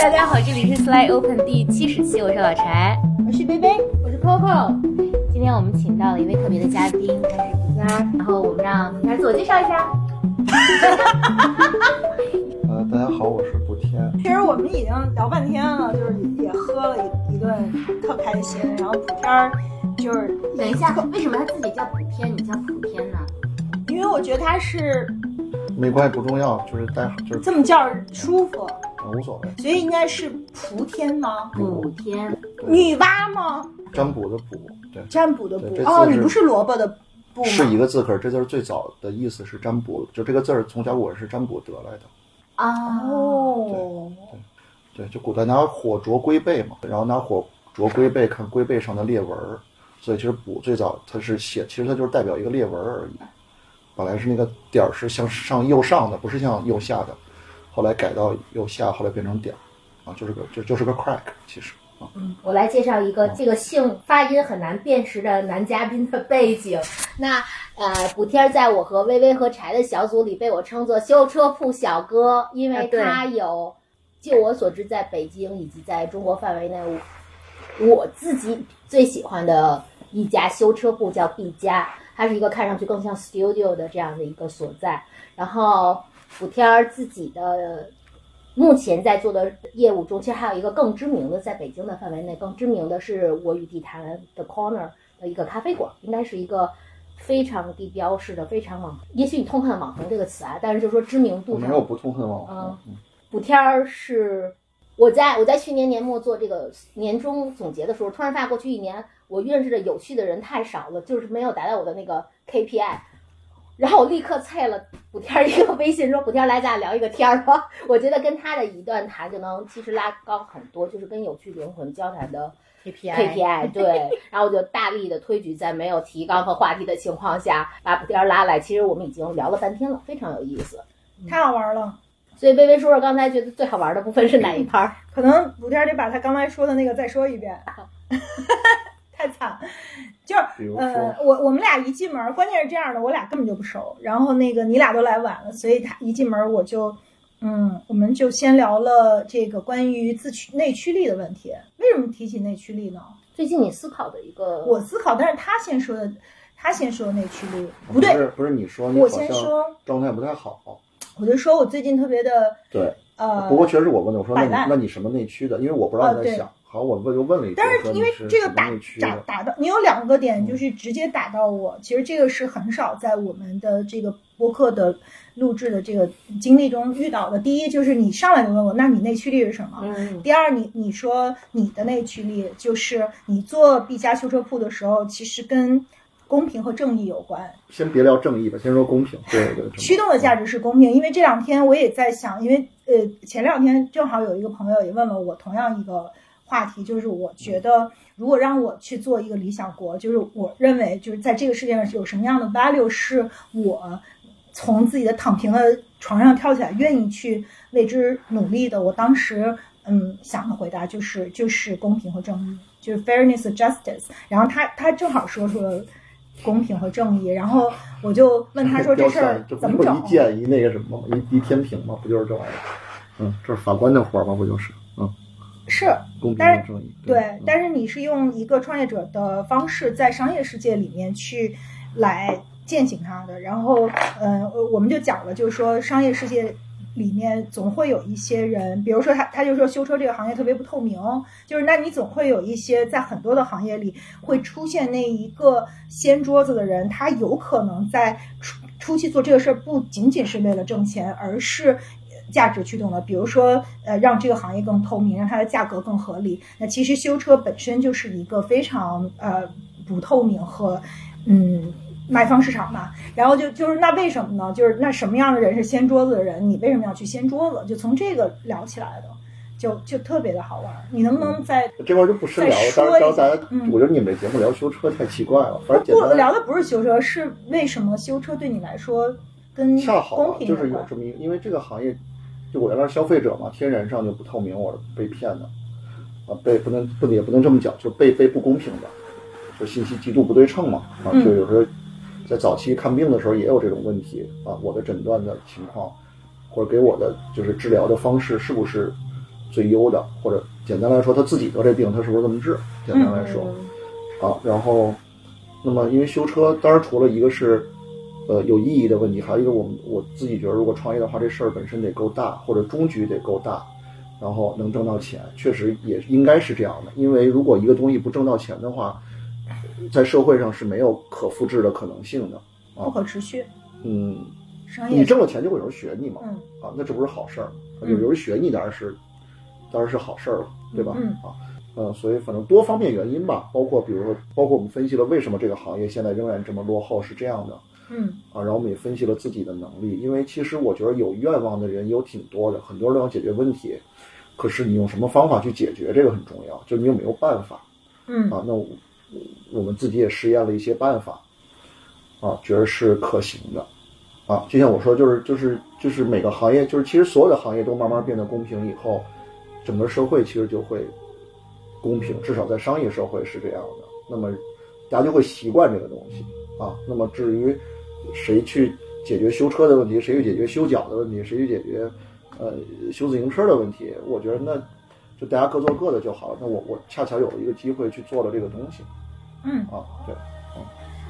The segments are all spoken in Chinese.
大家好，这里是 Fly Open 第七十期，我是老柴，我是贝贝，我是 Coco。今天我们请到了一位特别的嘉宾，他是皮嘉，然后我们让皮嘉自我介绍一下。呃，大家好，我是补天。其实我们已经聊半天了，就是也喝了一一顿，特开心。然后补天儿就是等一下，为什么他自己叫补天，你叫普天呢？因为我觉得他是没关系，不重要，就是待会儿就是、这么叫舒服，呃无所谓。所以应该是蒲天吗？嗯补天，女娲吗？占卜的卜，对，占卜的对这卜字哦，你是不是萝卜的卜是一吗？个字根儿。这字儿最早的意思是占卜，就这个字儿从小我是占卜得来的。哦，哦，对，就古代拿火灼龟背嘛，然后拿火灼龟背看龟背上的裂纹儿，所以其实卜最早它是写，其实它就是代表一个裂纹儿而已。本来是那个点儿是向上右上的，不是向右下的，后来改到右下，后来变成点儿，啊，就是个就就是个 crack，其实啊，我来介绍一个这个姓发音很难辨识的男嘉宾的背景。 那呃，补天儿在我和微微和柴的小组里被我称作修车铺小哥，因啊为对他有，就我所知，在北京以及在中国范围内，我我自己最喜欢的一家修车铺叫毕加，它是一个看上去更像 studio 的这样的一个所在。然后补天儿自己的目前在做的业务中，其实还有一个更知名的，在北京的范围内更知名的是《我与地坛》的 Corner 的一个咖啡馆，应该是一个非常地标式的、非常网，也许你痛恨“网红”这个词啊，但是就说知名度没上有不痛恨网红。嗯嗯补天儿是我在我在去年年末做这个年终总结的时候，突然发现过去一年我认识的有趣的人太少了，就是没有达到我的那个 KPI。然后我立刻菜了补天儿一个微信，说补天儿来咱俩聊一个天儿吧。 我觉得跟他的一段谈就能其实拉高很多，就是跟有趣灵魂交谈的 KPI 对，然后我就大力的推举，在没有提纲和话题的情况下把补天儿拉来。其实我们已经聊了半天了，非常有意思。太好玩了。所以微微说说刚才觉得最好玩的部分是哪一趴儿？可能补天儿得把他刚才说的那个再说一遍， 太惨。就是比如说呃，我我们俩一进门儿，关键是这样的，我俩根本就不熟。然后那个你俩都来晚了，所以他一进门儿我就，嗯，我们就先聊了这个关于自驱内驱力的问题。为什么提起内驱力呢？最近你思考的一个，我思考，但是他先说的，他先说内驱力，不不对，是不是你说你我好先像说，状态不太好，我就说我最近特别的对。呃不，过确实我问的，我说那摆你烂那你什么内驱的？因为我不知道啊你对在想，好，我问就问了一句，但说是你因为这个什么打内驱打的？打到你有两个点，嗯就是直接打到我。其实这个是很少在我们的这个播客的录制的这个经历中遇到的。第一就是你上来就问我，那你内驱力是什么？嗯，第二，你你说你的内驱力就是你做 B 加修车铺的时候，其实跟公平和正义有关。先别聊正义吧，先说公平。对对对，驱动的价值是公平，因为这两天我也在想，因为呃前两天正好有一个朋友也问了我同样一个话题，就是我觉得如果让我去做一个理想国，就是我认为就是在这个世界上有什么样的 value 是我从自己的躺平的床上跳起来，愿意去为之努力的。我当时嗯想的回答就是就是公平和正义，就是 fairness and justice。然后他他正好说出了。公平和正义，然后我就问他说这标事儿签这怎么不就是整一？剑一那个什么吗？一一天平吗？不就是这玩意儿？嗯，这是法官的活儿吗？不就是？嗯，是公平但和是正义。对，嗯但是你是用一个创业者的方式在商业世界里面去来践行它的。然后，呃，我们就讲了，就是说商业世界里面总会有一些人，比如说他他就说修车这个行业特别不透明，就是那你总会有一些在很多的行业里会出现那一个掀桌子的人，他有可能在出出去做这个事儿，不仅仅是为了挣钱，而是。价值驱动的，比如说，呃，让这个行业更透明，让它的价格更合理。那其实修车本身就是一个非常呃不透明和嗯卖方市场嘛。然后就就是那为什么呢？就是那什么样的人是掀桌子的人？你为什么要去掀桌子？就从这个聊起来的，就就特别的好玩儿。你能不能嗯在这块儿就不深聊了再。说当然，当然，大一家嗯，我觉得你们这节目聊修车太奇怪了，反正简不单聊的不是修车，是为什么修车对你来说跟恰嗯好公啊平就是有有关？这么一个，因为这个行业，就我原来是消费者嘛，天然上就不透明，我是被骗的，啊，被不能不也不能这么讲，就是被被不公平的，就信息极度不对称嘛，啊，嗯就有时候在早期看病的时候也有这种问题啊，我的诊断的情况，或者给我的就是治疗的方式是不是最优的，或者简单来说，他自己得这病，他是不是这么治？简单来说，嗯啊，然后，那么因为修车，当然除了一个是，呃，有意义的问题，还有一个我们我自己觉得，如果创业的话，这事儿本身得够大，或者终局得够大，然后能挣到钱，确实也应该是这样的，因为如果一个东西不挣到钱的话，在社会上是没有可复制的可能性的。不可持续，嗯，商你业挣了钱就会有人学你嘛，嗯啊，那这不是好事儿吗？有有人学你当然是，当然是好事儿了，对吧？嗯啊，呃，所以反正多方面原因吧，包括比如说，包括我们分析了为什么这个行业现在仍然这么落后是这样的嗯啊，然后我们也分析了自己的能力，因为其实我觉得有愿望的人有挺多的，很多人都想解决问题，可是你用什么方法去解决这个很重要，就你有没有办法。嗯啊，那我我们自己也实验了一些办法，啊，觉得是可行的，啊，就像我说，就是就是就是每个行业，就是其实所有的行业都慢慢变得公平以后，整个社会其实就会公平，至少在商业社会是这样的。那么大家就会习惯这个东西啊。那么至于谁去解决修车的问题，谁去解决修脚的问题，谁去解决呃修自行车的问题，我觉得那就大家各做各的就好了。那我我恰巧有一个机会去做了这个东西嗯，啊，对，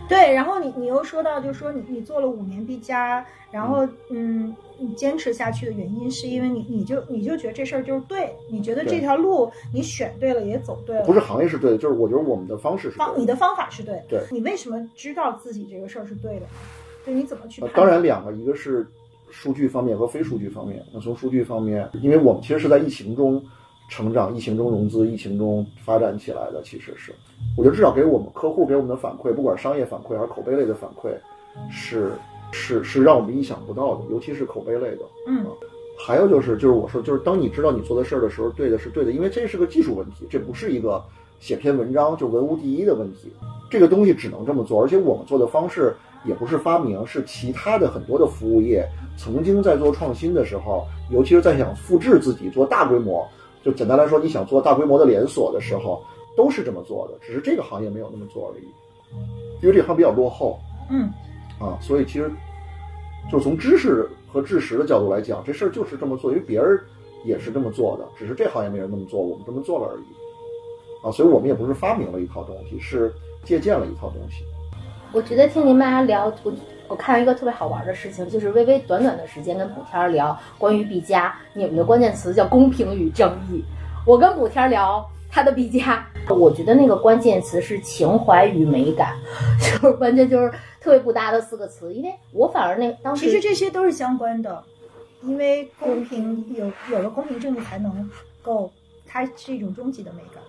对。然后你你又说到，就说你你做了五年 B 加，然后嗯，你坚持下去的原因是因为你你就你就觉得这事儿就是对，你觉得对这条路你选对了，也走对了，不是行业是对的，就是我觉得我们的方式是方对你的。的方法是对，对你为什么知道自己这个事儿是对的呢？对，你怎么去呃判断？当然，两个，一个是数据方面和非数据方面。那从数据方面，因为我们其实是在疫情中成长、疫情中融资、疫情中发展起来的，其实是，我觉得至少给我们客户给我们的反馈，不管是商业反馈还是口碑类的反馈，是是是让我们意想不到的，尤其是口碑类的。嗯还有就是，就是我说，就是当你知道你做的事儿的时候，对的是对的，因为这是个技术问题，这不是一个写篇文章就文无第一的问题。这个东西只能这么做，而且我们做的方式也不是发明，是其他的很多的服务业曾经在做创新的时候，尤其是在想复制自己做大规模，就简单来说，你想做大规模的连锁的时候，都是这么做的，只是这个行业没有那么做而已，因为这个行业比较落后。嗯啊，所以其实就从知识和知识的角度来讲，这事儿就是这么做，因为别人也是这么做的，只是这行业没人那么做，我们这么做了而已。啊，所以我们也不是发明了一套东西，是借鉴了一套东西。我觉得听您妈聊，我我看到一个特别好玩的事情，就是微微短短的时间跟补天儿聊关于 B 加，你们的关键词叫公平与正义。我跟补天儿聊他的 B 加，我觉得那个关键词是情怀与美感， 就是完全就是特别不搭的四个词。因为我反而那当时其实这些都是相关的，因为公平有有了公平正义才能够，它是一种终极的美感。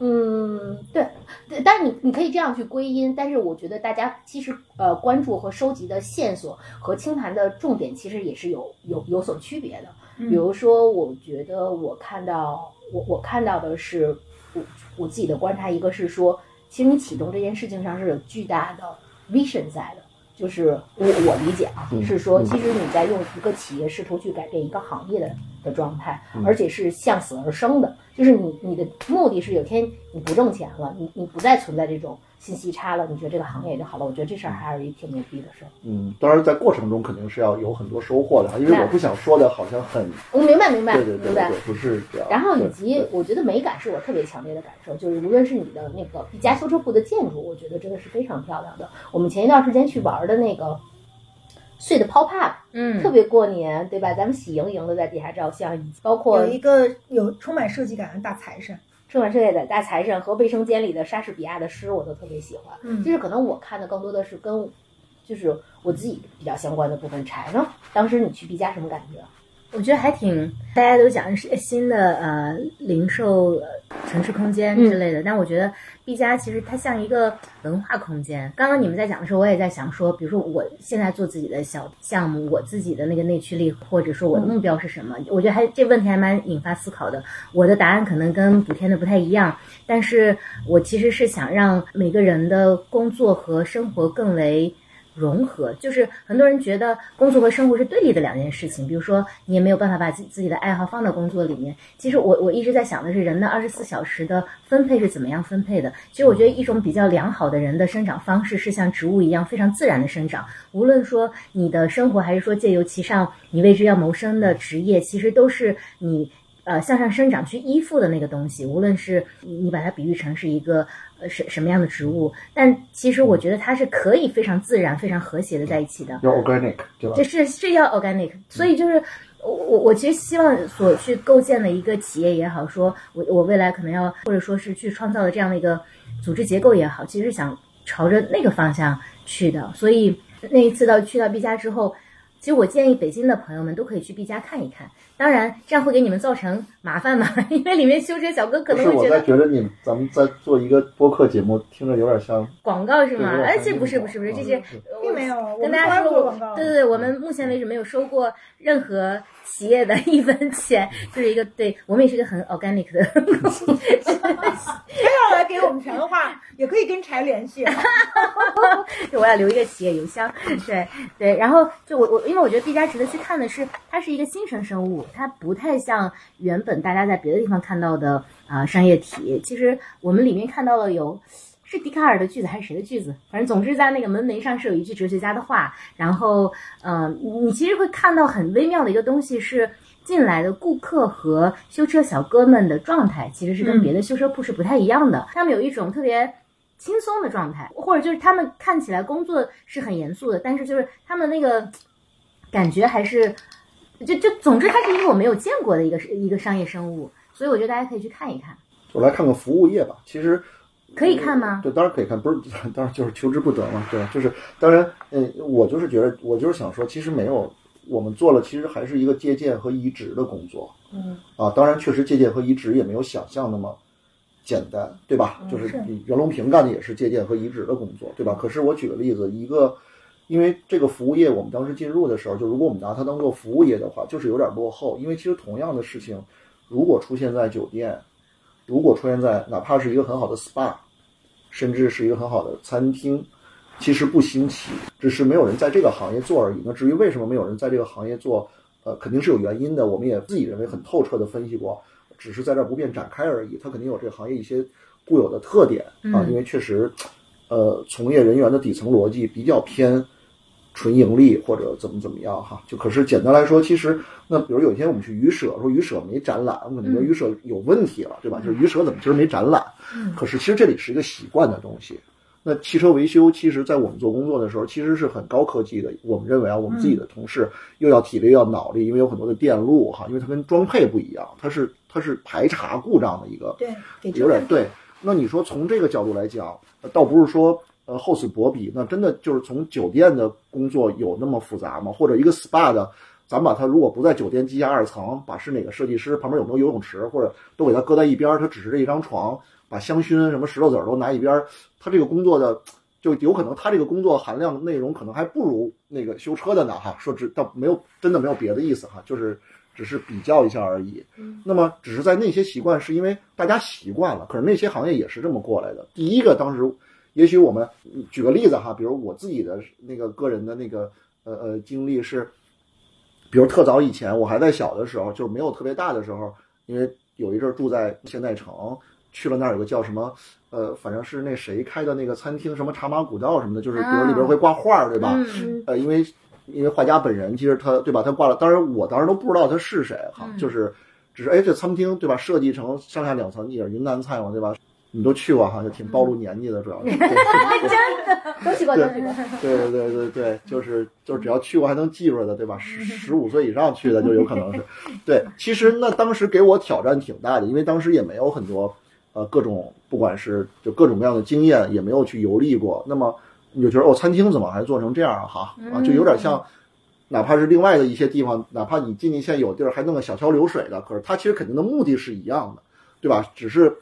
嗯，对，对但是你你可以这样去归因，但是我觉得大家其实呃关注和收集的线索和清谈的重点其实也是有有有所区别的。嗯嗯比如说，我觉得我看到我我看到的是我我自己的观察，一个是说，其实你启动这件事情上是有巨大的 vision 在的，就是我我理解啊，嗯是说嗯其实你在用一个企业试图去改变一个行业的的状态嗯，而且是向死而生的，就是你你的目的是有一天你不挣钱了，你你不再存在这种信息差了，你觉得这个行业就好了，我觉得这事儿还是一挺牛逼的事儿。嗯，当然在过程中肯定是要有很多收获的，因为那我不想说的好像很我嗯明白明白对对明对白对，，不是这样。然后以对及我觉得美感是我特别强烈的感受，就是无论是你的那个毕加修车铺的建筑，我觉得真的是非常漂亮的。我们前一段时间嗯去玩的那个碎的 pop up，嗯特别过年，对吧？咱们喜盈盈的在底下照相，以及包括有一个有充满设计感的大财神，春晚社也的大财神和卫生间里的莎士比亚的诗，我都特别喜欢。嗯就是可能我看的更多的是跟就是我自己比较相关的部分。柴呢，当时你去毕加什么感 觉？我觉得还挺，大家都讲是新的呃零售、呃城市空间之类的，但我觉得 B 加其实它像一个文化空间。刚刚你们在讲的时候，我也在想说，比如说我现在做自己的小项目，我自己的那个内驱力，或者说我的目标是什么？我觉得还这问题还蛮引发思考的。我的答案可能跟补天的不太一样，但是我其实是想让每个人的工作和生活更为融合。就是很多人觉得工作和生活是对立的两件事情，比如说你也没有办法把自自己的爱好放到工作里面。其实我我一直在想的是，人的二十四小时的分配是怎么样分配的？其实我觉得一种比较良好的人的生长方式是像植物一样非常自然的生长，无论说你的生活还是说借由其上你为之要谋生的职业，其实都是你。呃向上生长去依附的那个东西，无论是你你把它比喻成是一个呃什什么样的植物，但其实我觉得它是可以非常自然、非常和谐的在一起的。要 organic 对吧这？是是要 organic，所以就是我我我其实希望所去构建的一个企业也好，说我我未来可能要或者说是去创造的这样的一个组织结构也好，其实想朝着那个方向去的。所以那一次到去到 B 加之后，其实我建议北京的朋友们都可以去 B 加看一看，当然这样会给你们造成麻烦嘛， 因为里面修车小哥可不能是会我觉在得觉得你们咱们在做一个播客节目，听着有点像广告是吗对有？点哎，像这不是广告不是不是，嗯这些并没有，我跟们大从家来不说做过广告，对对对，我们目前为止没有收过任何企业的 一分钱，就是一个对我们也是一个很 organic 的。 要来给我们钱的话，也可以跟柴联系。啊 我要留一个企业邮箱，对对。然后就我我，因为我觉得 B 加值得去看的是，它是一个新生生物，它不太像原本大家在别的地方看到的啊、商业体。其实我们里面看到了有。是笛卡尔的句子还是谁的句子？反正总之在那个门楣上是有一句哲学家的话。然后，嗯、你其实会看到很微妙的一个东西是进来的顾客和修车小哥们的状态，其实是跟嗯别的修车铺是不太一样的。他们有一种特别轻松的状态，或者就是他们看起来工作是很严肃的，但是就是他们那个感觉还是，就就总之它是一个我没有见过的一个一个商业生物，所以我觉得大家可以去看一看，就来看看服务业吧。其实可以看吗？对，当然可以看，不是，当然就是求之不得嘛，对，就是当然，嗯，我就是觉得，我就是想说，其实没有，我们做了，其实还是一个借鉴和移植的工作，嗯，啊，当然确实借鉴和移植也没有想象那么简单，对吧？就是是袁隆平干的也是借鉴和移植的工作，对吧？可是我举个例子，一个。因为这个服务业，我们当时进入的时候，就如果我们拿它当做服务业的话，就是有点落后。因为其实同样的事情，如果出现在酒店，如果出现在哪怕是一个很好的 SPA，甚至是一个很好的餐厅，其实不新奇，只是没有人在这个行业做而已。那至于为什么没有人在这个行业做，呃，肯定是有原因的。我们也自己认为很透彻的分析过，只是在这儿不便展开而已。它肯定有这个行业一些固有的特点啊，嗯因为确实，呃，从业人员的底层逻辑比较偏。纯盈利或者怎么怎么样哈，就可是简单来说，其实那比如有一天我们去鱼舍，说鱼舍没展览，我们可能觉得鱼舍有问题了，对吧？就是鱼舍怎么今儿没展览？可是其实这里是一个习惯的东西。那汽车维修，其实在我们做工作的时候，其实是很高科技的。我们认为啊，我们自己的同事又要体力又要脑力，因为有很多的电路哈，因为它跟装配不一样，它是它是排查故障的一个对，给有点对。那你说从这个角度来讲，呃倒不是说呃厚此薄彼，那真的就是从酒店的工作有那么复杂吗？或者一个 SPA 的，咱把它如果不在酒店地下二层，把是哪个设计师旁边有没有游泳池，或者都给它搁在一边儿，它只是这一张床，把香薰什么石头子儿都拿一边儿，它这个工作的。就有可能他这个工作含量内容可能还不如那个修车的呢哈，说只倒没有真的没有别的意思哈，就是只是比较一下而已。那么只是在那些习惯，是因为大家习惯了，可是那些行业也是这么过来的。第一个，当时也许我们嗯举个例子哈，比如我自己的那个个人的那个呃呃经历是，比如特早以前我还在小的时候，就是没有特别大的时候，因为有一阵儿住在现代城，去了那儿有个叫什么呃，反正是那谁开的那个餐厅，什么茶马古道什么的，就是比如里边会挂画儿，对吧？嗯呃，因为因为画家本人其实他对吧，他挂了，当然我当时都不知道他是谁哈，嗯就是只是哎这餐厅对吧，设计成上下两层也是云南菜嘛对吧？你都去过哈，就挺暴露年纪的，主要是。都去过，都去过。对对对对对，就是就是只要去过还能记住的，对吧？十十五岁以上去的就有可能是，对。其实那当时给我挑战挺大的，因为当时也没有很多呃各种不管是就各种各样的经验，也没有去游历过。那么你就觉得哦，餐厅怎么还做成这样啊哈啊，就有点像。哪怕是另外的一些地方，哪怕你进去现在有地儿还弄个小桥流水的，可是它其实肯定的目的是一样的，对吧？只是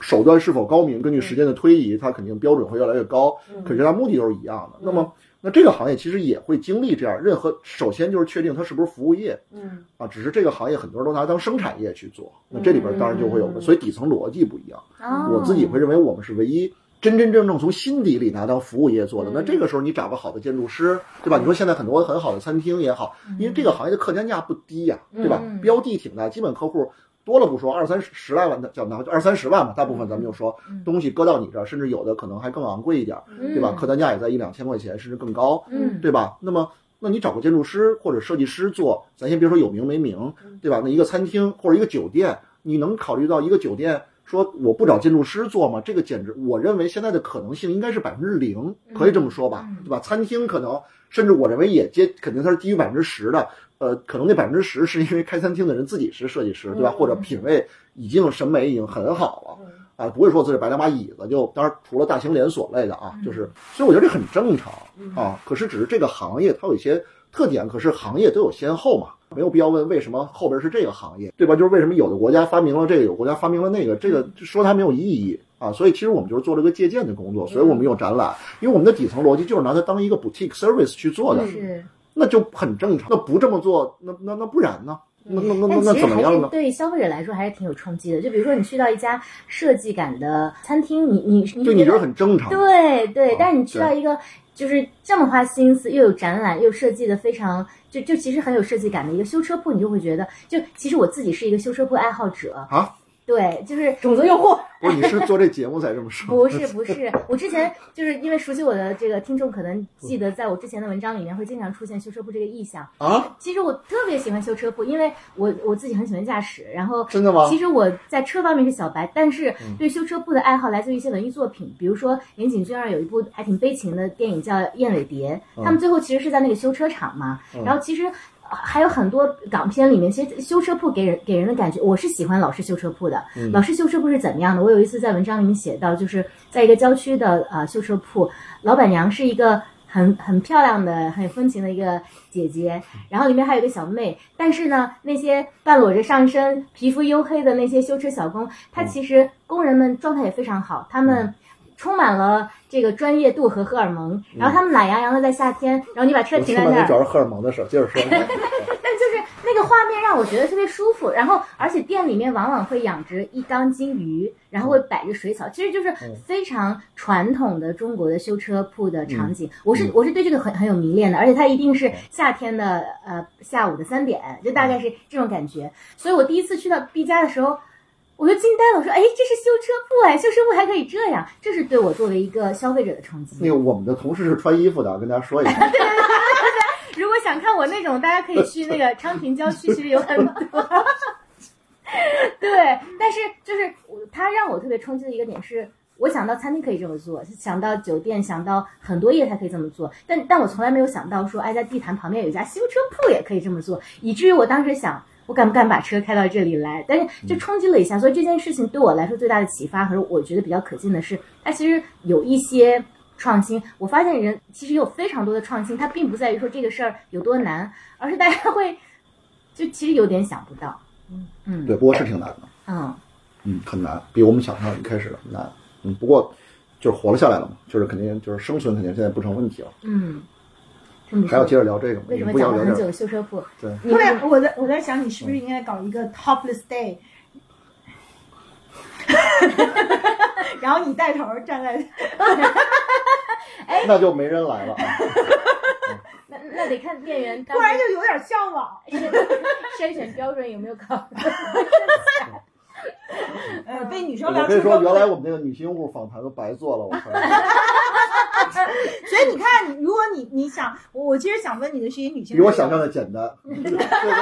手段是否高明，根据时间的推移，它肯定标准会越来越高，嗯可是它目的都是一样的。那么，那这个行业其实也会经历这样，任何首先就是确定它是不是服务业嗯啊，只是这个行业很多人都拿它当生产业去做，那这里边当然就会有，嗯所以底层逻辑不一样。哦我自己会认为我们是唯一真真正正从心底里拿当服务业做的。嗯那这个时候你找个好的建筑师，对吧？你说现在很多很好的餐厅也好，因为这个行业的客单价不低呀、对吧？嗯标的挺大，基本客户多了不说，二三十十来万的叫拿二三十万吧，大部分咱们就说嗯东西搁到你这儿，甚至有的可能还更昂贵一点儿，对吧？客单价也在一两千块钱，甚至更高。嗯对吧？那么那你找个建筑师或者设计师做，咱先别说有名没名，嗯对吧？那一个餐厅或者一个酒店，你能考虑到一个酒店说我不找建筑师做吗？这个简直，我认为现在的可能性应该是百分之零，嗯可以这么说吧，对吧？餐厅可能甚至我认为也接，肯定它是低于百分之十的。呃，可能那百分之十是因为开餐厅的人自己是设计师，对吧？或者品味已经审美已经很好了。啊，不会说自己摆两把椅子就，当然除了大型连锁类的啊，就是，所以我觉得这很正常啊。可是只是这个行业它有一些特点，可是行业都有先后嘛，没有必要问为什么后边是这个行业，对吧？就是为什么有的国家发明了这个，有国家发明了那个，这嗯个说它没有意义啊。所以其实我们就是做了个借鉴的工作，所以嗯我们有展览，因为我们的底层逻辑就是拿它当一个 boutique service 去做的，是，那就很正常。那不这么做，那那那不然呢？那那那那嗯但那其实怎么还样是呢？对消费者来说还是挺有冲击的。就比如说你去到一家设计感的餐厅，你你你对，你觉得很正常？对对啊，但是你去对到一个就是这么花心思，又有展览，又设计的非常就就其实很有设计感的一个修车铺，你就会觉得，就其实我自己是一个修车铺爱好者啊，对，就是种子用户，不是，你是做这节目才这么说？不是 不是，我之前就是因为熟悉我的这个听众，可能嗯记得在我之前的文章里面会经常出现修车铺这个意象。啊，其实我特别喜欢修车铺，因为我我自己很喜欢驾驶，然后真的吗嗯其实我在车方面是小白，但是对修车铺的爱好来自于一些文艺作品，比如说岩井俊二有一部还挺悲情的电影叫《燕尾蝶》，嗯他们最后其实是在那个修车厂嘛，然后其实。呃还有很多港片里面，其实修车铺给人给人的感觉，我是喜欢老式修车铺的。嗯老式修车铺是怎么样的？我有一次在文章里面写到，就是在一个郊区的呃修车铺，老板娘是一个很很漂亮的、很有风情的一个姐姐，然后里面还有一个小妹。但是呢，那些半裸着上身、皮肤黝黑的那些修车小工，他其实工人们状态也非常好，他们。充满了这个专业度和荷尔蒙，然后他们懒洋洋的在夏天，然后你把车我停出在门就那儿主，要是荷尔蒙的事儿，接着 说。但就是那个画面让我觉得特别舒服，然后而且店里面往往会养殖一缸金鱼，然后会摆着水草，其实就是非常传统的中国的修车铺的场景。我是我是对这个很很有迷恋的，而且它一定是夏天的呃下午的三点，就大概是这种感觉。所以我第一次去到 B 家的时候，我就惊呆了，我说哎，这是修车铺哎，修车铺还可以这样，这是对我作为一个消费者的冲击。那个我们的同事是穿衣服的，跟大家说一下。如果想看我那种，大家可以去那个昌平郊区，其实有很多。对，但是就是我它让我特别冲击的一个点是，我想到餐厅可以这么做，想到酒店，想到很多业态可以这么做，但但我从来没有想到说，哎，在地坛旁边有一家修车铺也可以这么做，以至于我当时想。我敢不敢把车开到这里来？但嗯是就冲击了一下，所以这件事情对我来说最大的启发和我觉得比较可敬的是，它其实有一些创新。我发现人其实有非常多的创新，它并不在于说这个事儿有多难，而是大家会就其实有点想不到。嗯对，不过是挺难的，嗯嗯，很难，比我们想象一开始的难。嗯，不过就是活了下来了嘛，就是肯定就是生存肯定现在不成问题了。嗯，这么还要接说着聊这个吗？为什你么不要讲了聊很这久个？的修车铺？对，你后来我在我在想，你是不是应该搞一个 topless day？然后你带头儿站在，那就没人来了啊。那那得看店 员当突然时就有点向往。筛选标准有没有考虑。呃，被女生我聊跟车你说，原来祸，我们那个女性用户访谈都白做了，我靠。所以你看，你如果你你想，我我其实想问你的是一女性，比我想象的简单。对，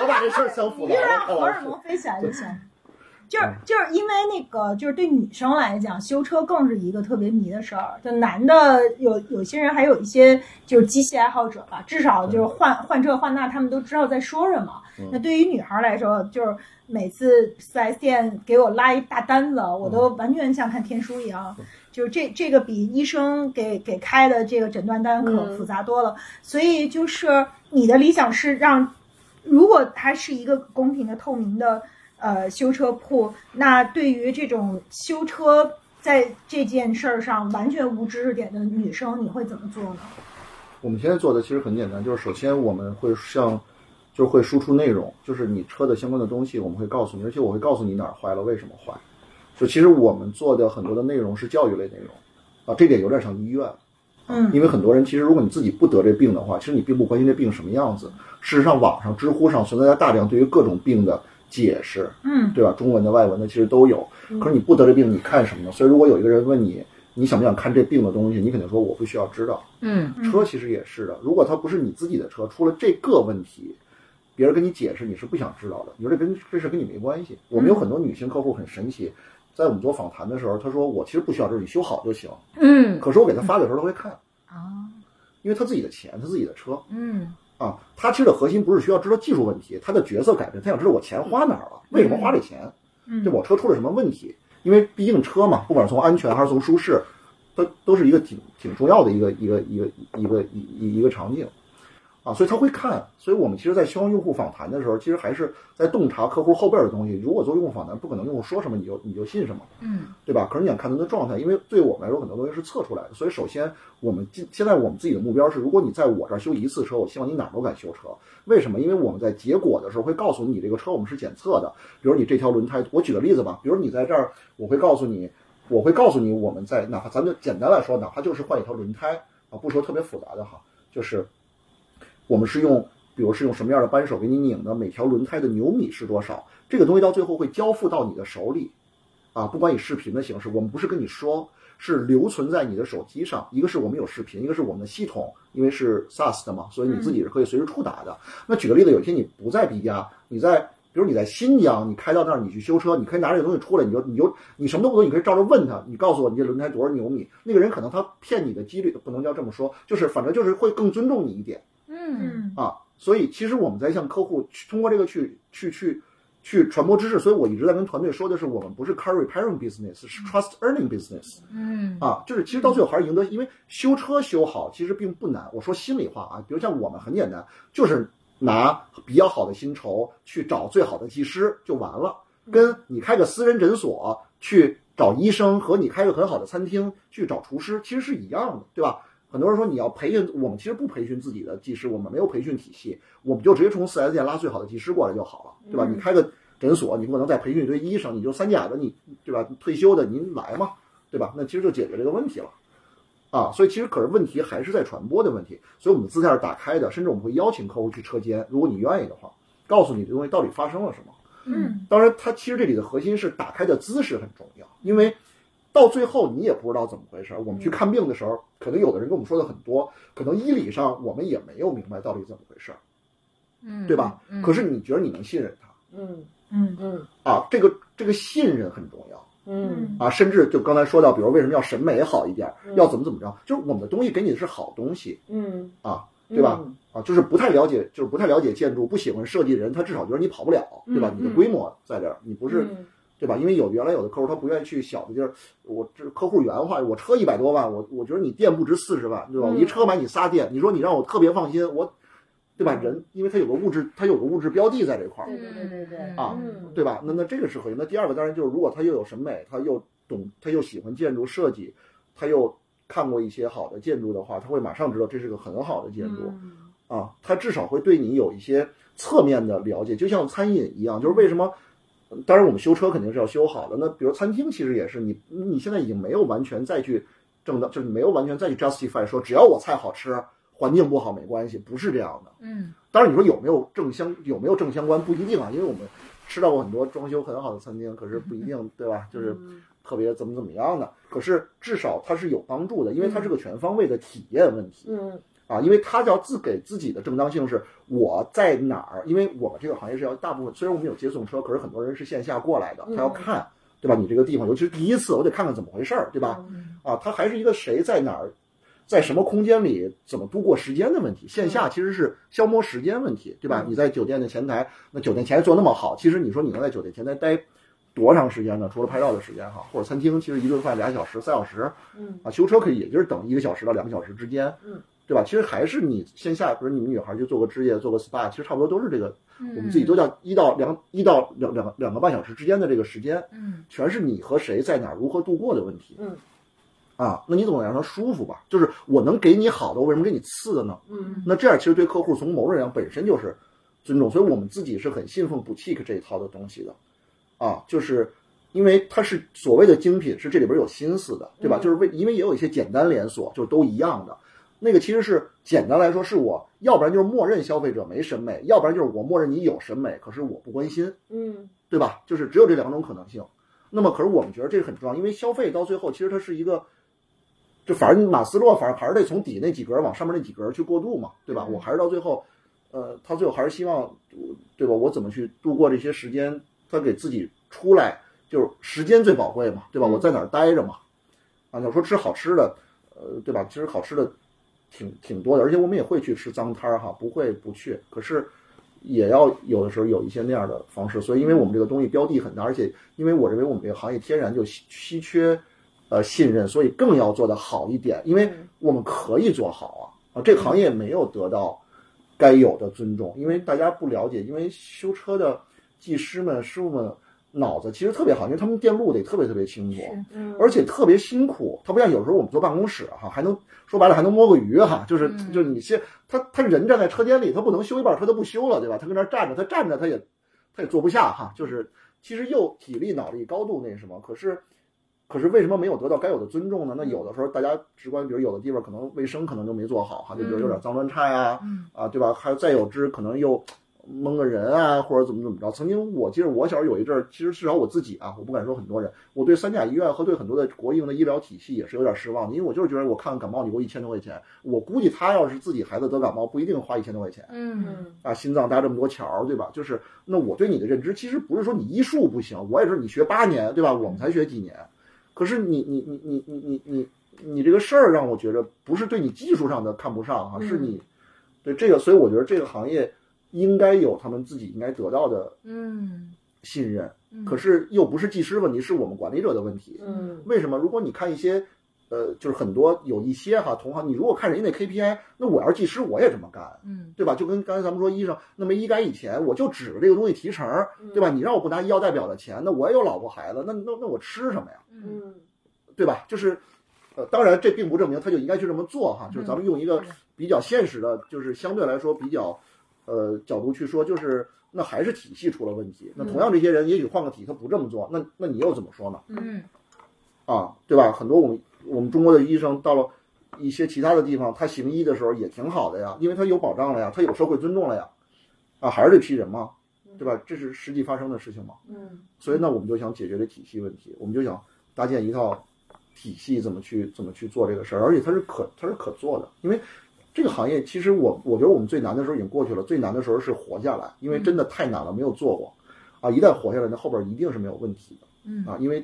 我把这事儿想复你杂就让了，嗯看荷老尔师。蒙飞起来就行。就是就是因为那个，就是对女生来讲，修车更是一个特别迷的事儿。就男的有有些人还有一些就是机械爱好者吧，至少就是换换这换那，他们都知道在说什么嗯。那对于女孩来说，就是每次四 S 店给我拉一大单子，我都完全像看天书一样。 就是这这个比医生给给开的这个诊断单可嗯复杂多了。所以就是你的理想是让，如果它是一个公平的、透明的呃修车铺，那对于这种修车在这件事儿上完全无知识点的女生，你会怎么做呢？我们现在做的其实很简单，就是首先我们会向，就是会输出内容，就是你车的相关的东西，我们会告诉你，而且我会告诉你哪儿坏了，为什么坏。就其实我们做的很多的内容是教育类内容，啊，这点有点像医院， 嗯因为很多人其实如果你自己不得这病的话，其实你并不关心这病什么样子。事实上，网上、知乎上存在着大量对于各种病的解释，嗯对吧？中文的、外文的其实都有。可是你不得这病，你看什么呢？所以如果有一个人问你你想不想看这病的东西，你肯定说我不需要知道。嗯车其实也是的，如果它不是你自己的车，出了这个问题，别人跟你解释你是不想知道的。你说这跟这事跟你没关系。我们有很多女性客户很神奇，在我们做访谈的时候，她说我其实不需要知道，你修好就行。嗯可是我给她发的时候，她会看，啊因为她自己的钱，她自己的车嗯啊。她其实的核心不是需要知道技术问题，她的角色改变，她想知道我钱花哪儿了，为什么花这钱。嗯，对我车出了什么问题？因为毕竟车嘛，不管是从安全还是从舒适，它都是一个挺挺重要的一个一个一个一个一一一个场景啊，所以他会看。所以我们其实，在销售用户访谈的时候，其实还是在洞察客户后边的东西。如果做用户访谈，不可能用户说什么你就你就信什么，嗯对吧？可是你想看他的状态，因为对我们来说，很多东西是测出来的。所以首先，我们今现在我们自己的目标是，如果你在我这儿修一次车，我希望你哪儿都敢修车。为什么？因为我们在结果的时候会告诉你，这个车我们是检测的。比如你这条轮胎，我举个例子吧，比如你在这儿，我会告诉你，我会告诉你，我们在哪怕咱们就简单来说，哪怕就是换一条轮胎啊，不说特别复杂的哈，就是我们是用，比如是用什么样的扳手给你拧的，每条轮胎的牛米是多少，这个东西到最后会交付到你的手里，啊，不管以视频的形式，我们不是跟你说。是留存在你的手机上，一个是我们有视频，一个是我们的系统，因为是 SaaS 的嘛，所以你自己是可以随时触达的。那举个例子，有一天你不在 B 家，你在比如你在新疆，你开到那儿你去修车，你可以拿这个东西出来，你就你就你什么都不懂，你可以照着问他，你告诉我你这轮胎多少牛米。那个人可能他骗你的几率不能叫这么说，就是反正就是会更尊重你一点嗯嗯啊。所以其实我们在向客户去通过这个去去去去传播知识。所以我一直在跟团队说的是，我们不是 car repairing business，是 trust earning business。嗯啊，就是其实到最后还是赢得，因为修车修好其实并不难。我说心里话啊，比如像我们很简单，就是拿比较好的薪酬去找最好的技师就完了，嗯跟你开个私人诊所去找医生和你开个很好的餐厅去找厨师其实是一样的，对吧？很多人说你要培训，我们其实不培训自己的技师，我们没有培训体系，我们就直接从四 S 店拉最好的技师过来就好了，对吧？嗯你开个诊所，你不可能再培训一堆医生，你就三甲的你，对吧？退休的您来嘛，对吧？那其实就解决这个问题了，啊，所以其实可是问题还是在传播的问题，所以我们的姿态是打开的，甚至我们会邀请客户去车间，如果你愿意的话，告诉你这东西到底发生了什么。嗯当然，它其实这里的核心是打开的姿势很重要，因为到最后你也不知道怎么回事儿。我们去看病的时候，可能有的人跟我们说的很多，可能医理上我们也没有明白到底怎么回事儿，嗯，对吧？嗯可是你觉得你能信任他嗯嗯嗯啊？这个这个信任很重要。嗯啊，甚至就刚才说到，比如为什么要审美好一点，嗯要怎么怎么着，就是我们的东西给你的是好东西嗯，啊，对吧？嗯？啊，就是不太了解，就是不太了解建筑，不喜欢设计人，他至少觉得你跑不了，对吧？嗯你的嗯规模在这儿，你不是嗯对吧？因为有原来有的客户他不愿意去小的地儿，我这客户原话，我车一百多万，我我觉得你店不值四十万，对吧？嗯我一车买你仨店，你说你让我特别放心，我，对吧？人因为他有个物质，他有个物质标的在这块儿，对对对对对啊嗯对吧？那那这个是核心。那第二个当然就是，如果他又有审美，他又懂，他又喜欢建筑设计，他又看过一些好的建筑的话，他会马上知道这是个很好的建筑。嗯啊，他至少会对你有一些侧面的了解，就像餐饮一样，就是为什么？呃当然，我们修车肯定是要修好的。那比如餐厅，其实也是你，你现在已经没有完全再去正当，就是你没有完全再去 justify 说只要我菜好吃，环境不好没关系，不是这样的。嗯当然，你说有没有正相有没有正相关不一定啊，因为我们吃到过很多装修很好的餐厅，可是不一定对吧？就是特别怎么怎么样的，可是至少它是有帮助的，因为它是个全方位的体验问题。嗯啊，因为他叫自给自己的正当性是我在哪儿，因为我们这个行业是要大部分，虽然我们有接送车，可是很多人是线下过来的，他要嗯看，对吧？你这个地方，尤其是第一次，我得看看怎么回事儿，对吧？嗯啊，它还是一个谁在哪儿，在什么空间里怎么度过时间的问题。线嗯下其实是消磨时间问题，对吧？你在酒店的前台，那酒店前台做那么好，其实你说你能在酒店前台待多长时间呢？除了拍照的时间哈，或者餐厅，其实一顿饭俩小时、三小时，嗯啊，修车可以，也就是等一个小时到两个小时之间，嗯，对吧？其实还是你线下，比如你们女孩去做个指甲、做个 SPA，其实差不多都是这个，嗯，我们自己都叫一到两、一到两两个两个半小时之间的这个时间，嗯全是你和谁在哪儿如何度过的问题。嗯啊，那你总得让他舒服吧？就是我能给你好的，我为什么给你次的呢？嗯那这样其实对客户从某种上本身就是尊重，所以我们自己是很信奉 boutique 这一套的东西的，啊，就是因为它是所谓的精品，是这里边有心思的，对吧？嗯就是为因为也有一些简单连锁，就都一样的，那个其实是简单来说是我要不然就是默认消费者没审美，要不然就是我默认你有审美，可是我不关心，嗯对吧？就是只有这两种可能性。那么，可是我们觉得这个很重要，因为消费到最后其实它是一个就反正马斯洛反正还是得从底那几格往上面那几格去过渡嘛，对吧？我还是到最后，呃，他最后还是希望，对吧？我怎么去度过这些时间？他给自己出来，就是时间最宝贵嘛，对吧？我在哪儿待着嘛？啊，要说吃好吃的，呃，对吧？其实好吃的挺挺多的，而且我们也会去吃脏摊儿哈，不会不去。可是也要有的时候有一些那样的方式，所以因为我们这个东西标的很大，而且因为我认为我们这个行业天然就稀稀缺呃信任，所以更要做得好一点，因为我们可以做好啊啊，这个行业没有得到该有的尊重，因为大家不了解，因为修车的技师们、师傅们脑子其实特别好，因为他们电路得特别特别清楚。嗯而且特别辛苦。他不像有时候我们坐办公室哈、还能说白了还能摸个鱼哈、就是嗯就是你先他他人站在车间里，他不能修一半车他不修了，对吧？他跟那儿站着，他站着他也他也坐不下哈、就是其实又体力、脑力、高度那什么，可是可是为什么没有得到该有的尊重呢？那有的时候大家直观，比如有的地方可能卫生可能就没做好哈、就比如有点脏乱差呀、嗯啊，对吧？还有再有之可能又蒙个人啊，或者怎么怎么着。曾经我记得我小时候有一阵儿，其实至少我自己啊，我不敢说很多人，我对三甲医院和对很多的国营的医疗体系也是有点失望的，因为我就是觉得我看感冒你给我一千多块钱，我估计他要是自己孩子得感冒，不一定花一千多块钱。嗯，啊，心脏搭这么多桥儿，对吧？就是那我对你的认知，其实不是说你医术不行，我也是你学八年，对吧？我们才学几年，可是你你你你你你你你这个事儿让我觉得不是对你技术上的看不上啊，是嗯你对这个，所以我觉得这个行业应该有他们自己应该得到的嗯信任，嗯可是又不是技师问题，是我们管理者的问题。嗯为什么？如果你看一些，呃，就是很多有一些哈同行，你如果看人家那 KPI，那我要是技师我也这么干，嗯对吧？就跟刚才咱们说医生，那没医改以前，我就指着这个东西提成，对吧？你让我不拿医药代表的钱，那我也有老婆孩子，那那那我吃什么呀？嗯嗯对吧？就是，呃，当然这并不证明他就应该去这么做哈，就是咱们用一个比较现实的，就是相对来说比较，呃，角度去说，就是那还是体系出了问题。那同样这些人，也许换个体他不这么做，那那你又怎么说呢？嗯啊，对吧？很多我们我们中国的医生到了一些其他的地方，他行医的时候也挺好的呀，因为他有保障了呀，他有社会尊重了呀，啊，还是这批人嘛，对吧？这是实际发生的事情嘛。嗯所以呢，我们就想解决这体系问题，我们就想搭建一套体系，怎么去怎么去做这个事儿，而且它是可它是可做的，因为这个行业其实我我觉得我们最难的时候已经过去了，最难的时候是活下来，嗯因为真的太难了，没有做过，啊，一旦活下来，那后边一定是没有问题的，嗯啊，因为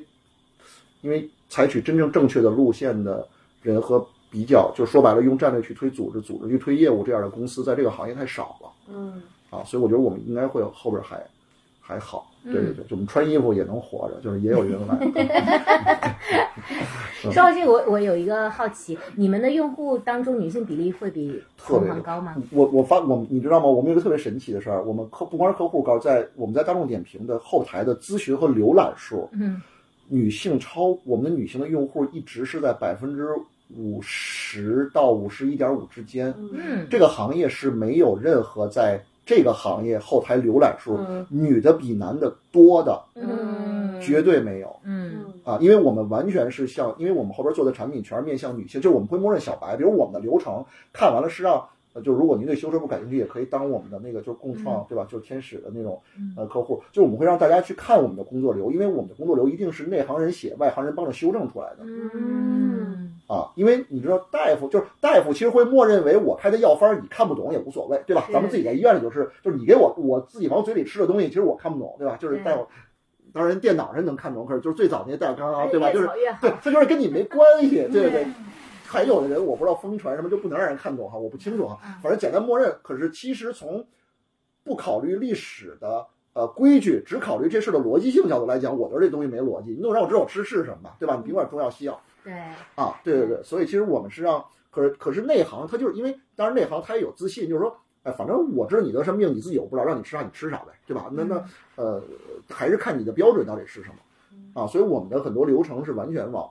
因为采取真正正确的路线的人和比较，就说白了，用战略去推组织，组织去推业务这样的公司，在这个行业太少了。嗯啊，所以我觉得我们应该会后边还还好。对对嗯对，就我们穿衣服也能活着，就是也有人 来。说到这个，我我有一个好奇，你们的用户当中女性比例会比特同别行高吗？我我发我们你知道吗？我们有一个特别神奇的事儿，我们客不光是客户高，在我们在大众点评的后台的咨询和浏览数，嗯女性超我们的女性的用户一直是在百分之五十到五十一点五之间。嗯嗯这个行业是没有任何在这个行业后台浏览数、嗯女的比男的多的，嗯绝对没有。嗯啊，因为我们完全是向，因为我们后边做的产品全是面向女性，就是我们会默认小白，比如我们的流程看完了是让，呃就是如果您对修车不感兴趣，也可以当我们的那个就是共创、对吧？就是天使的那种呃客户，就是我们会让大家去看我们的工作流，因为我们的工作流一定是内行人写，外行人帮着修正出来的嗯啊。因为你知道大夫就是大夫，其实会默认为我开的药方你看不懂也无所谓，对吧？咱们自己在医院里就是，就是你给我我自己往嘴里吃的东西，其实我看不懂，对吧？就是大夫。当然，电脑上能看懂，可是就是最早那些大夫刚刚对吧？就是越好对， 他就是跟你没关系，对对对。还有的人我不知道疯传什么就不能让人看懂哈，我不清楚哈，啊反正简单默认。可是其实从不考虑历史的呃规矩，只考虑这事的逻辑性角度来讲，我觉得这东西没逻辑。你总让我知道我吃是什么吧，对吧？你别管中药西药，对啊，对对嗯对，所以其实我们是让，可是可是内行他就是因为，当然内行他也有自信，就是说，哎，反正我知道你得什么病，你自己又不知道，让你吃啥你吃啥呗，对吧？那那嗯呃，还是看你的标准到底是什么啊，所以我们的很多流程是完全往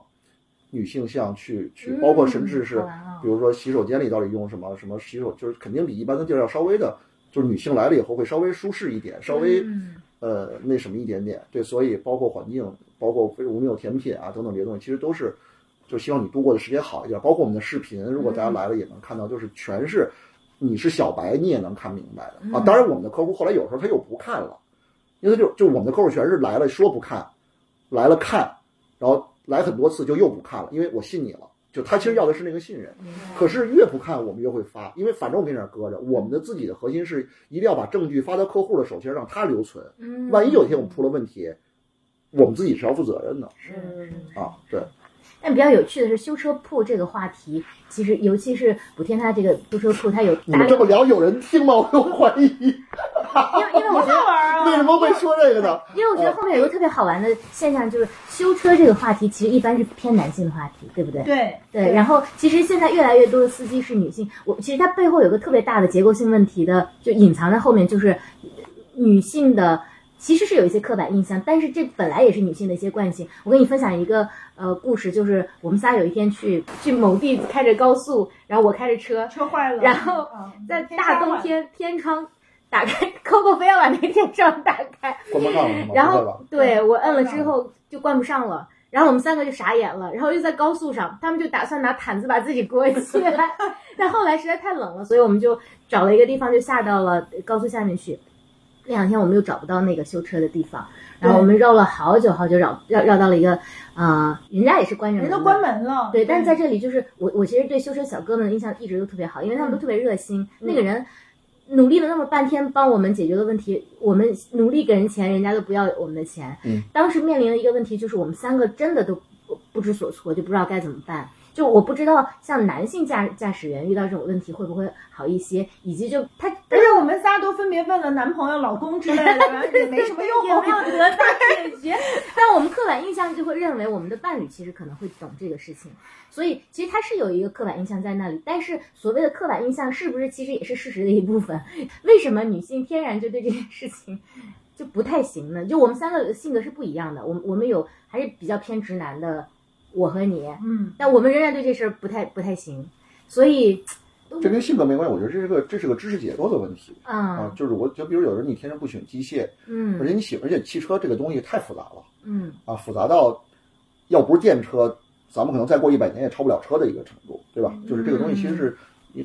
女性向去去，包括甚至是嗯好玩哦比如说洗手间里到底用什么什么洗手，就是肯定比一般的地儿要稍微的，就是女性来了以后会稍微舒适一点，稍微。嗯呃那什么一点点，对，所以包括环境，包括我们有甜品啊等等这些东西，其实都是就希望你度过的时间好一点。包括我们的视频，如果大家来了也能看到，就是全是你是小白，你也能看明白的啊。当然，我们的客户后来有时候他又不看了，因为他就就我们的客户全是来了说不看，来了看，然后来很多次就又不看了，因为我信你了，就他其实要的是那个信任。可是越不看，我们越会发，因为反正我们那儿搁着，我们的自己的核心是一定要把证据发到客户的手，其实让他留存。嗯万一有一天我们出了问题，我们自己是要负责任的是是啊。对，嗯但比较有趣的是，修车铺这个话题，其实尤其是补天他这个修车铺，他有你大们这量么聊，有人听吗？我又怀 疑，因为因为我觉得，啊为什么会说这个呢？因为我觉得后面有一个特别好玩的现象，就是修车这个话题其实一般是偏男性的话题，对不对？对对，然后其实现在越来越多的司机是女性，我其实它背后有个特别大的结构性问题的，就隐藏在后面，就是女性的其实是有一些刻板印象，但是这本来也是女性的一些惯性。我跟你分享一个呃故事，就是我们仨有一天去去某地开着高速，然后我开着车，车坏了，然后嗯在天大杀冬坏了天天窗打开，Coco 非要把那个天窗打开，关不上了是吗？然不会后吧？对我摁了之后就关不上了，然后我们三个就傻眼了，然后又在高速上，他们就打算拿毯子把自己裹起来， 但后来实在太冷了，所以我们就找了一个地方就下到了高速下面去。那两天我们又找不到那个修车的地方，然后我们绕了好久好久绕绕绕到了一个，呃，人家也是关着门人的，都关门了，嗯对，但是在这里就是我，我其实对修车小哥们的印象一直都特别好，因为他们都特别热心。那个人努力了那么半天帮我们解决了问题，我们努力给人钱，人家都不要我们的钱。嗯，当时面临的一个问题就是我们三个真的都不不知所措，就不知道该怎么办。就我不知道像男性驾驾驶员遇到这种问题会不会好一些，以及就他而且我们仨都分别问了男朋友、老公之类的，反 正也没什么用，也没有得到解决。 但我们刻板印象就会认为我们的伴侣其实可能会懂这个事情，所以其实它是有一个刻板印象在那里。但是所谓的刻板印象是不是其实也是事实的一部分？ 为什么女性天然就对这件事情？就不太行呢，就我们三个性格是不一样的，我们我们有还是比较偏直男的，我和你，嗯，但我们仍然对这事儿不太不太行，所以，这跟性格没关系，我觉得这是个这是个知识结构的问题啊啊。，就是我就比如有人你天生不喜欢机械，而嗯且你喜而且汽车这个东西太复杂了嗯啊，复杂到要不是电车，咱们可能再过一百年也超不了车的一个程度，对吧？嗯就是这个东西其实是。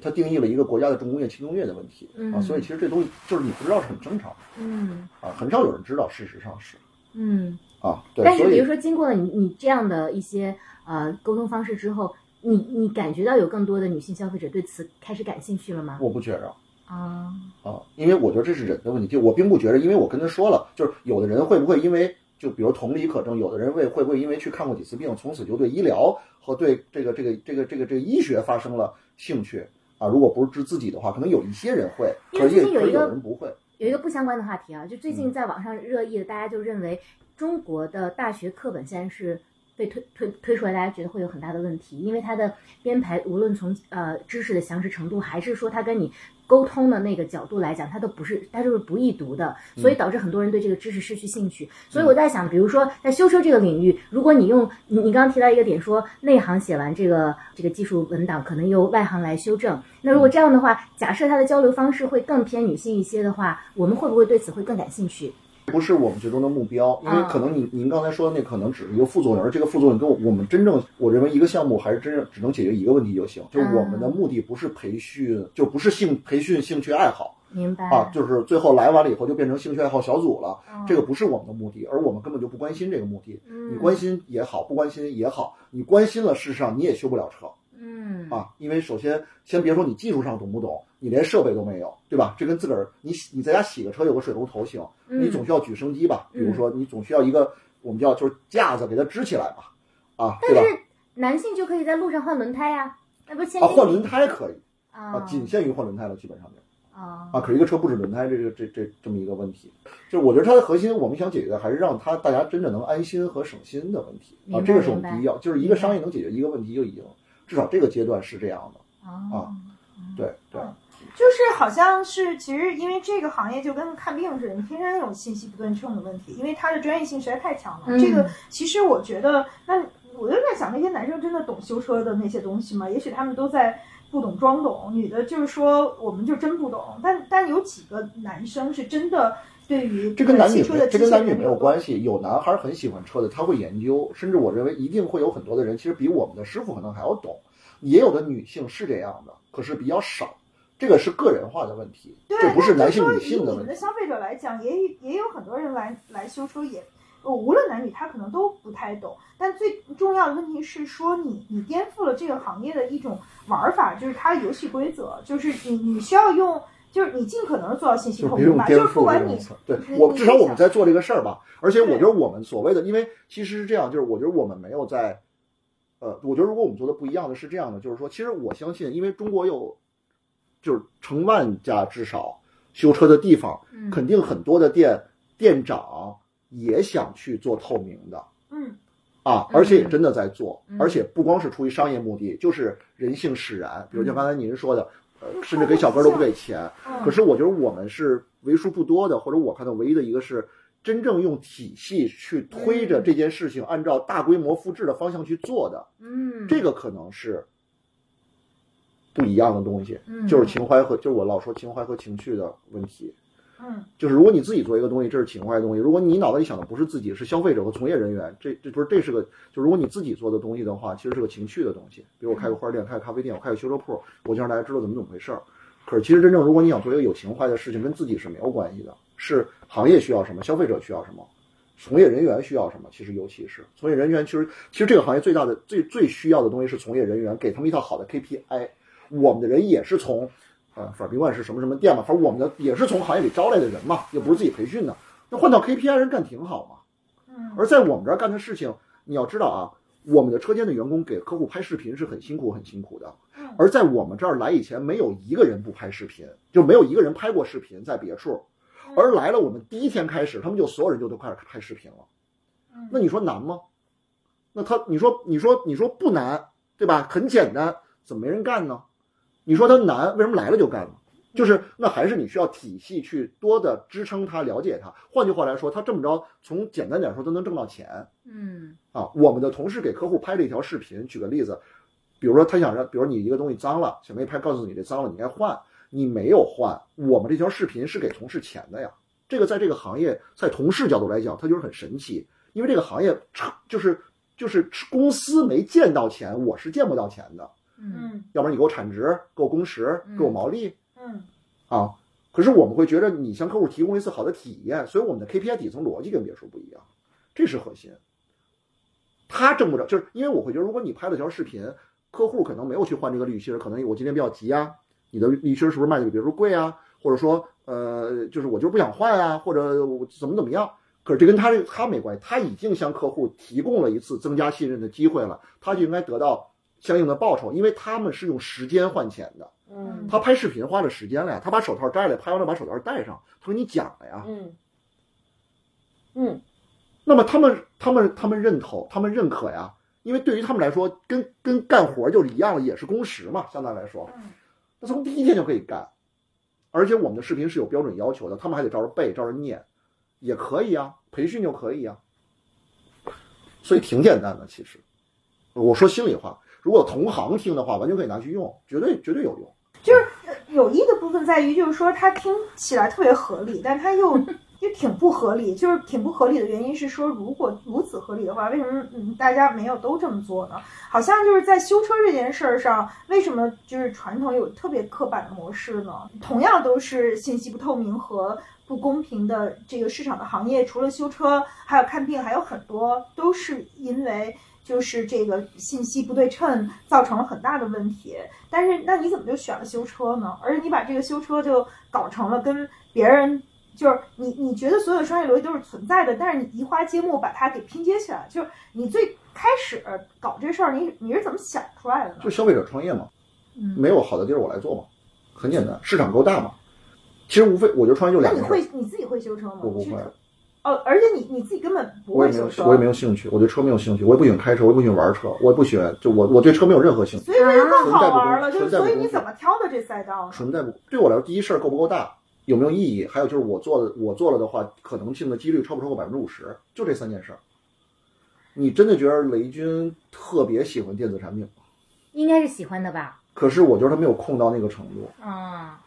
它定义了一个国家的重工业、轻工业的问题啊，嗯所以其实这东西就是你不知道是很正常的嗯啊，很少有人知道，事实上是嗯，啊，对，但是所比如以说经过了你你这样的一些呃沟通方式之后，你你感觉到有更多的女性消费者对此开始感兴趣了吗？我不觉着，啊，啊，因为我觉得这是人的问题，就我并不觉得，因为我跟他说了，就是有的人会不会因为就比如同理可证，有的人会会不会因为去看过几次病，从此就对医疗和对这个这个这个这个这个医学发生了兴趣啊？如果不是治自己的话，可能有一些人会，因可为是也最近有可是一个有人不会。有一个不相关的话题啊，就最嗯近在网上热议的，大家就认为中国的大学课本现在是被推推推出来，大家觉得会有很大的问题，因为它的编排无论从呃知识的详实程度，还是说它跟你沟通的那个角度来讲，它都不是，它就是不易读的，所嗯以导致很多人对这个知识失去兴趣。所以我在想，比如说在修车这个领域，如果你用你你刚刚提到一个点说，内行写完这个这个技术文档，可能由外行来修正。那如果这样的话，假设他的交流方式会更偏女性一些的话，我们会不会对此会更感兴趣？不是我们最终的目标，因为啊可能您您刚才说的那可能只是一个副作用，而这个副作用跟我我们真正我认为一个项目还是真正只能解决一个问题就啊行，就是我们的目的不是培训，就不是兴培训兴趣爱好，明白？啊，就是最后来完了以后就变成兴趣爱好小组了，嗯这个不是我们的目的，而我们根本就不关心这个目的。嗯你关心也好，不关心也好，你关心了，事实上你也修不了车嗯啊，因为首先先别说你技术上懂不懂，你连设备都没有，对吧？这跟自个儿你洗你在家洗个车有个水龙头行，嗯你总需要举升机吧？比如嗯说你总需要一个我们叫就是架子给它支起来吧，啊，对但吧？是男性就可以在路上换轮胎呀、那不是先啊，换轮胎可以啊啊，仅限于换轮胎了，基本上就。啊啊，可是一个车不止轮胎这个这这这么一个问题，就是我觉得它的核心，我们想解决的还是让它大家真正能安心和省心的问题明啊，白这个是我明们白第一要，就是一个商业能解决一个问题就已经，至少这个阶段是这样的，啊对对，就是好像是其实因为这个行业就跟看病似的，你天生有信息不对称的问题，因为它的专业性实在太强了。嗯这个其实我觉得，那我就在想，那些男生真的懂修车的那些东西吗？也许他们都在。不懂装懂，女的就是说我们就真不懂，但但有几个男生是真的对于这跟男女汽车的没这跟男女没有系。关系，有男孩很喜欢车的，他会研究，甚至我认为一定会有很多的人，其实比我们的师傅可能还要懂，也有的女性是这样的，可是比较少，这个是个人化的问题，对，这不是但男就性说女性以你的问们题的。消费者来讲，也也有很多人来来修车也，呃无论男女，他可能都不太懂。但最重要的问题是说你，你颠覆了这个行业的一种玩法，就是它的游戏规则，就是你你需要用，就是你尽可能做到信息就透别明用吧，颠就是不覆这管种你词。对你我你至少我们想在做这个事儿吧，而且我对觉得我们所谓的，因为其实是这样，就是我觉得我们没有在，呃，我觉得如果我们做的不一样的是这样的，就是说，其实我相信，因为中国有就是成万家至少修车的地方，嗯肯定很多的店店长也想去做透明的，嗯，啊，嗯而且也真的在做，嗯而且不光是出于商业目的，就是人性使然。比如像嗯刚才您说的，呃嗯甚至给小哥都不给钱。嗯可是我觉得我们是为数不多的，或者我看到唯一的一个是真正用体系去推着这件事情，按照大规模复制的方向去做的，嗯，这个可能是不一样的东西，嗯就是情怀和就是我老说情怀和情趣的问题。嗯就是如果你自己做一个东西，这是情怀的东西；如果你脑袋里想的不是自己，是消费者和从业人员，这这不是这是个就如果你自己做的东西的话，其实是个情趣的东西。比如我开个花店，开个咖啡店，我开个修车铺，我就让大家知道怎么怎么回事儿。可是其实真正如果你想做一个有情怀的事情，跟自己是没有关系的，是行业需要什么，消费者需要什么，从业人员需要什么。其实尤其是从业人员，其实其实这个行业最大的最最需要的东西是从业人员，给他们一套好的 KPI。我们的人也是从呃，反正甭管是什么什么店嘛，反正我们的也是从行业里招来的人嘛，也不是自己培训的。那换到 KPI 人干挺好嘛。嗯而在我们这儿干的事情，你要知道啊，我们的车间的员工给客户拍视频是很辛苦很辛苦的嗯。而在我们这儿来以前，没有一个人不拍视频，就没有一个人拍过视频在别处。而来了，我们第一天开始，他们就所有人就都开始拍视频了。嗯那你说难吗？那他你说你说你说不难，对吧？很简单，怎么没人干呢？你说它难，为什么来了就干呢？就是那还是你需要体系去多的支撑它，了解它。换句话来说，它这么着，从简单点说，它能挣到钱嗯啊。我们的同事给客户拍了一条视频，举个例子，比如说他想让，比如你一个东西脏了，想给你拍，告诉你这脏了，你该换，你没有换，我们这条视频是给同事钱的呀。这个在这个行业，在同事角度来讲，它就是很神奇，因为这个行业就是就是公司没见到钱，我是见不到钱的。嗯嗯要不然你给我产值，给我工时，给我毛利、嗯啊。可是我们会觉得你向客户提供一次好的体验，所以我们的 KPI 底层逻辑跟别处不一样，这是核心。他挣不着，就是因为我会觉得，如果你拍了条视频，客户可能没有去换这个滤芯儿，可能我今天比较急啊，你的滤芯儿是不是卖的比别处贵啊？或者说，呃，就是我就是不想换啊，或者我怎么怎么样？可是这跟他这他没关系，他已经向客户提供了一次增加信任的机会了，他就应该得到相应的报酬，因为他们是用时间换钱的。嗯他拍视频花了时间了呀，他把手套摘了，拍完了把手套戴上，他跟你讲了呀。嗯嗯那么他们他们他们认同，他们认可呀，因为对于他们来说，跟跟干活就是一样的，也是工时嘛，相当来说，那从第一天就可以干，而且我们的视频是有标准要求的，他们还得照着背，照着念，也可以啊，培训就可以啊，所以挺简单的，其实，我说心里话，如果同行听的话，完全可以拿去用，绝对绝对有用。有益的部分在于，就是说它听起来特别合理，但它又又挺不合理。就是挺不合理的原因是说，如果如此合理的话，为什么嗯大家没有都这么做呢？好像就是在修车这件事儿上，为什么就是传统有特别刻板的模式呢？同样都是信息不透明和不公平的这个市场的行业，除了修车，还有看病，还有很多都是因为。就是这个信息不对称造成了很大的问题，但是那你怎么就选了修车呢？而且你把这个修车就搞成了跟别人，就是你你觉得所有的商业逻辑都是存在的，但是你移花接木把它给拼接起来，就是你最开始搞这事儿，你你是怎么想出来的呢就？消费者创业嘛，嗯没有好的地儿我来做嘛，很简单，市场够大嘛。其实无非我觉得创业就那两你个事儿，会你自己会修车吗？我不你是会哦，而且你你自己根本不我会也没修有车，我也没有兴趣，我对车没有兴趣，我也不喜欢开车，我也不喜欢玩车，我也不喜欢就我我对车没有任何兴趣，所以这就更好玩了。纯就是代步所以工你具怎么挑的这赛道呢？纯在乎对我来说，第一事儿够不够大，有没有意义，还有就是我做的我做了的话，可能性的几率超不超过百分之五十，就这三件事儿。你真的觉得雷军特别喜欢电子产品吗？应该是喜欢的吧？可是我觉得他没有空到那个程度，啊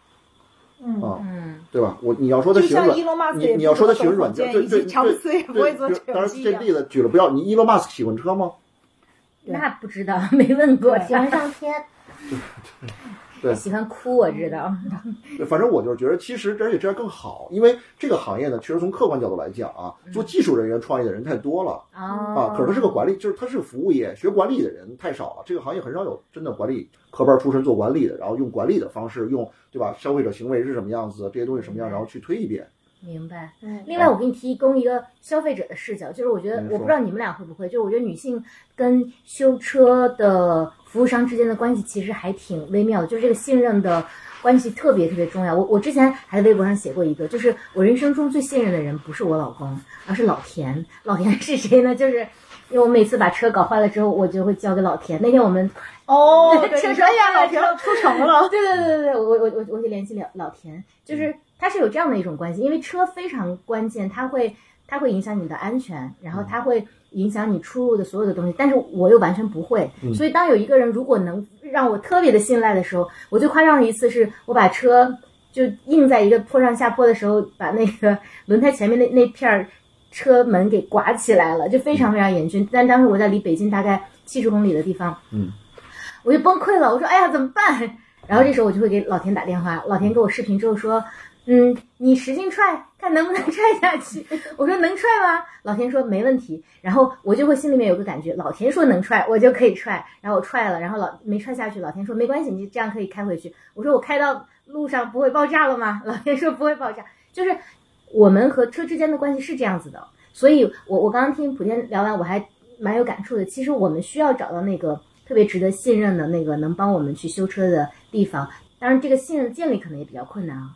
嗯。啊嗯对吧？我你要说他就喜欢像软伊隆马斯你你要说他喜欢软件，对以及对乔布斯也对，不会做对当手然机一这样。例子举了不要，你 Elon Musk 喜欢车吗？对那不知道，没问过喜欢他。上天，对喜欢哭，我知道。对反正我就是觉得，其实而且这样更好，因为这个行业呢，其实从客观角度来讲啊，做技术人员创业的人太多了嗯哦啊，，可是他是个管理，就是他是服务业，学管理的人太少了，这个行业很少有真的管理科班出身做管理的，然后用管理的方式，用对吧，消费者行为是什么样子，这些东西什么样，然后去推一遍。明白。嗯另外，我给你提供一个消费者的视角，就是我觉得嗯我说不知道你们俩会不会，就是我觉得女性跟修车的服务商之间的关系其实还挺微妙的，就是这个信任的关系特别特别重要。我我之前还在微博上写过一个，就是我人生中最信任的人不是我老公，而是老田。老田是谁呢？就是。因为我每次把车搞坏了之后，我就会交给老田。那天我们哦，对对车你上说哎呀，老田出城了，对对对对对，我我我我就联系了老田，就是嗯他是有这样的一种关系，因为车非常关键，它会它会影响你的安全，嗯然后它会影响你出入的所有的东西，但是我又完全不会，嗯所以当有一个人如果能让我特别的信赖的时候，我最夸张的一次是我把车就硬在一个坡上下坡的时候，把那个 轮胎前面那那片儿车门给刮起来了，就嗯非常非常严峻，但当时我在离北京大概七十公里的地方，嗯，我就崩溃了，我说哎呀怎么办？然后这时候我就会给老田打电话，老田给我视频之后说，嗯，你使劲踹，看能不能踹下去。我说能踹吗？老田说没问题。然后我就会心里面有个感觉，老田说能踹，我就可以踹。然后我踹了，然后老没踹下去，老田说没关系，你这样可以开回去。我说我开到路上不会爆炸了吗？老田说不会爆炸，就是我们和车之间的关系是这样子的。所以我我刚刚听普天聊完，我还蛮有感触的。其实我们需要找到那个特别值得信任的那个能帮我们去修车的地方。当然，这个信任建立可能也比较困难啊。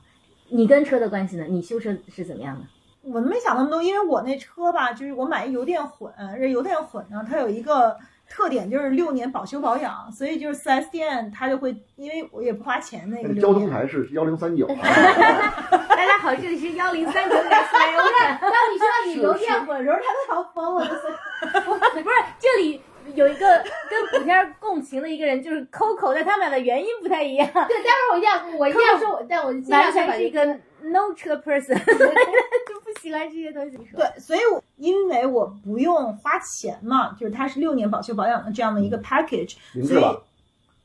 你跟车的关系呢？你修车是怎么样的？我没想那么多，因为我那车吧，就是我买一油电混，这油电混呢，它有一个特点就是六年保修保养，所以就是四 S 店它就会，因为我也不花钱那个那个六交通年。台是幺零三九，啊 大家好，这里是幺零三九点四来欧当你说到你油电混时候，他太疯了，不是这里。有一个跟普天儿共情的一个人，就是 Coco，但他们俩的原因不太一 样，对，待会儿我一定要，我一定要说我，但我尽完量想全把是一这个 no 车 person，就不喜欢这些东西。对，所以我因为我不用花钱嘛，就是它是六年保修保养的这样的一个嗯 package，明所白以吧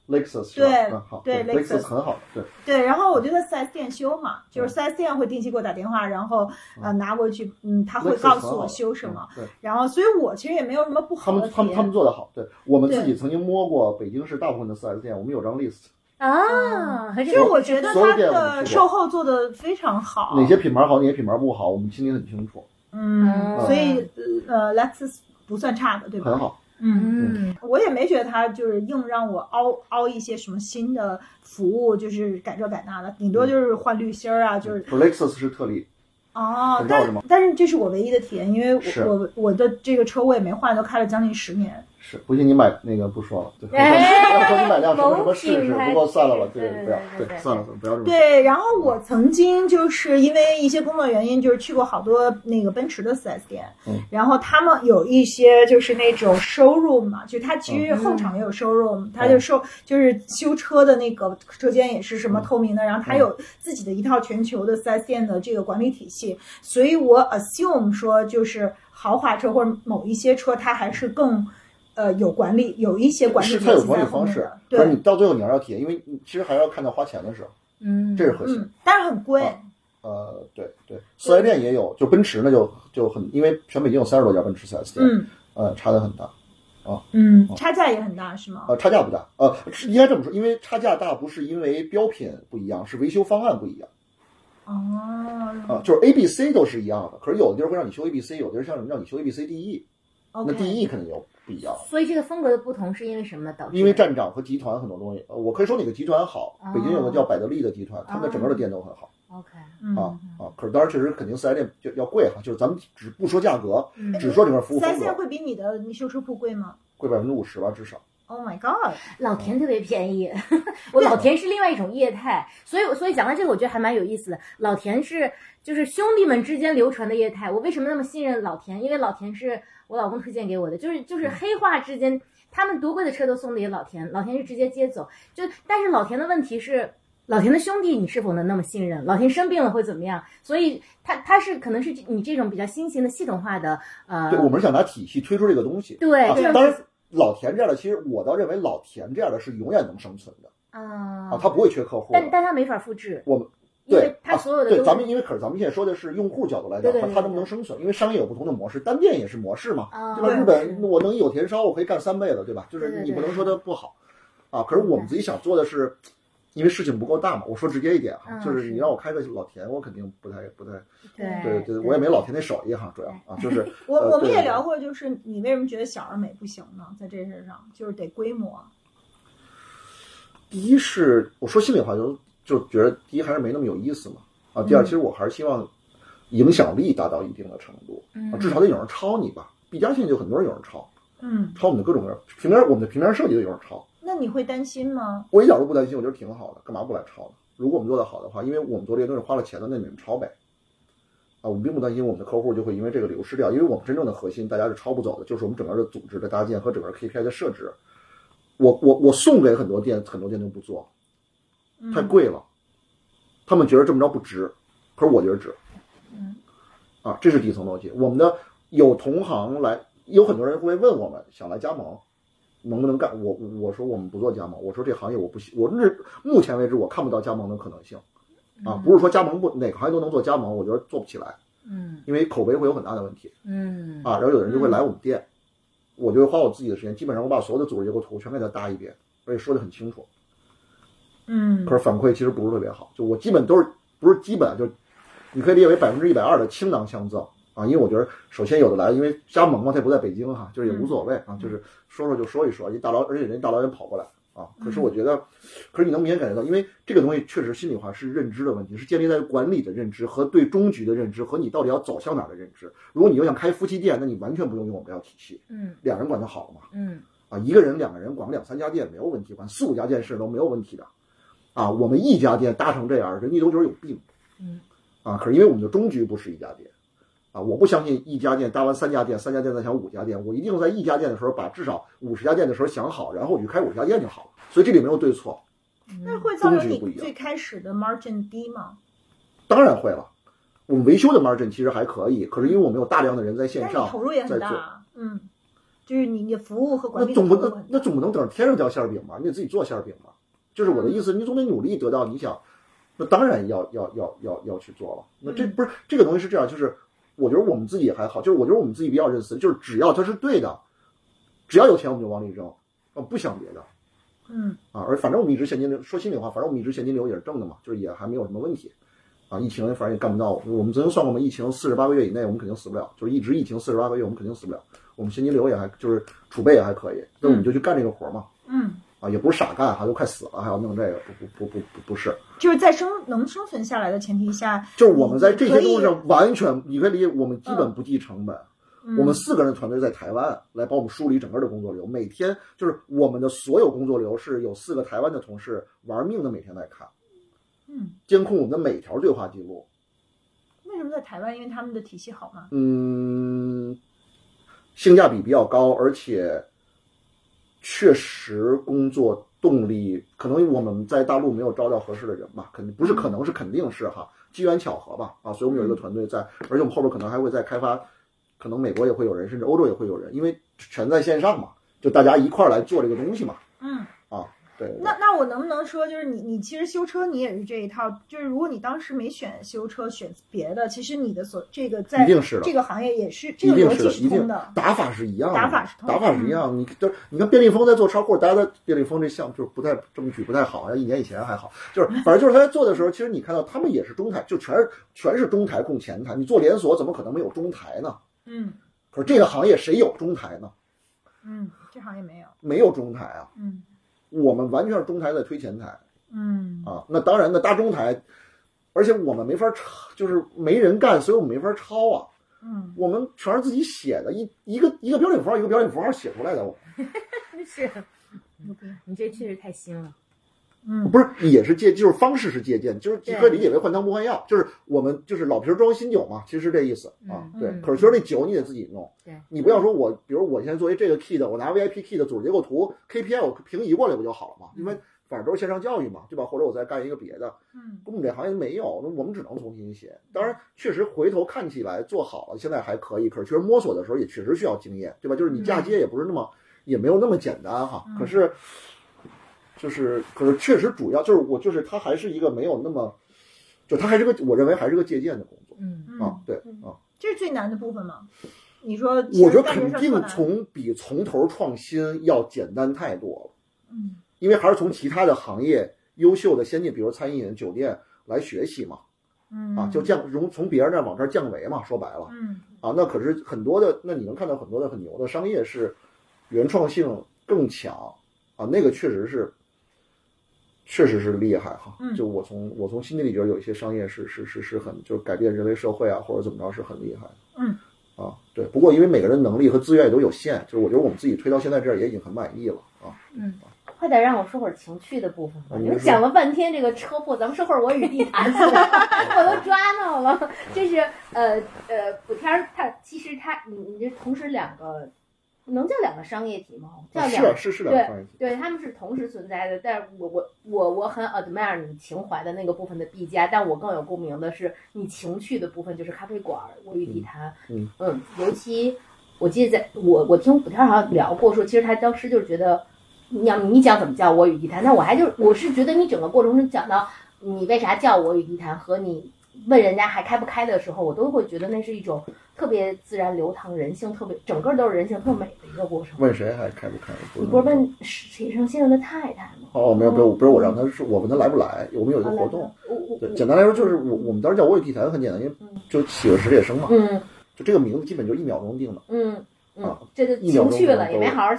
？Lexus 是吧对嗯好，对 Lexus Lexus 很好的，对，对，然后我就在4 S 店修嘛，嗯就是4 S 店会定期给我打电话，然后呃拿过去，嗯，他会 Lexus 告很诉好我的修什么，，嗯对。然后所以我其实也没有什么不他好的们他们体他验们做的好，对我们自己对曾经摸过北京市大部分的 4S 店，我们有张 list，啊，还其是实我觉得所有它店我的们去过售后做的非常好，哪些品牌好，哪些品牌不好，我们心里很清楚，嗯，嗯所以呃，Lexus 不算差的，对吧很？好。嗯，嗯，我也没觉得它就是硬让我凹凹一些什么新的服务，就是改这改那的，顶多就是换滤芯儿啊，就是 Lexus 是特例，哦很，绕但嗯是吗但是这是我唯一的体验，因为是我我我的这个车我也没换，都开了将近十年。是不信你买那个不说了，对，哎要说你买辆什么什某么试品试，牌不过算了吧，对哎对不要，对对对算了，不要这么说。对，然后我曾经就是因为一些工作原因，就是去过好多那个奔驰的 4S 店，嗯然后他们有一些就是那种 showroom 嘛，就它其嗯实后场也有 showroom，、它就收就是修车的那个车间也是什嗯么透明的，然后它有自己的一套全球的 4S 店的这个管理体系，所以我 assume 说就是豪华车或者某一些车，它还是更。呃，有管理，有一些管理是体它有系管在理后方面式的，，但是对你，到最后你还是要体验，因为你其实还是要看到花钱的时候，嗯，这是核心。嗯，但是很贵，啊呃，对对，四 S 店也有，就奔驰那就就很，因为全北京有三十多家奔驰四 S 店，嗯，呃，差的很大。嗯，哦差价也很大，是吗？呃，差价不大，呃，是应该这么说，因为差价大不是因为标品不一样，是维修方案不一样啊、哦就是 A、B、C 都是一样的，可是有的地儿会让你修 A、B、C，有的地儿像让你修 A、B、C、D、E，那 D、哦，OK， E 肯定有不一样，所以这个风格的不同是因哦为什么导致的？因为站长和集团很多东西，呃，我可以说哪个集团好，北京有个叫百得利的集团，他们的整个的店都很好 OK，啊嗯，啊，可是当然确实肯定四 S 店就要贵哈，就是咱们只不说价格，嗯只说整个服务三风线格，会比你的修车铺贵吗贵百分之五十吧至少， ？Oh my god！老田特别便宜， 我老田是另外一种业态，所以所以讲到这个，我觉得还蛮有意思的。老田是就是兄弟们之间流传的业态，我为什么那么信任老田？因为老田是我老公推荐给我的，就是就是黑话之间，他们多贵的车都送给老田，老田是直接接走。就但是老田的问题是。老田的兄弟，你是否能那么信任？老田生病了会怎么样？所以他他是可能是你这种比较新型的系统化的呃，对我们是想拿体系推出这个东西，哎对啊这种当然老田这样的，其实我倒认为老田这样的是永远能生存的啊啊，他不会缺客户的。但但他没法复制，我们因对啊为他所有的对，都咱们因为可是咱们现在说的是用户角度来对讲，对它对它能不能生存？因为商业有不同的模式，单店也是模式嘛，啊对吧？对日本我能有田烧，我可以干三辈子，对吧？就对是对你不对能说它不好啊。可是我们自己想做的是，因为事情不够大嘛。我说直接一点哈，嗯就是是哎你让我开个老田，我肯定不太不太对哎对对，我也没老田那手艺哈，主要啊就是我呃我们对也聊过，就是你为什么觉得小而美不行呢？在这事上，就是得规模。第一是我说心里话，就就觉得第一还是没那么有意思嘛啊。第二，嗯其实我还是希望影响力达到一定的程度，啊，至少得有人抄你吧。毕加现在就很多人有人抄，嗯，抄我们的各种各样平面，我们的平面设计都有人抄。那你会担心吗？我一点都不担心，我觉得挺好的，干嘛不来抄呢？如果我们做得好的话，因为我们做这些东西花了钱的，那你们抄呗。啊，我们并不担心我们的客户就会因为这个流失掉，因为我们真正的核心大家是抄不走的，就是我们整个的组织的搭建和整个 KPI 的设置。我我我送给很多店，很多店都不做，嗯太贵了，他们觉得这么着不值，可是我觉得值。嗯，啊，这是底层逻辑。我们的有同行来，有很多人会问我们想来加盟，能不能干？我我说我们不做加盟，我说这行业我不喜，我是目前为止我看不到加盟的可能性。啊，不是说加盟不哪个行业都能做加盟，我觉得做不起来，嗯因为口碑会有很大的问题嗯啊。然后有的人就会来我们店，我就会花我自己的时间，基本上我把所有的组织结构图全给他搭一遍，而且说的很清楚。嗯可是反馈其实不是特别好，就我基本都是不是基本就，你可以理解为百分之一百二的倾囊相赠啊，因为我觉得首先有的来，因为加盟嘛，他也不在北京哈、就是也无所谓啊，就是说说就说一说，一大老而且人家大老远跑过来啊，可是我觉得，可是你能明显感觉到，因为这个东西确实心里话是认知的问题，是建立在管理的认知和对终局的认知和你到底要走向哪儿的认知。如果你又想开夫妻店，那你完全不用用我们这套体系，嗯两人管就好了嘛。嗯啊，一个人、两个人管两三家店没有问题，管四五家店是都没有问题的，啊，我们一家店搭成这样，人家都觉得有病，嗯，啊，可是因为我们的终局不是一家店，啊，我不相信一家店搭完三家店，三家店再想五家店，我一定在一家店的时候把至少五十家店的时候想好，然后我就开五十家店就好了，所以这里没有对错，那会造成宗旨你不一样最开始的 margin 低吗？当然会了。我们维修的 margin 其实还可以，可是因为我们有大量的人在线但是上你投入也很在大做，啊，嗯，就是你你服务和管那理总不投入能很大那总不能等着天上掉馅儿饼吧？你得自己做馅儿饼吧？就是我的意思，你总得努力得到你想，那当然要要要要要去做了。那这嗯不是这个东西是这样，就是我觉得我们自己也还好，就是我觉得我们自己比较认死，就是只要它是对的，只要有钱我们就往里扔，呃，不想别的嗯啊。而反正我们一直现金流，说心里话，反正我们一直现金流也是正的嘛，就是也还没有什么问题。啊，疫情反正也干不到。我们曾经算过嘛，疫情四十八个月以内，我们肯定死不了，就是一直疫情四十八个月，我们肯定死不了。我们现金流也还就是储备也还可以，那我们就去干这个活嘛。嗯，啊，也不是傻干，还都快死了还要弄这个，不不不不不不是，就是在生能生存下来的前提下，就是我们在这些东西你上完全，你可以理解，我们基本不计成本。嗯我们四个人团队在台湾来帮我们梳理整个的工作流，每天就是我们的所有工作流是有四个台湾的同事玩命的每天在看，嗯，监控我们的每条对话记录。为什么在台湾？因为他们的体系好嘛。嗯，性价比比较高，而且确实工作动力，可能我们在大陆没有招到合适的人吧，肯定不是，可能是肯定是哈，机缘巧合吧，啊，所以我们有一个团队在，而且我们后边可能还会再开发，可能美国也会有人，甚至欧洲也会有人，因为全在线上嘛，就大家一块儿来做这个东西嘛，嗯，对，对那那我能不能说，就是你你其实修车你也是这一套，就是如果你当时没选修车，选别的，其实你的所这个在一定是的这个行业也是这一个定逻是的，辑一是定通的。打法是一样的，打法是通的打法是一样的。你就是你看便利蜂在做超货，大家在便利蜂这项就是不太这么举不太好，好像一年以前还好，就是反正就是他在做的时候，其实你看到他们也是中台，就全是全是中台控前台。你做连锁怎么可能没有中台呢？嗯可是这个行业谁有中台呢？嗯，这行业没有。没有中台啊，嗯我们完全是中台在推前台嗯啊。那当然呢，搭中台，而且我们没法抄，就是没人干，所以我们没法抄啊。嗯，我们全是自己写的，一一个一个标点符号一个标点符号写出来的，我是牛逼。你这确实太新了，嗯不是，也是借，就是方式是借鉴，就是你对可以理解为换汤不换药，就是我们就是老瓶装新酒嘛，其实这意思啊。嗯对，嗯可是其实这酒你得自己弄，对你不要说我，比如我现在作为这个 key 的，我拿 VIP key 的组织结构图 KPI 我平移过来不就好了嘛？嗯因为反正都是线上教育嘛，对吧？或者我再干一个别的，嗯我们这行业没有，那我们只能重新写。当然，确实回头看起来做好了，现在还可以，可是确实摸索的时候也确实需要经验，对吧？就是你嫁接也不是那么也没有那么简单哈。可是，就是可是确实主要就是我就是它还是一个没有那么，就它还是个我认为还是个借鉴的工作嗯啊嗯，，对嗯啊，这是最难的部分吗？你说，我觉得肯定从从比从头创新要简单太多了。嗯因为还是从其他的行业优秀的先进，比如餐饮、酒店来学习嘛，嗯啊，就降从从别人那儿往这儿降维嘛，说白了嗯啊，那可是很多的，那你能看到很多的很牛的商业是原创性更强啊，那个确实是，确实是厉害哈嗯。就我从我从心底里觉得有一些商业是是是是很就是改变人类社会啊，或者怎么着是很厉害的。嗯。啊，对，不过因为每个人能力和资源也都有限，就是我觉得我们自己推到现在这儿也已经很满意了啊。嗯，快点让我说会儿情趣的部分吧！嗯你们讲了半天这个车祸，咱们说会儿我与地坛去吧，我都抓到了。这是呃呃，补天儿他其实他你你这同时两个，能叫两个商业体吗？叫两是啊是是两个商业体。对，他们是同时存在的，但是我我我我很 admire 你情怀的那个部分的 B 加，但我更有共鸣的是你情趣的部分，就是咖啡馆儿、我与地坛，嗯尤其我记得在我我听补天好像聊过说，其实他当时就是觉得，你要你讲怎么叫我与地坛，那我还就是我是觉得你整个过程中讲到你为啥叫我与地坛和你问人家还开不开的时候，我都会觉得那是一种特别自然流淌、人性特别整个都是人性特美的一个过程。问谁还开不开？你不是问史铁生先生的太太吗？哦，没有，不是，不是我让他说，我问他来不来，我们有一个活动。我我对，简单来说就是我我们当时叫我与地坛很简单，因为就喜欢史铁生嘛，嗯就这个名字基本就一秒钟定的。嗯嗯啊，这就一秒钟情趣了，都也没好好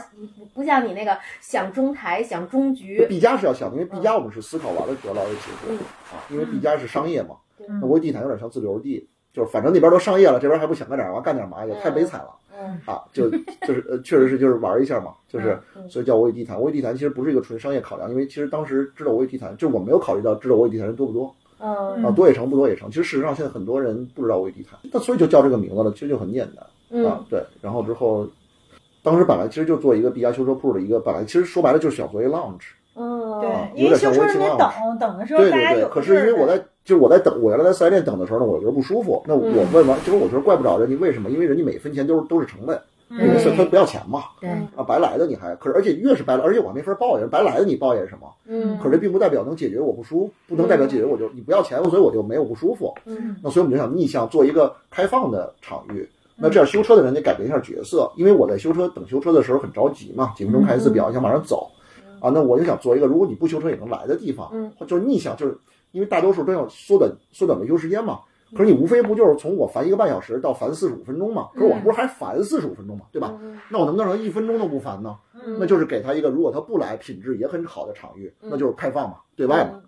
不不像你那个想中台想中局，毕加是要想的，因为毕加我们是思考完了得到的结果嗯啊，因为毕加是商业嘛，嗯那我与地坛有点像自留地，就是反正那边都商业了，这边还不想干点嘛，干点嘛也太悲惨了嗯啊，就就是呃，确实是就是玩一下嘛，就是嗯所以叫我与地坛。我与地坛其实不是一个纯商业考量，因为其实当时知道我与地坛，就是我没有考虑到知道我与地坛人多不多。嗯啊，多也成，不多也成。其实事实上，现在很多人不知道我与地坛，那所以就叫这个名字了，其实就很简单嗯啊。对，然后之后，当时本来其实就做一个 B 加修车铺的一个，本来其实说白了就是想做一 lounge。嗯，对啊，因为有点修像车温人情得浪漫等，等的时候对大对家有对，个可是因为我在就是我在等我原来在四 S 店等的时候呢，我觉得不舒服。那我嗯问完，就是我觉得怪不着人家为什么，因为人家每一分钱都是都是成本，嗯人家对算他不要钱嘛对，啊，白来的你还可是，而且越是白来，而且我还没法抱怨，白来的你抱怨什么？嗯可是这并不代表能解决我不舒，不能代表解决我就你不要钱，所以我就没有不舒服。嗯那所以我们就想逆向做一个开放的场域。那这样修车的人得改变一下角色，因为我在修车等修车的时候很着急嗯嘛，几分钟开一次表，想马上走啊。那我就想做一个，如果你不修车也能来的地方嗯，就是逆向，就是因为大多数都要缩短缩短维修时间嘛。嗯可是你无非不就是从我烦一个半小时到烦四十五分钟嘛？可是我不是还烦四十五分钟嘛，对吧？嗯那我能不能让他一分钟都不烦呢？嗯那就是给他一个，如果他不来，品质也很好的场域，那就是开放嘛，对外嘛。嗯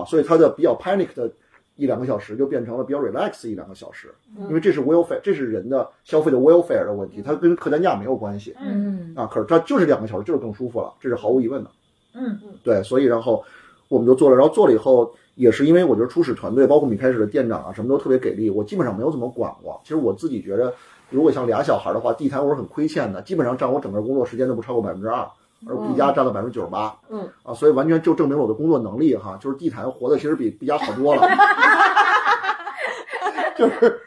啊，所以它的比较 panic 的一两个小时就变成了比较 relax 的一两个小时，嗯因为这是 welfare，这是人的消费的 welfare 的问题，它跟客单价没有关系嗯啊。可是它就是两个小时，就是更舒服了，这是毫无疑问的。嗯对，所以然后我们就做了，然后做了以后，也是因为我觉得初始团队，包括我们一开始的店长啊，什么都特别给力，我基本上没有怎么管过。其实我自己觉得，如果像俩小孩的话，地摊我是很亏欠的，基本上占我整个工作时间都不超过百分之二，而毕加占了百分之九十八。嗯啊，所以完全就证明了我的工作能力哈，就是地摊活的其实比毕加好多了。 就是，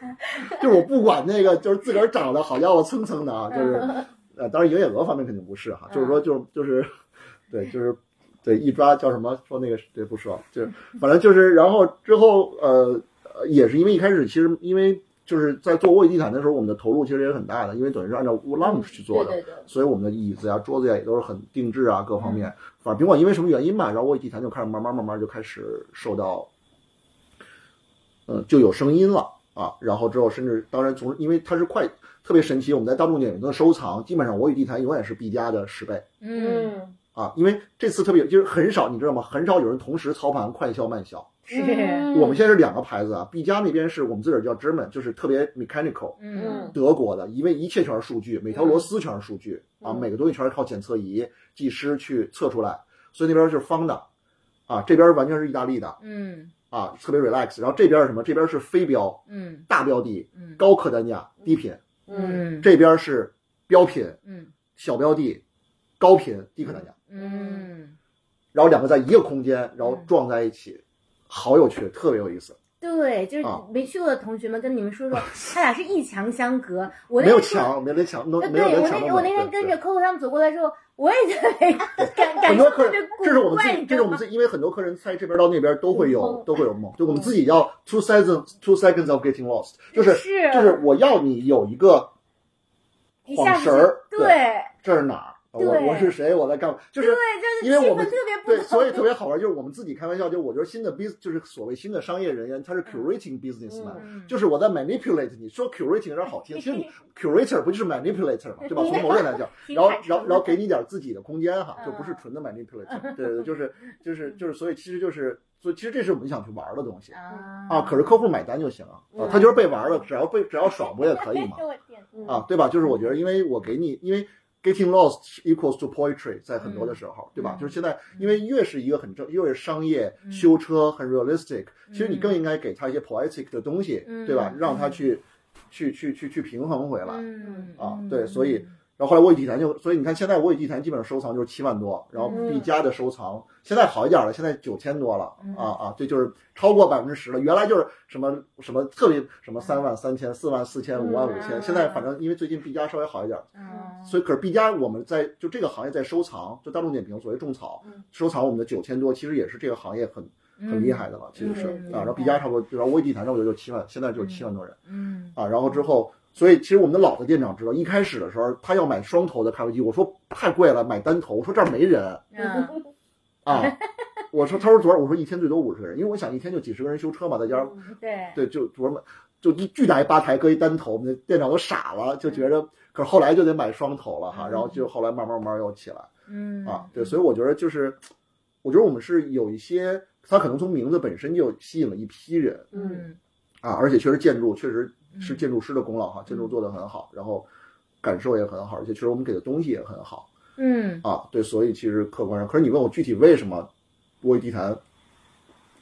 就是我不管那个，就是自个儿长得好家伙蹭蹭的啊，就是，嗯呃，当然营业额方面肯定不是哈，就是说就是就是，对，就是对，一抓叫什么？说那个对，不说，就是嗯反正就是，然后之后呃，呃也是因为一开始其实因为就是在做卧地毯的时候，我们的投入其实也很大的，因为等于是按照 lounge 去做的，对对对所以我们的椅子呀、桌子呀也都是很定制啊，各方面。反正甭管因为什么原因吧，然后卧地毯就开始慢慢慢慢就开始受到，嗯，就有声音了啊。然后之后甚至当然从因为它是快特别神奇，我们在大众点评的收藏，基本上我与地毯永远是 B 加的十倍。嗯嗯啊，因为这次特别就是很少，你知道吗？很少有人同时操盘快销慢销。是嗯我们现在是两个牌子啊，B 加那边是我们自个儿叫 German，就是特别 mechanical，嗯德国的，因为一切全是数据，每条螺丝全是数据啊，嗯每个东西全是靠检测仪、技师去测出来，所以那边就是方的，啊，这边完全是意大利的嗯啊，特别 relax。然后这边是什么？这边是非标、嗯大标的、嗯高客单价、低品，嗯嗯这边是标品、嗯小标的、高品、低客单价。嗯嗯然后两个在一个空间，然后撞在一起，好有趣，特别有意思。对，就是啊没去过的同学们，跟你们说说，他俩是一墙相隔。我那没有天说墙，没人墙，都呃没有对人我墙那那么我那天对跟对着 Coco 他们走过来之后，我也觉得感感很多受客特别人，古这是我们自怪，己，你这知是道我们吗？自己，因为很多客人在这边到那边都会有懵嗯都会有梦，就我们自己要 two seconds two seconds of getting lost，就是是就是我要你有一个一晃下子神儿，就对这是哪儿？我对我是谁？我在干嘛？就对是，就因为是气我氛们特别不对，同。所以特别好玩。就是我们自己开玩笑，就我觉得新的 bus 就是所谓新的商业人员，嗯他是 curating businessman，、嗯就是我在 manipulate 你。说 curating 有点好听，其 实你 curator 不就是 manipulator 嘛，对吧？从某种来讲，挺然后坦诚的然后然后给你点自己的空间哈，嗯就不是纯的 manipulator。对对，就是就是就是，所以其实就是，所以其实这是我们想去玩的东西嗯啊。可是客户买单就行啊，他就是被玩了，只要被只要爽不也可以嘛？我天，啊，对吧？就是我觉得，因为我给你，因为 getting lost equals to poetry，在很多嗯的时候，对吧？就是现在，因为越是一个很正，越是商业、嗯修车很 realistic，其实你嗯更应该给他一些 poetic 的东西，嗯对吧？嗯让他去、去去去去平衡回来。嗯啊嗯对所以然后后来我与地坛就，所以你看现在我与地坛基本上收藏就是七万多，然后嗯毕加的收藏、现在好一点了，现在九千多了、嗯啊啊，这就是超过百分之十了。原来就是什么什么特别什么三万三千、四万四千、五万五嗯千，现在反正因为最近毕加稍微好一点，嗯所以可是毕加我们在就这个行业在收藏，就大众点评所谓种草嗯收藏我们的九千多，其实也是这个行业很很厉害的了，其实是嗯啊。然后毕加差不多，然后我与地坛差不多就七万，现在就七万多人。嗯啊，然后之后，所以其实我们的老的店长知道，一开始的时候他要买双头的咖啡机，我说太贵了，买单头，我说这儿没人嗯 啊，我说他说昨儿我说一天最多五十个人，因为我想一天就几十个人修车嘛，在家对对，就昨儿嘛，就一巨大一吧台搁一单头，我们的店长都傻了，就觉嗯着，可是后来就得买双头了哈，然后就后来慢慢慢慢又起来。嗯啊，对，所以我觉得就是，我觉得我们是有一些，它可能从名字本身就吸引了一批人嗯啊，而且确实建筑确实是嗯建筑师的功劳哈，建筑做得很好，然后感受也很好，而且确实我们给的东西也很好嗯啊，对，所以其实客观上，可是你问我具体为什么我与地坛，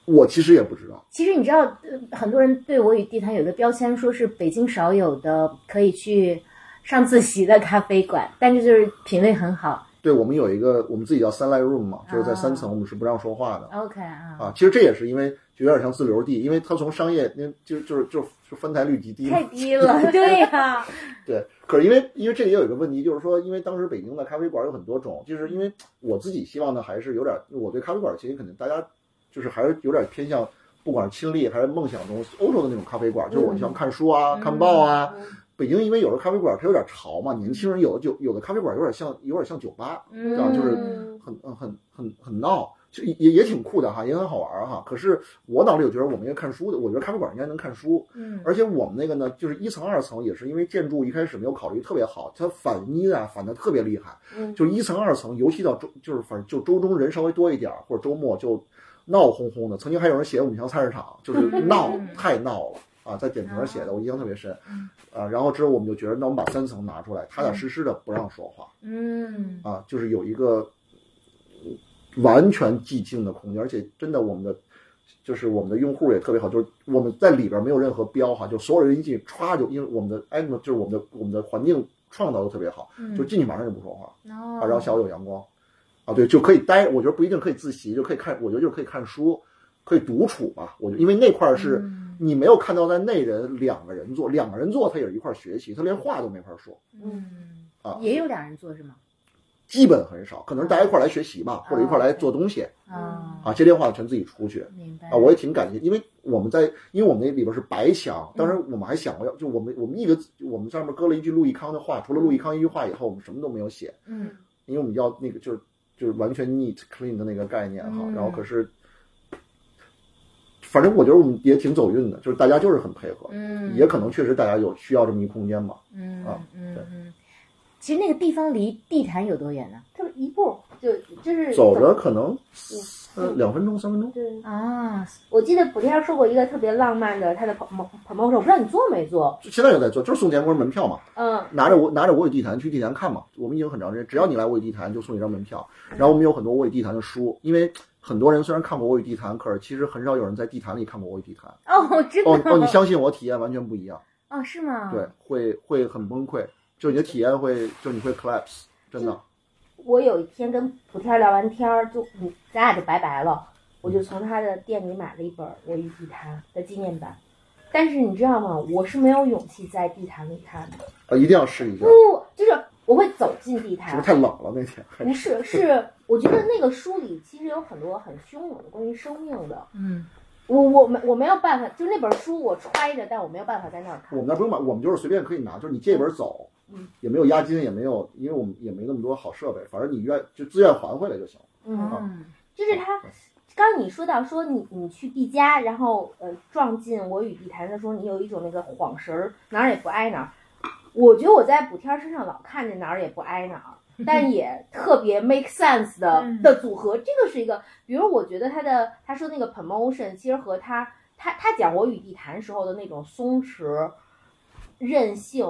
我其实也不知道，其实你知道，呃很多人对我与地坛有一个标签，说是北京少有的可以去上自习的咖啡馆，但这就是品味很好。对我们有一个我们自己叫三 i room 嘛，就是在啊三层我们是不让说话的， OK 啊，啊，其实这也是因为就有点像自留地，因为它从商业，因为就就是就是就翻台率极低嘛太，低了，对呀、对。可是因为因为这里也有一个问题，就是说，因为当时北京的咖啡馆有很多种，就是因为我自己希望呢，还是有点我对咖啡馆其实可能大家就是还是有点偏向，不管是亲历还是梦想中欧洲的那种咖啡馆，就是我喜欢看书啊、嗯看报啊。北京因为有的咖啡馆它有点潮嘛，年轻人有的就有的咖啡馆有点像有点像酒吧，嗯，啊就是嗯很很很很很闹，就也也挺酷的哈，也很好玩儿哈。可是我脑里有觉得我们应该看书的，我觉得咖啡馆应该能看书。嗯而且我们那个呢，就是一层二层也是因为建筑一开始没有考虑特别好，它反音啊反的特别厉害，嗯就是一层二层，尤其到周就是反正就周中人稍微多一点儿，或者周末就闹哄哄的。曾经还有人写我们像菜市场， 就是闹嗯太闹了。啊，在点评上写的，我印象特别深，啊，然后之后我们就觉得，那我们把三层拿出来，踏踏实实的不让说话，嗯啊，就是有一个呃完全寂静的空间，而且真的我们的就是我们的用户也特别好，就是我们在里边没有任何标哈，就所有人一进去歘就因为我们的 a n 就是我们的我们的环境创造的特别好，就进去马上就不说话哦啊，然后下午有阳光啊，对，就可以待，我觉得不一定可以自习，就可以看，我觉得就是可以看书，可以独处嘛，我觉得因为那块儿是。你没有看到在内人两个人坐，两个人坐，他也是一块儿学习，他连话都没法说。嗯啊也有两人坐是吗？基本很少，可能是大家一块儿来学习吧，或者一块儿来做东西啊，啊。接电话全自己出去哦明白啊，我也挺感谢，因为我们在，因为我们那里边是白墙，当时我们还想过要，就我们我们一个我们上面搁了一句陆毅康的话，除了陆毅康一句话以后，我们什么都没有写，嗯因为我们要那个就是就是完全 neat clean 的那个概念哈嗯。然后可是，反正我觉得我们也挺走运的，就是大家就是很配合，嗯也可能确实大家有需要这么一空间嘛。嗯啊嗯对嗯，其实那个地方离地坛有多远呢？就是一步就就是走着可能呃嗯两分钟三分钟。对，啊，我记得补天说过一个特别浪漫的，他的 promo promotion，我不知道你做没做，现在就在做，就是送建国人门票嘛，嗯拿着我拿着我有地坛去地坛看嘛。我们已经很长时间，只要你来我有地坛，就送你一张门票。然后我们有很多我有地坛的书，因为很多人虽然看过我有地坛，可是其实很少有人在地坛里看过我有地 坛。哦，我知道哦哦，你相信我，体验完全不一样，哦，是吗？对，会会很崩溃，就你的体验会，就你会 collapse，真的。我有一天跟普天聊完天儿，就嗯咱俩就拜拜了。我就从他的店里买了一本《我与地坛》的纪念版。但是你知道吗？我是没有勇气在地坛里看的，啊，一定要试一下，不，就是我会走进地是不坛是，太冷了那天？还不是，是我觉得那个书里其实有很多很凶猛的关于生命的。嗯，我我没我没有办法，就那本书我揣着，但我没有办法在那儿看我。们那不用买，我们就是随便可以拿，就是你借一本走嗯，也没有押金，也没有，因为我们也没那么多好设备，反正你愿就自愿还回来就行了。嗯，啊嗯就是他，刚刚你说到说你你去地家，然后呃撞进我与地坛的时候，你有一种那个晃神儿，哪儿也不挨哪儿。我觉得我在补天儿身上老看见哪儿也不挨哪儿，但也特别 make sense 的嗯的组合。这个是一个，比如我觉得他的他说那个 promotion，其实和他他他讲我与地坛时候的那种松弛、任性，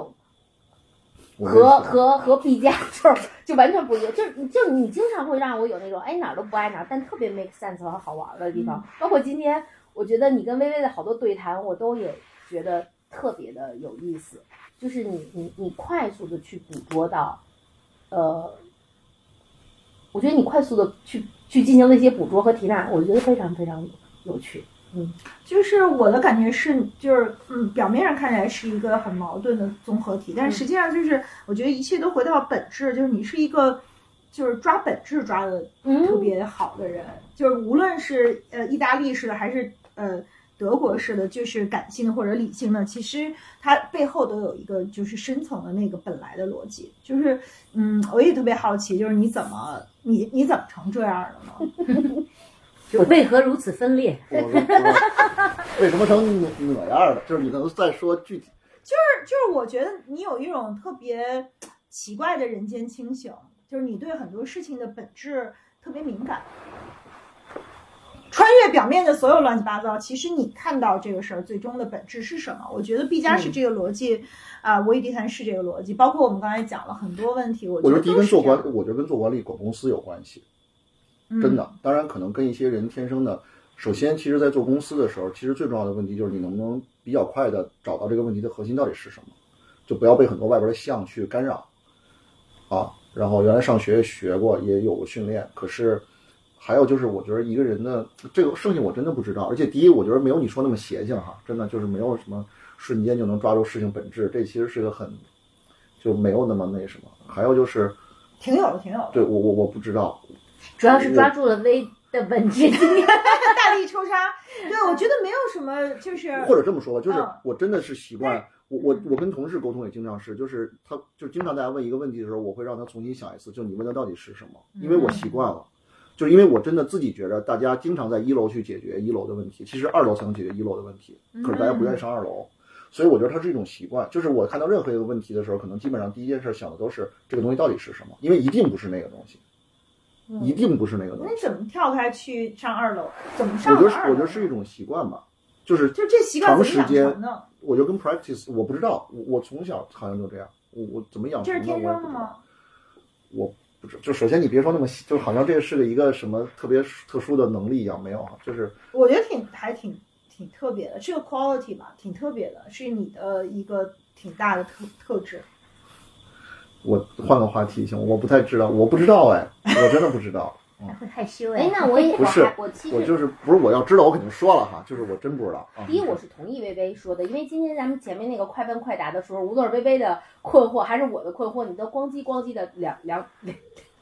我跟你和说和和 B 加就就完全不一样，就是就是你经常会让我有那种哎哪儿都不爱哪儿，但特别 make sense 和好玩的地方。包括今天，我觉得你跟微微的好多对谈，我都也觉得特别的有意思。就是你你你快速的去捕捉到，呃，我觉得你快速的去去进行那些捕捉和提纳，我觉得非常非常有趣。就是我的感觉是，就是嗯，表面上看起来是一个很矛盾的综合体，但实际上就是我觉得一切都回到本质，就是你是一个。就是抓本质抓的特嗯，别好的人，就是无论是呃意大利式的还是呃德国式的，就是感性的或者理性的，其实它背后都有一个就是深层的那个本来的逻辑。就是嗯，我也特别好奇，就是你怎么你你怎么成这样的呢？就为何如此分裂？我跟你说为什么成哪哪样的？就是你能再说具体？就是我觉得你有一种特别奇怪的人间清醒，就是你对很多事情的本质特别敏感。穿越表面的所有乱七八糟，其实你看到这个事儿最终的本质是什么？我觉得毕加嗯是这个逻辑，啊、我与迪坛是这个逻辑，包括我们刚才讲了很多问题，我觉我觉得得第一跟做做管，我觉得跟做管理、管公司有关系，嗯真的。当然，可能跟一些人天生的。首先，其实，在做公司的时候，其实最重要的问题就是你能不能比较快的找到这个问题的核心到底是什么，就不要被很多外边的项去干扰啊。然后，原来上学也学过，也有过训练，可是还有就是，我觉得一个人的这个剩下我真的不知道。而且，第一，我觉得没有你说那么邪性哈，真的就是没有什么瞬间就能抓住事情本质，这其实是个很就没有那么那什么。还有就是，挺有的，挺有的。对我我我不知道，主要是抓住了 V 的 本质。大力抽插，对我觉得没有什么，就是或者这么说吧，就是嗯我真的是习惯，我我我跟同事沟通也经常是，就是他就经常大家问一个问题的时候，我会让他重新想一次，就你问的到底是什么，因为我习惯了。就是因为我真的自己觉着，大家经常在一楼去解决一楼的问题，其实二楼才能解决一楼的问题，可是大家嗯不愿意上二楼，所以我觉得它是一种习惯。就是我看到任何一个问题的时候，可能基本上第一件事想的都是这个东西到底是什么，因为一定不是那个东西，嗯一定不是那个东那西。你怎么跳开去上二楼？怎么上我的觉得是二我楼？觉得是一种习惯吧，就是就这习惯长怎么养时间成的？我就跟 practice，我不知道，我我从小好像就这样，我我怎么养这成是的？天我生也不的知吗道？我不知，就首先你别说那么细，就好像这个是个一个什么特别特殊的能力一样，没有啊，就是我觉得挺还挺挺特别的，是个 quality 吧，挺特别的，是你的一个挺大的特特质。我换个话题行吗，我不太知道，我不知道哎，我真的不知道，嗯，会害羞哎，那我也不是我还我其实我就是不是我要知道我肯定说了哈，就是我真不知道啊。第一，我是同意薇薇说的，因为今天咱们前面那个快问快答的时候，无论是薇薇的困惑还是我的困惑，你都咣叽咣叽的两两 两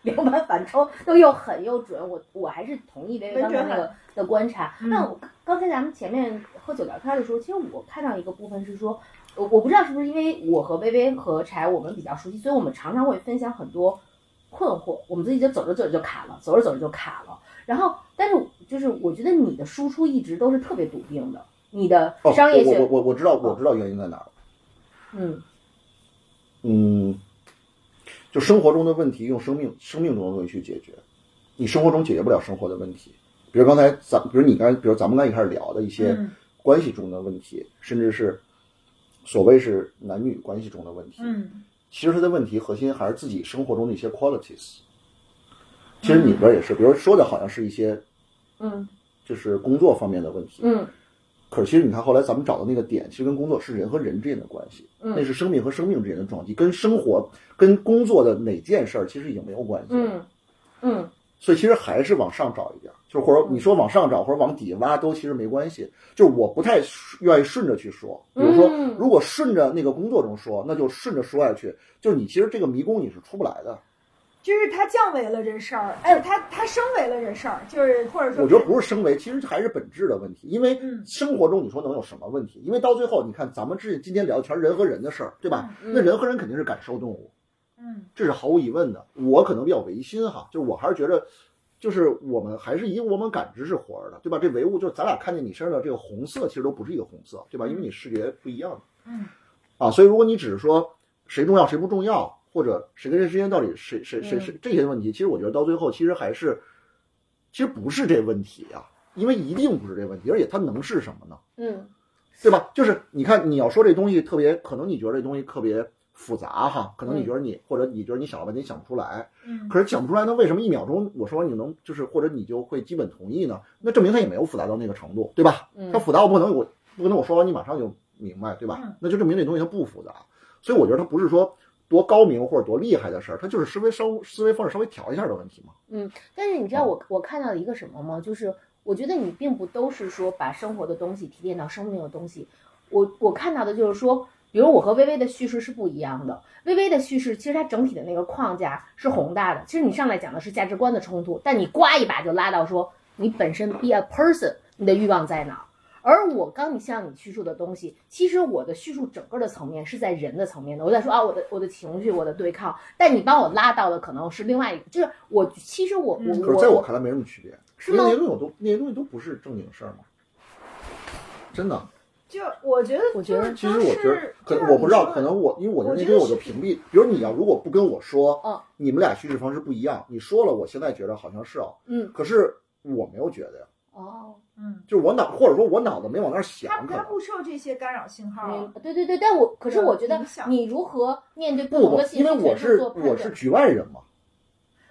两板反抽，都又狠又准。我我还是同意薇薇刚才那温个的观察。嗯那我刚才咱们前面喝酒聊天的时候，其实我看到一个部分是说，我我不知道是不是因为我和薇薇和柴我们比较熟悉，所以我们常常会分享很多困惑，我们自己就走着走着就卡了，走着走着就卡了。然后，但是就是我觉得你的输出一直都是特别笃定的，你的哦，商我业性，我我我知道我知道原因在哪儿了，嗯嗯，就生活中的问题用生命生命中的东西去解决，你生活中解决不了生活的问题，比如刚才咱，比如你刚才，比如咱们刚才一开始聊的一些嗯关系中的问题，甚至是所谓是男女关系中的问题，嗯，其实他的问题核心还是自己生活中的一些 qualities。其实你们也是，比如说的好像是一些嗯就是工作方面的问题，嗯可是其实你看，后来咱们找到那个点，其实跟工作是人和人之间的关系，嗯那是生命和生命之间的撞击，跟生活、跟工作的哪件事儿其实已经没有关系了。嗯嗯所以其实还是往上找一点，就是或者你说往上找或者往底下挖都其实没关系。就是我不太愿意顺着去说，比如说嗯如果顺着那个工作中说，那就顺着说下去。就是你其实这个迷宫你是出不来的，就是他降维了人事儿，哎，他他升维了人事儿，就是或者说，我觉得不是升维，其实还是本质的问题。因为嗯生活中你说能有什么问题？因为到最后你看咱们这今天聊的全是人和人的事儿，对吧？嗯那人和人肯定是感受动物，嗯这是毫无疑问的。我可能比较唯心哈，就是我还是觉得，就是我们还是以我们感知是活着的，对吧？这唯物就是咱俩看见你身上的这个红色，其实都不是一个红色，对吧？因为你视觉不一样嗯啊。所以如果你只是说谁重要谁不重要，或者谁跟谁之间到底谁谁谁谁这些问题，其实我觉得到最后其实还是，其实不是这问题啊，因为一定不是这问题，而且它能是什么呢？嗯对吧？就是你看，你要说这东西特别，可能你觉得这东西特别复杂哈，可嗯能你觉得你、或者你觉得你想了半天想不出来，嗯，可是想不出来，那为什么一秒钟我说你能就是或者你就会基本同意呢？那证明它也没有复杂到那个程度，对吧？嗯它复杂我不能我不可能我说完你马上就明白，对嗯吧？那就证明这东西它不复杂，所以我觉得它不是说多高明或者多厉害的事儿，它就是思维稍思维方式稍微调一下的问题嘛。但是你知道我我看到一个什么吗？就是我觉得你并不都是说把生活的东西提炼到生命的东西，我我看到的就是说，比如我和微微的叙事是不一样的。微微的叙事其实它整体的那个框架是宏大的，其实你上来讲的是价值观的冲突，但你刮一把就拉到说你本身 be a person，你的欲望在哪儿？而我刚你向你叙述的东西，其实我的叙述整个的层面是在人的层面的。我在说啊，我的我的情绪，我的对抗，但你帮我拉到的可能是另外一个，就是我其实我我嗯可是在我看来没什么区别，是因为吗那些东西我都那些东西都不是正经事儿嘛，真的。就我觉得我觉就得是其都实我觉得是，可就像我不你知道，说可能我因为我觉得我那觉些得我就是屏蔽。比如你要如果不跟我说，嗯你们俩叙事方式不一样，你说了，我现在觉得好像是啊，嗯，可是我没有觉得呀，哦，嗯，就是我脑或者说我脑子没往那他儿想，可他能不受这些干扰信号明啊，对对对，但我可是我觉得影响你如何面对不不同不的，信因息为我全部是做判断，我是局外人嘛，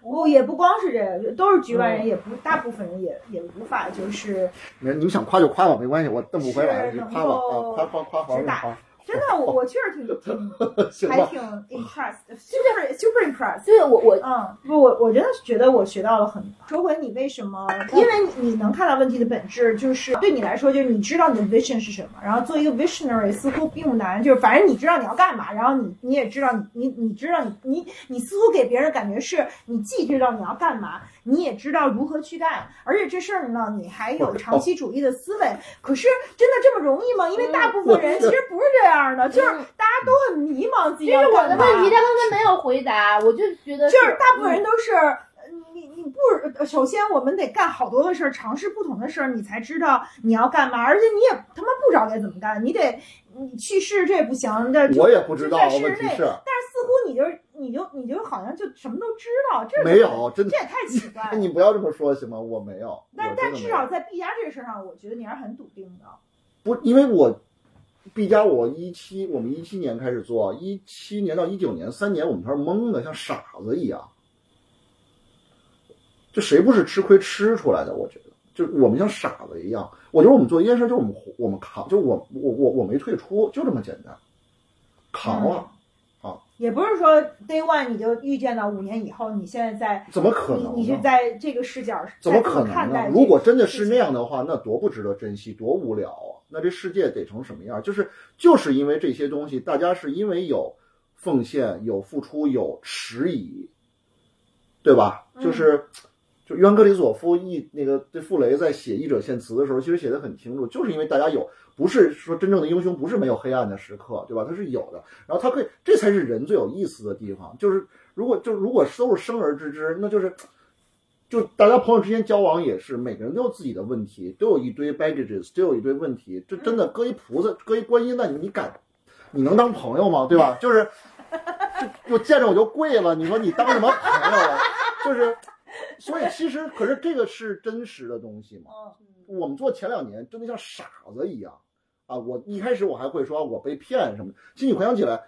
我也不光是这个，都是局外嗯人，也不大部分人也也无法就是没你们想夸就夸吧，没关系，我瞪不回来，是你夸能吧啊，够夸夸夸夸直达夸，真 的，我我确实挺挺行还吧， 挺 impressed，super super impressed。对我我嗯，不，我我真的觉得我学到了很多。说回你为什么？因为你你能看到问题的本质，就是对你来说，就是你知道你的 vision 是什么，然后做一个 visionary 似乎并不难，就是反正你知道你要干嘛，然后你你也知道你你你知道你你你似乎给别人感觉是你既知道你要干嘛，你也知道如何去干，而且这事儿呢，你还有长期主义的思维。可是真的这么容易吗？因为大部分人其实不是这样的，就是大家都很迷茫自己这要是我干的嘛。问题，他刚才没有回答，我就觉得嗯就是嗯大部分人都是，呃你你不呃首先我们得干好多的事儿，尝试不同的事儿，你才知道你要干嘛，而且你也他妈不知道该怎么干，你得你去试这不行的，就我也不知道就在室内问题但是是似乎你就是你就你就好像就什么都知道，这没有，真的这，也太奇怪哎 了。你不要这么说行吗？我没有，但我真但的至没有少在 B 加这个事儿上，我觉得你还是很笃定的。不，因为我 B 加我一七，我们一七年开始做，一七年到一九年三年，我们都是懵的，像傻子一样。就谁不是吃亏吃出来的？我觉得，就是我们像傻子一样。我觉得我们做一件事，就是我们我们扛，就是我我我我没退出，就这么简单，扛啊了，嗯也不是说 day one 你就预见到五年以后，你现在在怎么可你能你是呢？在这个视角怎么再可能看呢待？这如果个真的事是情那样的话，那多不值得珍惜，多无聊啊！那这世界得成什么样？就是就是因为这些东西，大家是因为有奉献、有付出、有迟疑，对吧？嗯就是。就约翰克里斯佐夫译那个对傅雷在写《译者献词》的时候，其实写的很清楚，就是因为大家有不是说真正的英雄不是没有黑暗的时刻，对吧？它是有的，然后他可以，这才是人最有意思的地方。就是如果就如果都是生而知之，那就是就大家朋友之间交往也是，每个人都有自己的问题，都有一堆 baggages，都有一堆问题。这真的搁一菩萨，搁一观音那你你敢，你能当朋友吗？对吧？就是，就我见着我就跪了，你说你当什么朋友啊？就是，所以其实可是这个是真实的东西嘛。嗯我们做前两年真的像傻子一样啊！我一开始我还会说啊我被骗什么的，其实你回想起来，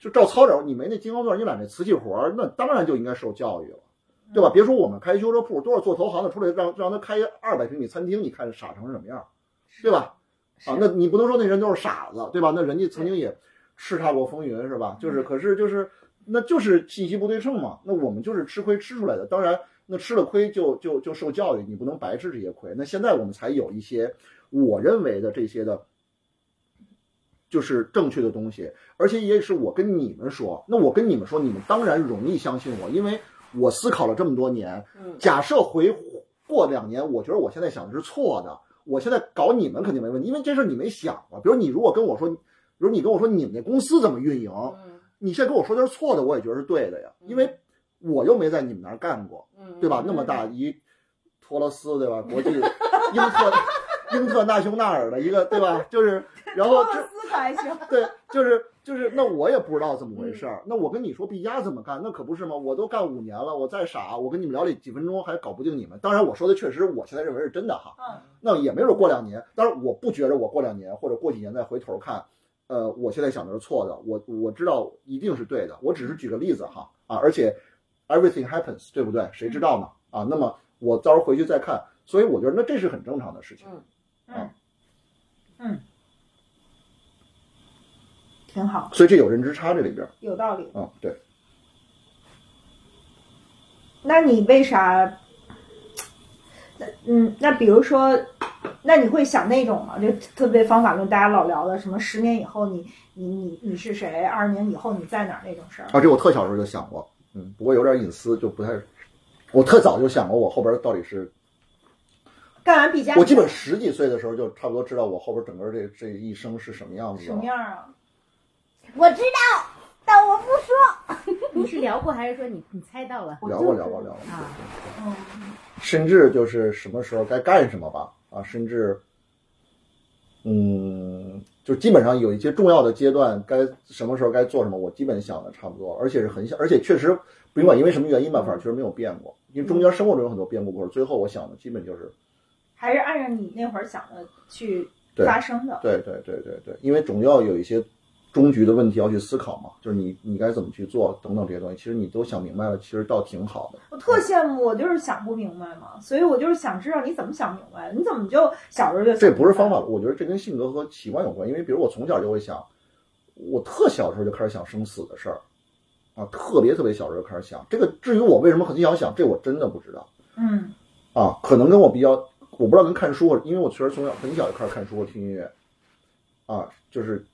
就照操着你没那金刚钻，你揽那瓷器活儿，那当然就应该受教育了，对吧？别说我们开修车铺，多少做投行的出来让让他开二百平米餐厅，你看傻成什么样，对吧？啊，那你不能说那人都是傻子，对吧？那人家曾经也叱咤过风云，是吧？就是，可是就是那就是信息不对称嘛。那我们就是吃亏吃出来的。当然，那吃了亏就就就受教育，你不能白吃这些亏。那现在我们才有一些我认为的这些的，就是正确的东西，而且也是我跟你们说。那我跟你们说，你们当然容易相信我，因为我思考了这么多年。嗯，假设回过两年，我觉得我现在想的是错的，我现在搞你们肯定没问题，因为这事儿你没想过。比如你如果跟我说，比如你跟我说你们那公司怎么运营，嗯你现在跟我说这是错的，我也觉得是对的呀，因为我又没在你们那儿干过，嗯，对吧？那么大一托勒斯，对吧？国际英特英特纳雄纳尔的一个，对吧？就是，然后托这勒斯可还行，嗯 对，就是就是，那我也不知道怎么回事儿。那我跟你说毕加怎么干，那可不是吗？我都干五年了，我再傻，我跟你们聊了几分钟还搞不定你们。当然，我说的确实，我现在认为是真的哈。 嗯，那也没准过两年，当然我不觉着我过两年或者过几年再回头看，呃，我现在想的是错的，我我知道一定是对的，我只是举个例子哈啊，而且 everything happens，对不对？谁知道呢？啊，那么我到时候回去再看，所以我觉得那这是很正常的事情。挺好，所以这有认知差这里边儿有道理。啊，对。那你为啥？那嗯，那比如说，那你会想那种吗？就特别方法论，大家老聊的什么十年以后你你你你是谁，二十年以后你在哪儿那种事儿。啊，这我特小时候就想过，嗯，不过有点隐私，就不太。我特早就想过，我后边到底是干完毕加，我基本十几岁的时候就差不多知道我后边整个这这一生是什么样子什了么。样啊？我知道，但我不说。你是聊过还是说你你猜到了 我聊就过是聊过聊过，啊？嗯，甚至就是什么时候该干什么吧，啊，甚至，嗯，就基本上有一些重要的阶段，该什么时候该做什么，我基本想的差不多，而且是很想，而且确实不管因为什么原因吧，反正确实没有变过，因为中间生活中有很多变故，或者最后我想的基本就是还是按照你那会儿想的去对发生的。对对对对对，因为总要有一些终局的问题要去思考嘛，就是你你该怎么去做等等这些东西，其实你都想明白了，其实倒挺好的。我特羡慕，我就是想不明白嘛，所以我就是想知道你怎么想明白，你怎么就小时候就想这不是明白方法，我觉得这跟性格和习惯有关。因为比如我从小就会想，我特小的时候就开始想生死的事儿，啊，特别特别小的时候就开始想这个。至于我为什么很想想，这我真的不知道嗯啊，可能跟我比较，我不知道跟看书，因为我确实从小很小就开始看书和听音乐，啊，就是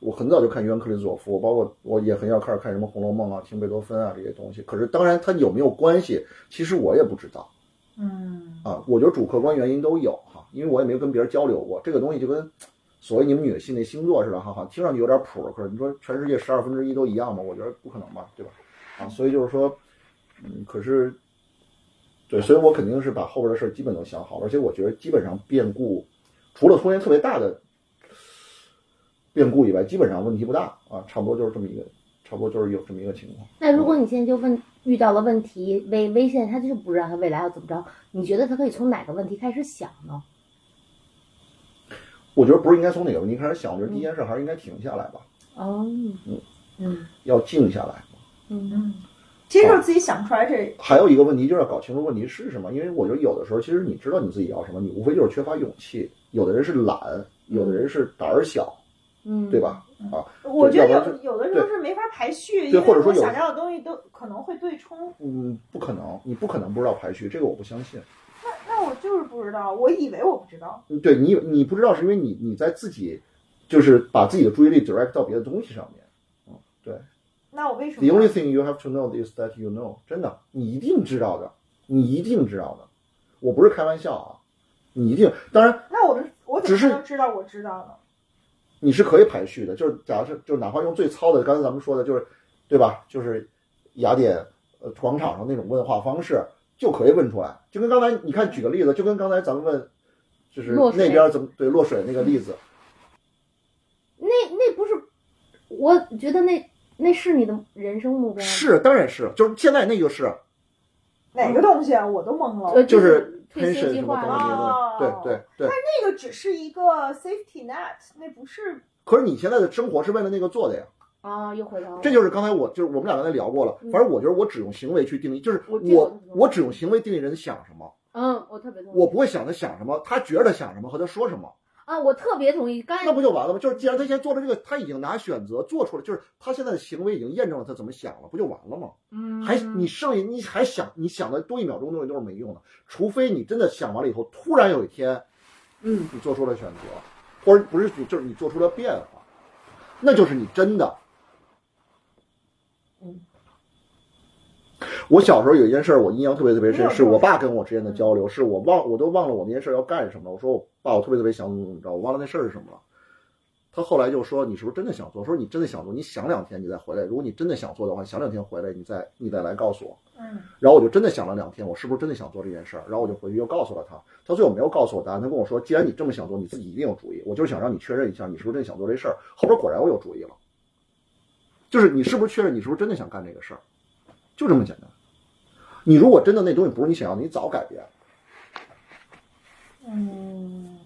我很早就看约翰克里斯佐夫，包括我也很小开始看什么《红楼梦》啊、听贝多芬啊这些东西。可是当然它有没有关系，其实我也不知道。嗯啊，我觉得主客观原因都有哈，因为我也没有跟别人交流过，这个东西就跟所谓你们女的信那星座似的，哈哈，听上去有点谱，可是你说全世界十二分之一都一样吗？我觉得不可能吧，对吧？啊，所以就是说，嗯，可是，对，所以我肯定是把后边的事儿基本都想好了，而且我觉得基本上变故，除了出现特别大的变故以外，基本上问题不大啊，差不多就是这么一个，差不多就是有这么一个情况。那如果你现在就问遇到了问题危危险，他就是不知道他未来要怎么着，你觉得他可以从哪个问题开始想呢？我觉得不是应该从哪个问题开始想，我觉得第一件事还是应该停下来吧，哦，嗯要静下来。嗯嗯，其实就是自己想不出来这还有一个问题就是要搞清楚问题是什么，因为我觉得有的时候其实你知道你自己要什么，你无非就是缺乏勇气。有的人是懒，有的人是胆儿小，嗯，对？吧？我觉要得不然有有的时候是没法排序，对因为或者说我有想要的东西都可能会对冲。嗯，不可能，你不可能不知道排序，这个我不相信。那我就是不知道，我以为我不知道。对你，你不知道是因为你你在自己，就是把自己的注意力 direct 到别的东西上面。那我为什 The 么？only thing you have to know is that you know，真的，你一定知道的，你一定知道的，我不是开玩笑啊，你一定，当然那我们我怎只么是能知道我知道呢？你是可以排序的，就是假设就哪怕用最糙的，刚才咱们说的就是，对吧？就是雅典呃广场上那种问话方式就可以问出来，就跟刚才你看举个例子，就跟刚才咱们问就是落水那边怎么对落水那个例子，那那不是，我觉得那那是你的人生目标，是当然是，就是现在那就是哪个东西啊？我都懵了。呃就就是是退 pension 休计什么划哦等啊等这些东西，对对对。那个只是一个 safety net，那不是可是你现在的生活是为了那个做的呀，啊，又回到了这就是刚才我就是我们俩刚才聊过了，反正我觉得我只用行为去定义，就是嗯我我我只用行为定义人想什么，嗯，我特别同意我不会想他想什么，他觉得他想什么和他说什么。啊，我特别同意。刚才那不就完了吗？就是既然他现在做了这个，他已经拿选择做出来，就是他现在的行为已经验证了他怎么想了，不就完了吗？嗯，还你剩下你还想你想的多一秒钟东西都是没用的，除非你真的想完了以后，突然有一天嗯，你做出了选择，或者不是你就是你做出了变化，那就是你真的。嗯，我小时候有一件事儿我印象特别特别深，没有嗯是我爸跟我之间的交流，是我忘我都忘了我那件事儿要干什么了。我说我爸，我特别特别想怎么怎么着，我忘了那事儿是什么了。他后来就说：“你是不是真的想做？”我说：“你真的想做，你想两天，你再回来。如果你真的想做的话，想两天回来，你再你再来告诉我。”嗯然后我就真的想了两天，我是不是真的想做这件事儿？然后我就回去又告诉了他，他最后没有告诉我答案，他跟我说，既然你这么想做，你自己一定有主意。我就是想让你确认一下，你是不是真的想做这事儿。后边果然我有主意了，就是你是不是确认你是不是真的想干这个事儿，就这么简单。你如果真的那东西不是你想要的，你早改变了。嗯，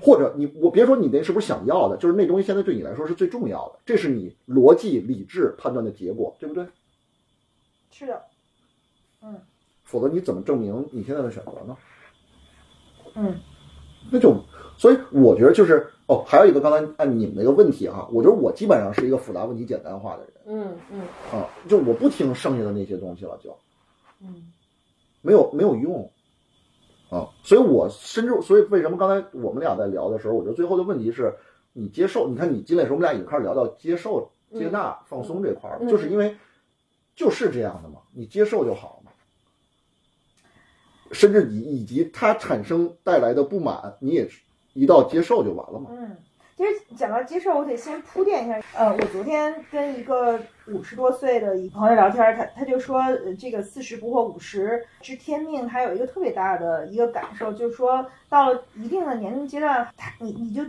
或者你我别说你那是不是想要的，就是那东西现在对你来说是最重要的，这是你逻辑理智判断的结果，对不对？是的，嗯否则你怎么证明你现在的选择呢？嗯那就，所以我觉得就是哦，还有一个刚才按你们那个问题哈，我觉得我基本上是一个复杂问题简单化的人嗯嗯啊，就我不听剩下的那些东西了，就嗯没有没有用啊，所以我甚至所以为什么刚才我们俩在聊的时候，我觉得最后的问题是你接受，你看你进来的时候，我们俩已经开始聊到接受、嗯接纳、放松这块儿嗯了，就是因为就是这样的嘛，你接受就好嘛。甚至以以及它产生带来的不满，你也一到接受就完了嘛。嗯。其实讲到接受，我得先铺垫一下。呃，我昨天跟一个五十多岁的一朋友聊天，他他就说，呃这个四十不惑五十知天命，他有一个特别大的一个感受，就是说到了一定的年龄阶段，他你你就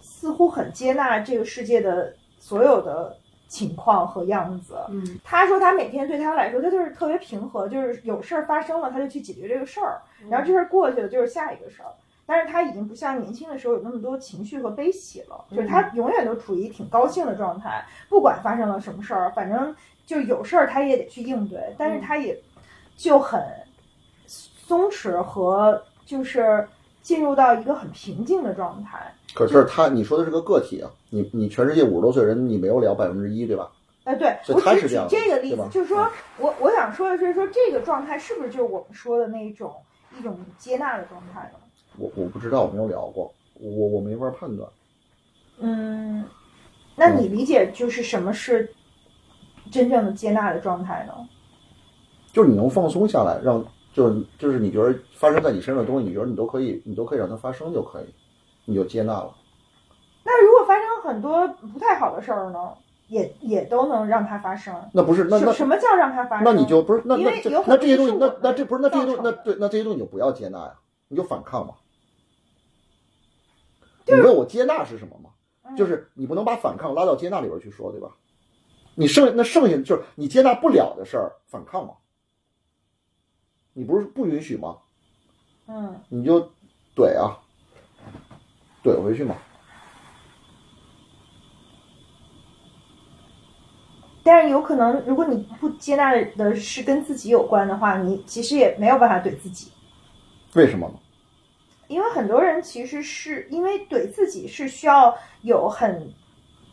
似乎很接纳这个世界的所有的情况和样子。嗯他说他每天对他来说，他就是特别平和，就是有事儿发生了，他就去解决这个事儿，然后这事儿过去了就是下一个事儿。但是他已经不像年轻的时候有那么多情绪和悲喜了，就是他永远都处于挺高兴的状态，不管发生了什么事儿，反正就有事儿他也得去应对，但是他也就很松弛和就是进入到一个很平静的状态。可是他，你说的是个个体啊，你你全世界五十多岁人，你没有聊百分之一，对吧？呃，对，所以我他只是举这样的这个例对子吧，就是说我我想说的是说这个状态是不是就是我们说的那一种一种接纳的状态呢？我我不知道，我没有聊过，我我没法判断。嗯，那你理解就是什么是真正的接纳的状态呢？就是你能放松下来，让就是就是你觉得发生在你身上的东西，你觉得你都可以，你都可以让它发生就可以，你就接纳了。那如果发生很多不太好的事儿呢，也也都能让它发生。那不是那什那什么叫让它发生？那你就不是那因为那这有很那多这些东西是我那们那这不是那这些东西造成那的对那这些东西你就不要接纳呀，你就反抗嘛。就你是问我接纳是什么吗？嗯就是你不能把反抗拉到接纳里边去说，对吧？你剩那剩下就是你接纳不了的事儿，反抗嘛？你不是不允许吗？嗯你就怼啊，怼回去嘛。但是有可能，如果你不接纳的是跟自己有关的话，你其实也没有办法怼自己。为什么呢？因为很多人其实是因为怼自己是需要有很，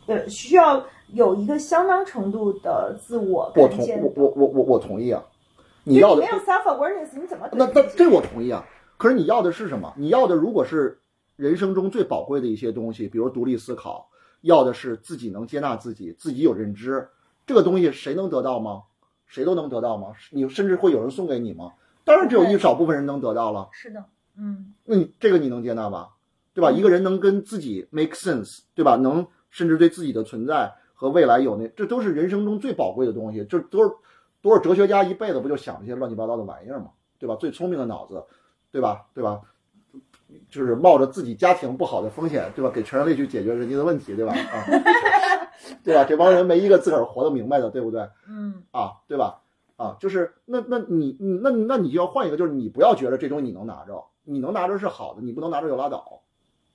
呃，需要有一个相当程度的自我我看同见。我我我我我同意啊。你就要的没有 self awareness，你怎么怼那那自己这我同意啊。可是你要的是什么？你要的如果是人生中最宝贵的一些东西，比如独立思考，要的是自己能接纳自己，自己有认知，这个东西谁能得到吗？谁都能得到吗？你甚至会有人送给你吗？当然只有一少部分人能得到了。是的，嗯那你这个你能接纳吧？对吧？一个人能跟自己 make sense，对吧？能甚至对自己的存在和未来有那，这都是人生中最宝贵的东西。这多少多少哲学家一辈子不就想这些乱七八糟的玩意儿吗？对吧？最聪明的脑子，对吧？对吧？就是冒着自己家庭不好的风险，对吧？给全人类去解决人家的问题，对吧？啊， 对吧？这帮人没一个自个儿活得明白的，对不对？嗯啊，对吧？啊，就是那那你你那那你就要换一个，就是你不要觉得这东西你能拿着，你能拿着是好的，你不能拿着就拉倒。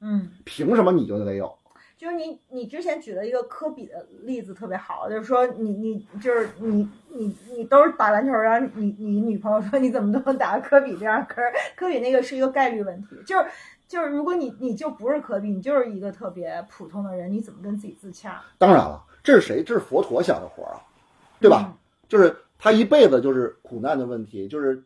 嗯，凭什么你就得有？就是你你之前举了一个科比的例子特别好，就是说你你就是你你你都是打篮球，然后你你女朋友说你怎么都能打科比这样，可是科比那个是一个概率问题，就是就是如果你你就不是科比，你就是一个特别普通的人，你怎么跟自己自洽？当然了，这是谁？这是佛陀想的活儿啊，对吧？就是他一辈子就是苦难的问题，就是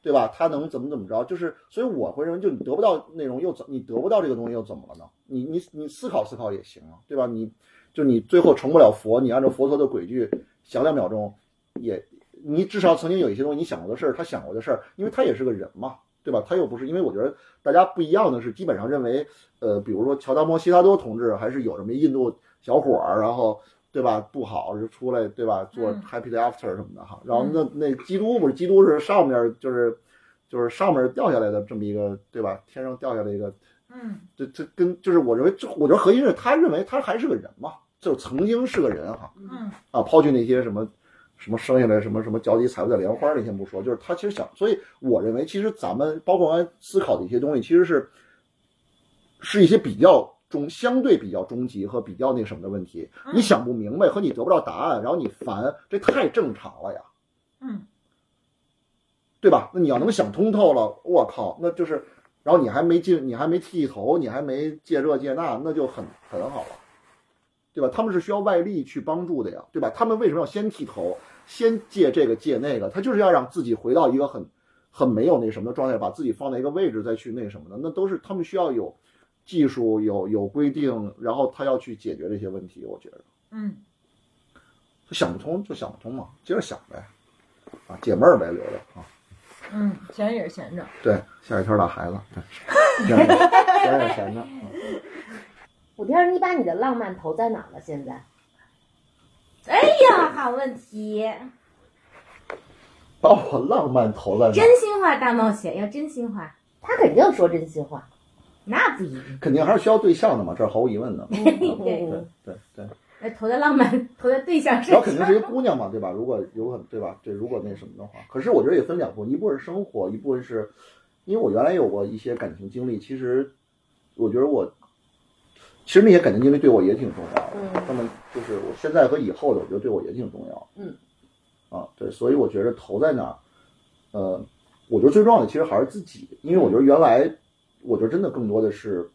对吧？他能怎么怎么着？就是所以我会认为，就你得不到内容又怎？你得不到这个东西又怎么了呢？你你你思考思考也行啊，对吧？你就你最后成不了佛，你按照佛陀的轨迹想两秒钟，也你至少曾经有一些东西你想过的事儿，他想过的事儿，因为他也是个人嘛。对吧？他又不是，因为我觉得大家不一样的是，基本上认为，呃，比如说乔达摩悉达多同志还是有什么印度小伙儿，然后对吧不好就出来对吧做 happy day after 什么的哈。然后那那基督不是基督是上面就是就是上面掉下来的这么一个对吧？天上掉下来一个，嗯，这这跟就是我认为这我觉得核心是他认为他还是个人嘛，就曾经是个人哈。嗯啊，抛去那些什么什么生下来什么什么脚底踩不在莲花儿那些不说，就是他其实想，所以我认为其实咱们包括刚才思考的一些东西，其实是是一些比较中相对比较终极和比较那什么的问题。你想不明白和你得不到答案，然后你烦，这太正常了呀。嗯，对吧？那你要能想通透了，我靠，那就是，然后你还没进，你还没剃头，你还没戒这戒那，那就很很好了。对吧？他们是需要外力去帮助的呀，对吧？他们为什么要先剃头，先戒这个戒那个？他就是要让自己回到一个很很没有那什么的状态，把自己放在一个位置再去那什么的，那都是他们需要有技术、有有规定，然后他要去解决这些问题。我觉得嗯他想不通就想不通嘛，接着想呗，啊，解闷儿呗，留着啊。嗯，闲着也是闲着。对，下一条打孩子，对，这样的这样闲着。嗯古天儿，你把你的浪漫投在哪儿了？现在？哎呀，好问题！把我浪漫投在哪儿？真心话大冒险要真心话，他肯定说真心话。那不一定。肯定还是需要对象的嘛，这是毫无疑问的。对嗯，对对。呃，投的浪漫，投的对象是然后肯定 是一个姑娘嘛，对吧？如果有很对吧？这如果那什么的话，可是我觉得也分两部分，一部分是生活，一部分是，因为我原来有过一些感情经历，其实我觉得我，其实那些感情经历对我也挺重要的。嗯那么就是我现在和以后的，我觉得对我也挺重要。嗯，啊，对，所以我觉得投在哪儿，呃，我觉得最重要的其实还是自己，因为我觉得原来，我觉得真的更多的是，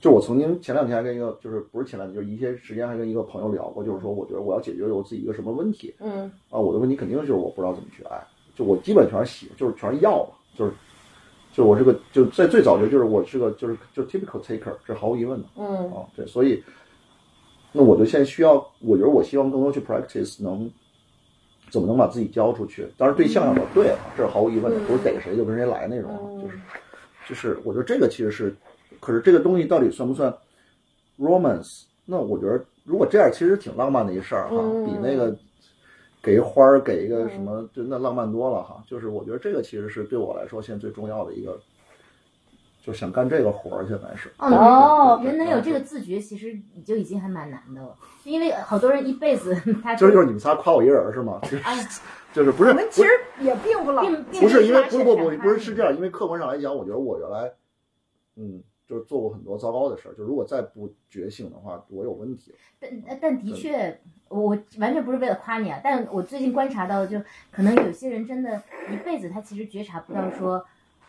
就我曾经前两天还跟一个，就是不是前两天，就是一些时间还跟一个朋友聊过，就是说我觉得我要解决我自己一个什么问题嗯啊，我的问题肯定就是我不知道怎么去爱，就我基本全是喜，就是全是要嘛，就是。就是我这个，就在最早就就是我是个就是就是 typical taker，这毫无疑问的。嗯啊，对，所以，那我就现在需要，我觉得我希望更多去 practice 能怎么能把自己交出去。当然，对象要找对了，这是毫无疑问的，不是逮谁就跟谁来那种啊，就是就是，我觉得这个其实是，可是这个东西到底算不算 romance？那我觉得如果这样，其实挺浪漫的一事儿哈，嗯比那个。给一花儿，给一个什么，就那浪漫多了哈。就是我觉得这个其实是对我来说现在最重要的一个，就想干这个活儿，现在是。哦啊哦人能有这个自觉，其实你就已经还蛮难的了，因为好多人一辈子 他今儿就是你们仨夸我一人儿是吗？ 就是哎呀就是不是我们其实也并不老，并并不是因为发不现是不不他不是是这样，因为客观上来讲，我觉得我原来嗯就是做过很多糟糕的事儿，就如果再不觉醒的话，我有问题了。但但的确，我我完全不是为了夸你啊，但我最近观察到，就可能有些人真的，一辈子他其实觉察不到说，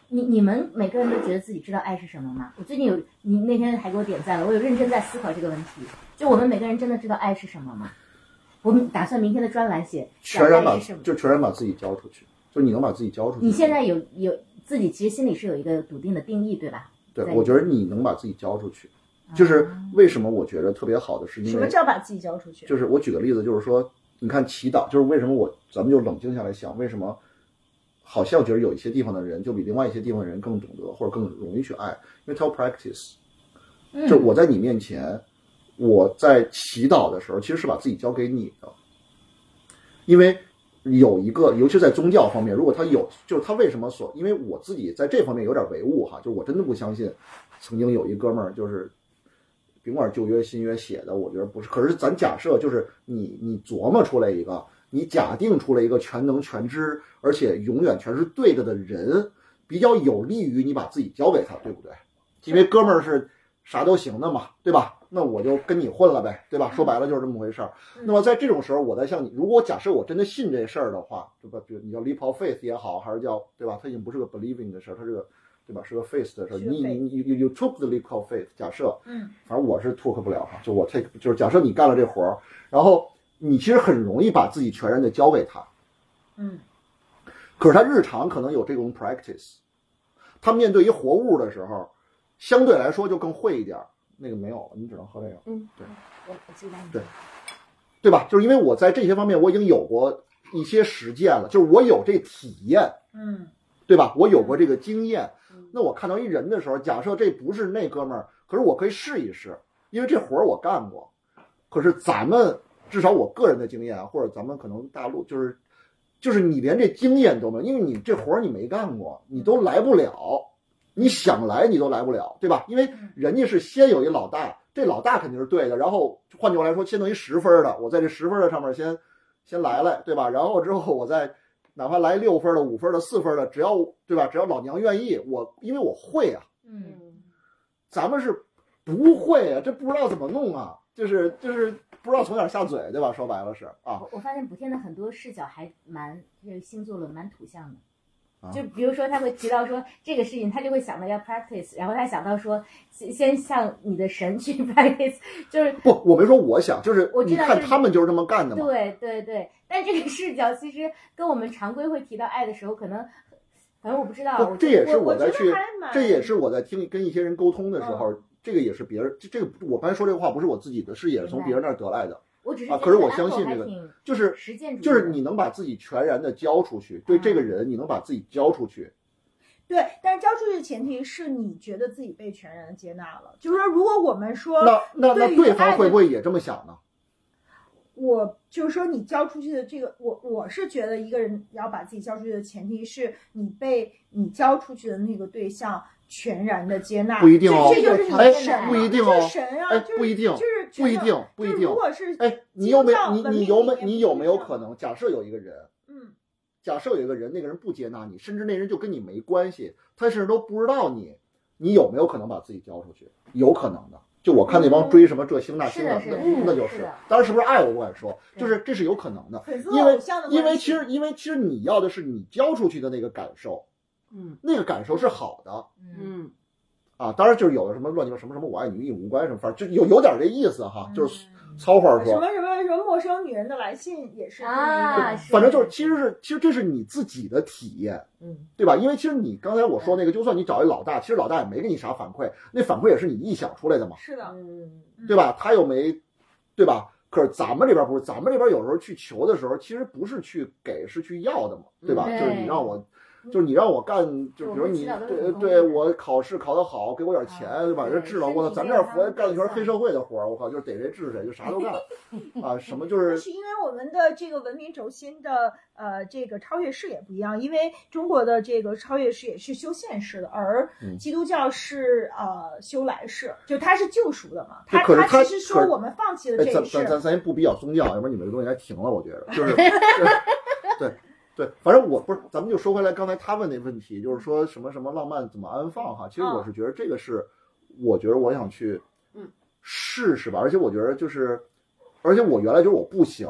你你们每个人都觉得自己知道爱是什么吗？我最近有，你那天还给我点赞了，我有认真在思考这个问题，就我们每个人真的知道爱是什么吗？我们打算明天的专栏写全然爱把是什么？就全然把自己交出去，就你能把自己交出去。你现在有有自己其实心里是有一个笃定的定义，对吧？对在，啊我觉得你能把自己交出去，就是为什么我觉得特别好的是因什为么叫把自己交出去？嗯就是我举个例子，就是说，你看祈祷，就是为什么我咱们就冷静下来想，为什么好像觉得有一些地方的人就比另外一些地方的人更懂得或者更容易去爱，因为他要 practice。就我在你面前，我在祈祷的时候，其实是把自己交给你的，因为有一个，尤其在宗教方面，如果他有，就是他为什么所，因为我自己在这方面有点唯物哈，就是我真的不相信，曾经有一哥们儿就是甭管旧约新约写的，我觉得不是。可是咱假设就是你你琢磨出来一个，你假定出来一个全能全知，而且永远全是对着的人，比较有利于你把自己交给他，对不对？因为哥们儿是啥都行的嘛，对吧？那我就跟你混了呗，对吧？说白了就是这么回事儿。嗯那么在这种时候，我在向你，如果我假设我真的信这事儿的话，对吧？比如你叫 leap of faith 也好，还是叫对吧？它已经不是个 believing 的事儿，它是个对吧？是个 faith 的事儿。是个你 faith 你你 you you took the leap of faith，假设，嗯，反正我是 took 不了哈，就我 take 就是假设你干了这活儿，然后你其实很容易把自己全然的交给他，嗯，可是他日常可能有这种 practice，他面对于活物的时候，相对来说就更会一点儿，那个没有了，你只能喝这个。嗯我我记得你对对吧？就是因为我在这些方面我已经有过一些实践了，就是我有这体验，嗯，对吧？我有过这个经验嗯。那我看到一人的时候，假设这不是那哥们儿，可是我可以试一试，因为这活儿我干过。可是咱们至少我个人的经验啊，或者咱们可能大陆就是，就是你连这经验都没有，因为你这活儿你没干过，你都来不了，你想来你都来不了，对吧？因为人家是先有一老大，这老大肯定是对的，然后换句话来说，先弄一十分儿的，我在这十分儿的上面先先来来，对吧？然后之后我再哪怕来六分儿的、五分儿的、四分儿的，只要对吧？只要老娘愿意，我因为我会啊，嗯，咱们是不会啊，这不知道怎么弄啊，就是就是不知道从哪儿下嘴，对吧？说白了是啊，哦我我发现补天的很多视角还蛮这个星座论蛮土象的啊。就比如说，他会提到说这个事情，他就会想到要 practice，然后他想到说先先向你的神去 practice，就是不，我没说我想，就是我知你道看就是他们就是这么干的嘛，对对对。但这个视角其实跟我们常规会提到爱的时候，可能反正我不知道，不我这就也是我在觉得去还蛮这也是我在听跟一些人沟通的时候，嗯这个也是别人，这这个我刚才说这个话不是我自己的，是也是从别人那儿得来的，我只是啊觉得可是我 Apple 相信还这个挺就是实践主义就是的嗯你能把自己全然的交出去，对这个人你能把自己交出去，对，但是交出去的前提是你觉得自己被全然接纳了。就是说，如果我们说那那对那于对爱方的会不会也这么想呢？我就是说，你交出去的这个，我我是觉得一个人要把自己交出去的前提是你被你交出去的那个对象全然的接纳，不一定哦这这就是你哎的神啊，不一定哦这是神啊，哎就是不一定就是不一全定，不一就是定如。果是哎，你基有没督教你文你明有里没面你不有是啊没有这样可能？假设有一个人，嗯，假设有一个人，那个人不接纳你，甚至那人就跟你没关系，他甚至都不知道你，你有没有可能把自己交出去？有可能的。就我看那嗯帮追什么这星那星是那的是的那就是是的，当然是不是爱我不敢说，对就是这是有可能的，粉丝因为偶像的因为关其系实因为其实你要的是你交出去的那个感受，嗯那个感受是好的嗯嗯啊，当然就是有的什么乱七八什么什么我爱你与你无关什么，反正就有有点这意思嗯哈，啊就是糙话说，什么什么什么陌生女人的来信也是这么一个啊，反正就是，其实是，其实这是你自己的体验，嗯，对吧？因为其实你刚才我说那个，就算你找一老大，其实老大也没给你啥反馈，那反馈也是你臆想出来的嘛，是的，嗯对吧？他又没，对吧？可是咱们这边不是，咱们这边有时候去求的时候，其实不是去给，是去要的嘛，对吧？嗯就是你让我，就是你让我干，就是比如你我们指导都是对很公对平的我考试考得好，给我点钱，啊对吧？对人治了身我，体咱健这儿康活干了一圈计黑社会的活儿，我靠，就是逮谁治谁，就啥都 干啊，什么就是但是因为我们的这个文明轴心的呃这个超越视野不一样，因为中国的这个超越视野是修现世的，而嗯基督教是呃修来世，就它是救赎的嘛。对它可是它其实可说是我们放弃了哎，这咱一咱世，咱咱先不比较宗教，要不然你们这东西该停了，我觉得就是对 对对，反正我不是，咱们就说回来刚才他问那问题，就是说什么什么浪漫怎么安放哈，其实嗯我是觉得这个是，我觉得我想去嗯试试吧，而且我觉得就是，而且我原来就是我不行，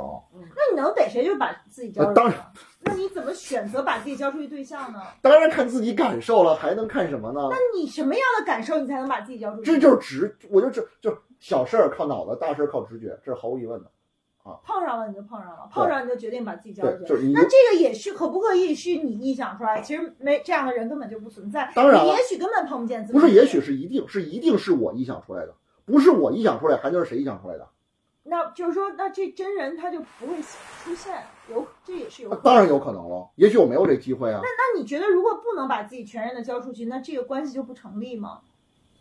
那你能逮谁就把自己交出呃去？当然，那你怎么选择把自己交出去对象呢？当然看自己感受了，还能看什么呢？那你什么样的感受你才能把自己交出去？这就是直，我就这就是小事儿靠脑子，大事儿靠直觉，这是毫无疑问的。碰上了你就碰上了，碰上你就决定把自己交出对，去。就是你那这个也是可不可以是你臆想出来？其实没这样的人根本就不存在。当然你了也许根本碰不见自己。不是，也许是一定是一定是我臆想出来的，不是我臆想出来，还能是谁臆想出来的？那就是说，那这真人他就不会出现，有这也是有可能。啊 当然有可能了，也许我没有这机会啊，那你觉得，如果不能把自己全然的交出去，那这个关系就不成立吗？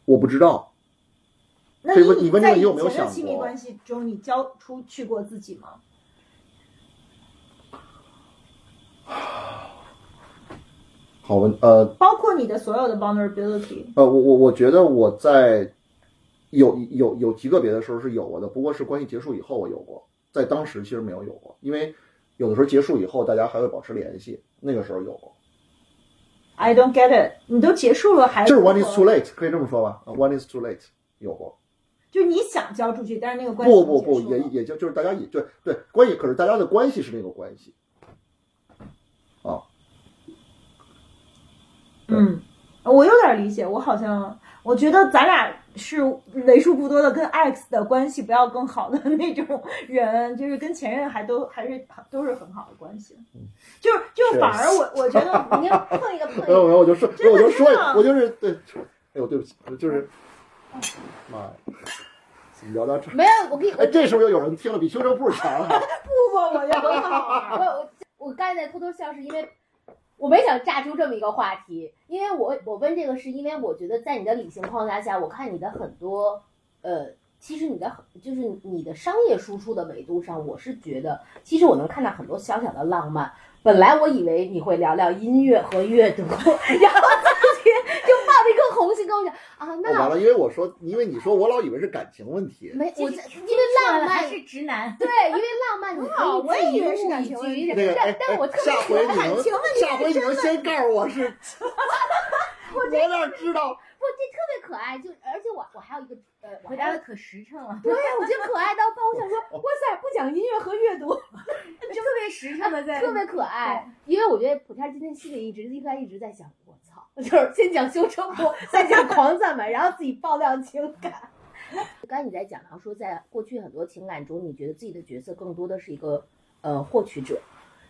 我不知道。那这个你你问这在个以有没有前的想亲密过关系中，你交出去过自己吗？好问，呃包括你的所有的 vulnerability，呃，我我我觉得我在有有有极个别的时候是有过的，不过是关系结束以后我有过，在当时其实没有有过，因为有的时候结束以后大家还会保持联系，那个时候有过。 I don't get it。你都结束了还呃就是 one is too late，可以这么说吧啊，one is too late 有过。就是你想交出去，但是那个关系不不不，已经结束也了也就就是大家也对对关系，可是大家的关系是那个关系啊，嗯，我有点理解，我好像我觉得咱俩是为数不多的跟 X 的关系不要更好的那种人，就是跟前任还都还是都是很好的关系，嗯就是就是是反而我我觉得你要碰一个碰一没有个，没有，呃我就说，真的我就说真的，我就是对，哎呦对不起，就是，妈呀，怎么聊到这儿？ 没有，我可以，我 哎，这时候又有人听了，比修正部强啊！不不，我觉得很好玩我我我刚才在偷偷笑，是因为我没想炸出这么一个话题，因为我我问这个是因为我觉得在你的理性框架下，我看你的很多呃，其实你的很就是你的商业输出的维度上，我是觉得其实我能看到很多小小的浪漫。本来我以为你会聊聊音乐和阅读，然 后自己就冒着一颗红心跟我讲啊，哦完 那了，因为我说，因为你说我老以为是感情问题，没我其这实因为浪漫还是直男， 对，因为浪漫你可好以我也以为自己是感物情以问具题人那个哎但但我哎特，别下回你感能情问题下回你能先告诉我 是，我哪知道？不，这特别可爱，就而且我我还有一个呃，我回还答有的可实诚了，对我 觉得可爱到爆，我想说，哇塞，不讲音乐和阅读，特别实诚的在特别可爱。因为我觉得普天今天心里一直应该一直在想，我操， 就是先讲修车部，再讲狂赞美，然后自己爆料情感。 刚才你在讲到说，在过去很多情感中，你觉得自己的角色更多的是一个呃获取者，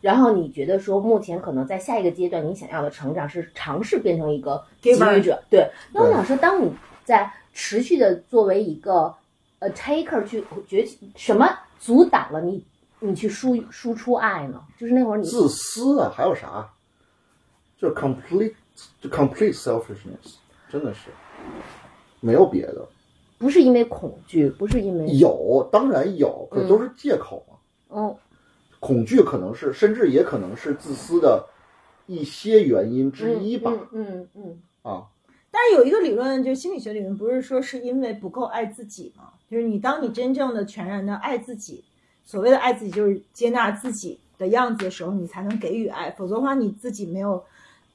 然后你觉得说目前可能在下一个阶段，你想要的成长是尝试变成一个给 Giver 予者。对，那我对想说，当你在持续的作为一个呃 taker 去崛起，什么阻挡了你你去输输出爱呢？就是那会儿你自私啊，还有啥？就是 complete，就 complete selfishness，真的是没有别的。不是因为恐惧，不是因为有，当然有，可都是借口嘛。嗯恐惧可能是，甚至也可能是自私的一些原因之一吧。嗯嗯嗯嗯，啊， 但是有一个理论，就心理学理论，不是说是因为不够爱自己吗？就是你当你真正的全然的爱自己，所谓的爱自己就是接纳自己的样子的时候，你才能给予爱，否则的话你自己没有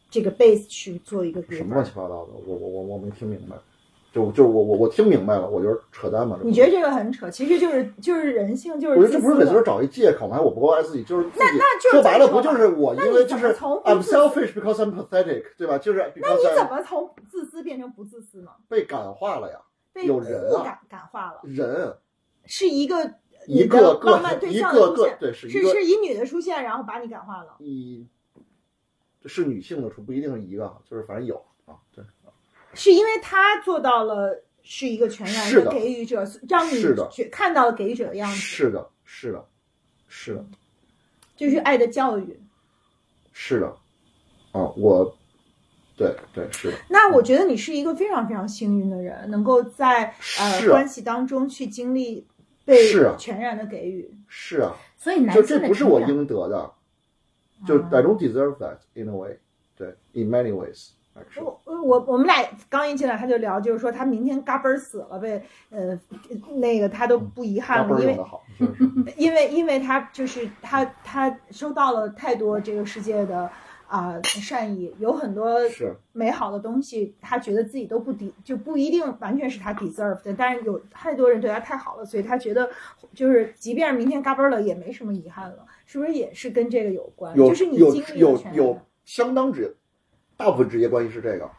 这个 base 去做一个什 giver 么乱七八糟的，我我我我没听明白。就就是我我我听明白了，我觉得扯淡嘛。这不你觉得？这个很扯？其实就是就是人性，就我觉是得这自不是私给自个的儿。找一借口吗？还我不够爱自己，就是自己。那就是说白了，自己不就是我那因你为怎就么是从 I'm 不自私 selfish because I'm pathetic，对吧？就是 because 你怎 I'm 么从自私变成不自私呢？被感化了呀，被有人物啊感感化了，人是一个一你的个个浪漫对一象个的出个现，对是一是个是以女的出现，然后把你感化了。一是女性的，不一定是一个，就是反正有啊，对。是因为他做到了是一个全然是的的给予者，让你是的去看到给予者的样子，是的，是的，是的，就是爱的教育。是的，啊，我，对对是的，那我觉得你是一个非常非常幸运的人，能够在呃是啊关系当中去经历被是啊全然的给予。是啊，所以男就性这的不是我成长应得啊的，就 I don't deserve that in a way，对，in many ways actually，我呃我我们俩刚一进来，他就聊，就是说他明天嘎嘣儿死了呗，呃，那个他都嗯不遗那憾不了，是因为用的好，是是因为因为他就是他他收到了太多这个世界的啊、善意，有很多是美好的东西，他觉得自己都不抵，就不一定完全是他 deserve 的，但是有太多人对他太好了，所以他觉得就是即便明天嘎嘣儿了也没什么遗憾了，是不是也是跟这个有关？有呃就是你有经历了有全有相当职，大部分职业关系是这个，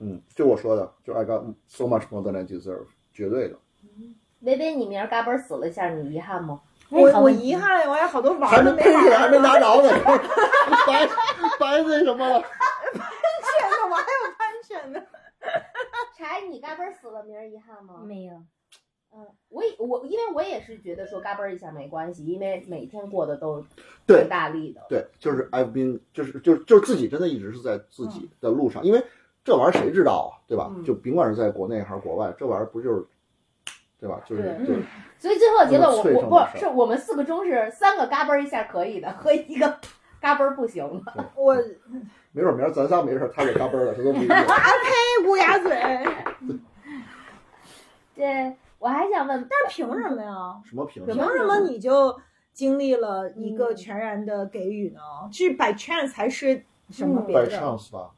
嗯，就我说的，就 I got so much more than I deserve，绝对的，薇薇，你明儿嘎嘣儿死了一下，你遗憾吗？我好我问题遗憾，我有好多网还都没哦没喷起来，玩儿还没拿着呢， 白白那什么了。全的，我还有安全的。哦柴，你嘎嘣儿死了，明儿遗憾吗？没有，嗯，我也我因为我也是觉得说嘎嘣儿一下没关系，因为每天过得都对挺大力的。对，就是 I've been，就是就是就是自己真的一直是在自己的路上，因为这玩意儿谁知道啊，对吧？嗯就甭管是在国内还是国外，这玩意儿不就是，对吧？就是对就是所以最后结论，我那么脆生的我不事儿是我们四个中是三个嘎嘣儿一下可以的，和一个 嘎嘣儿不行的。我没准儿明儿咱仨没事儿，他给嘎嘣儿了，他都不一定。呸，乌鸦嘴！ 对，我还想问，但是凭什么呀？什么评有凭没价有？什么你就经历了一个全然的给予呢？是 by chance 还是什么别 by 的？ chance 吧，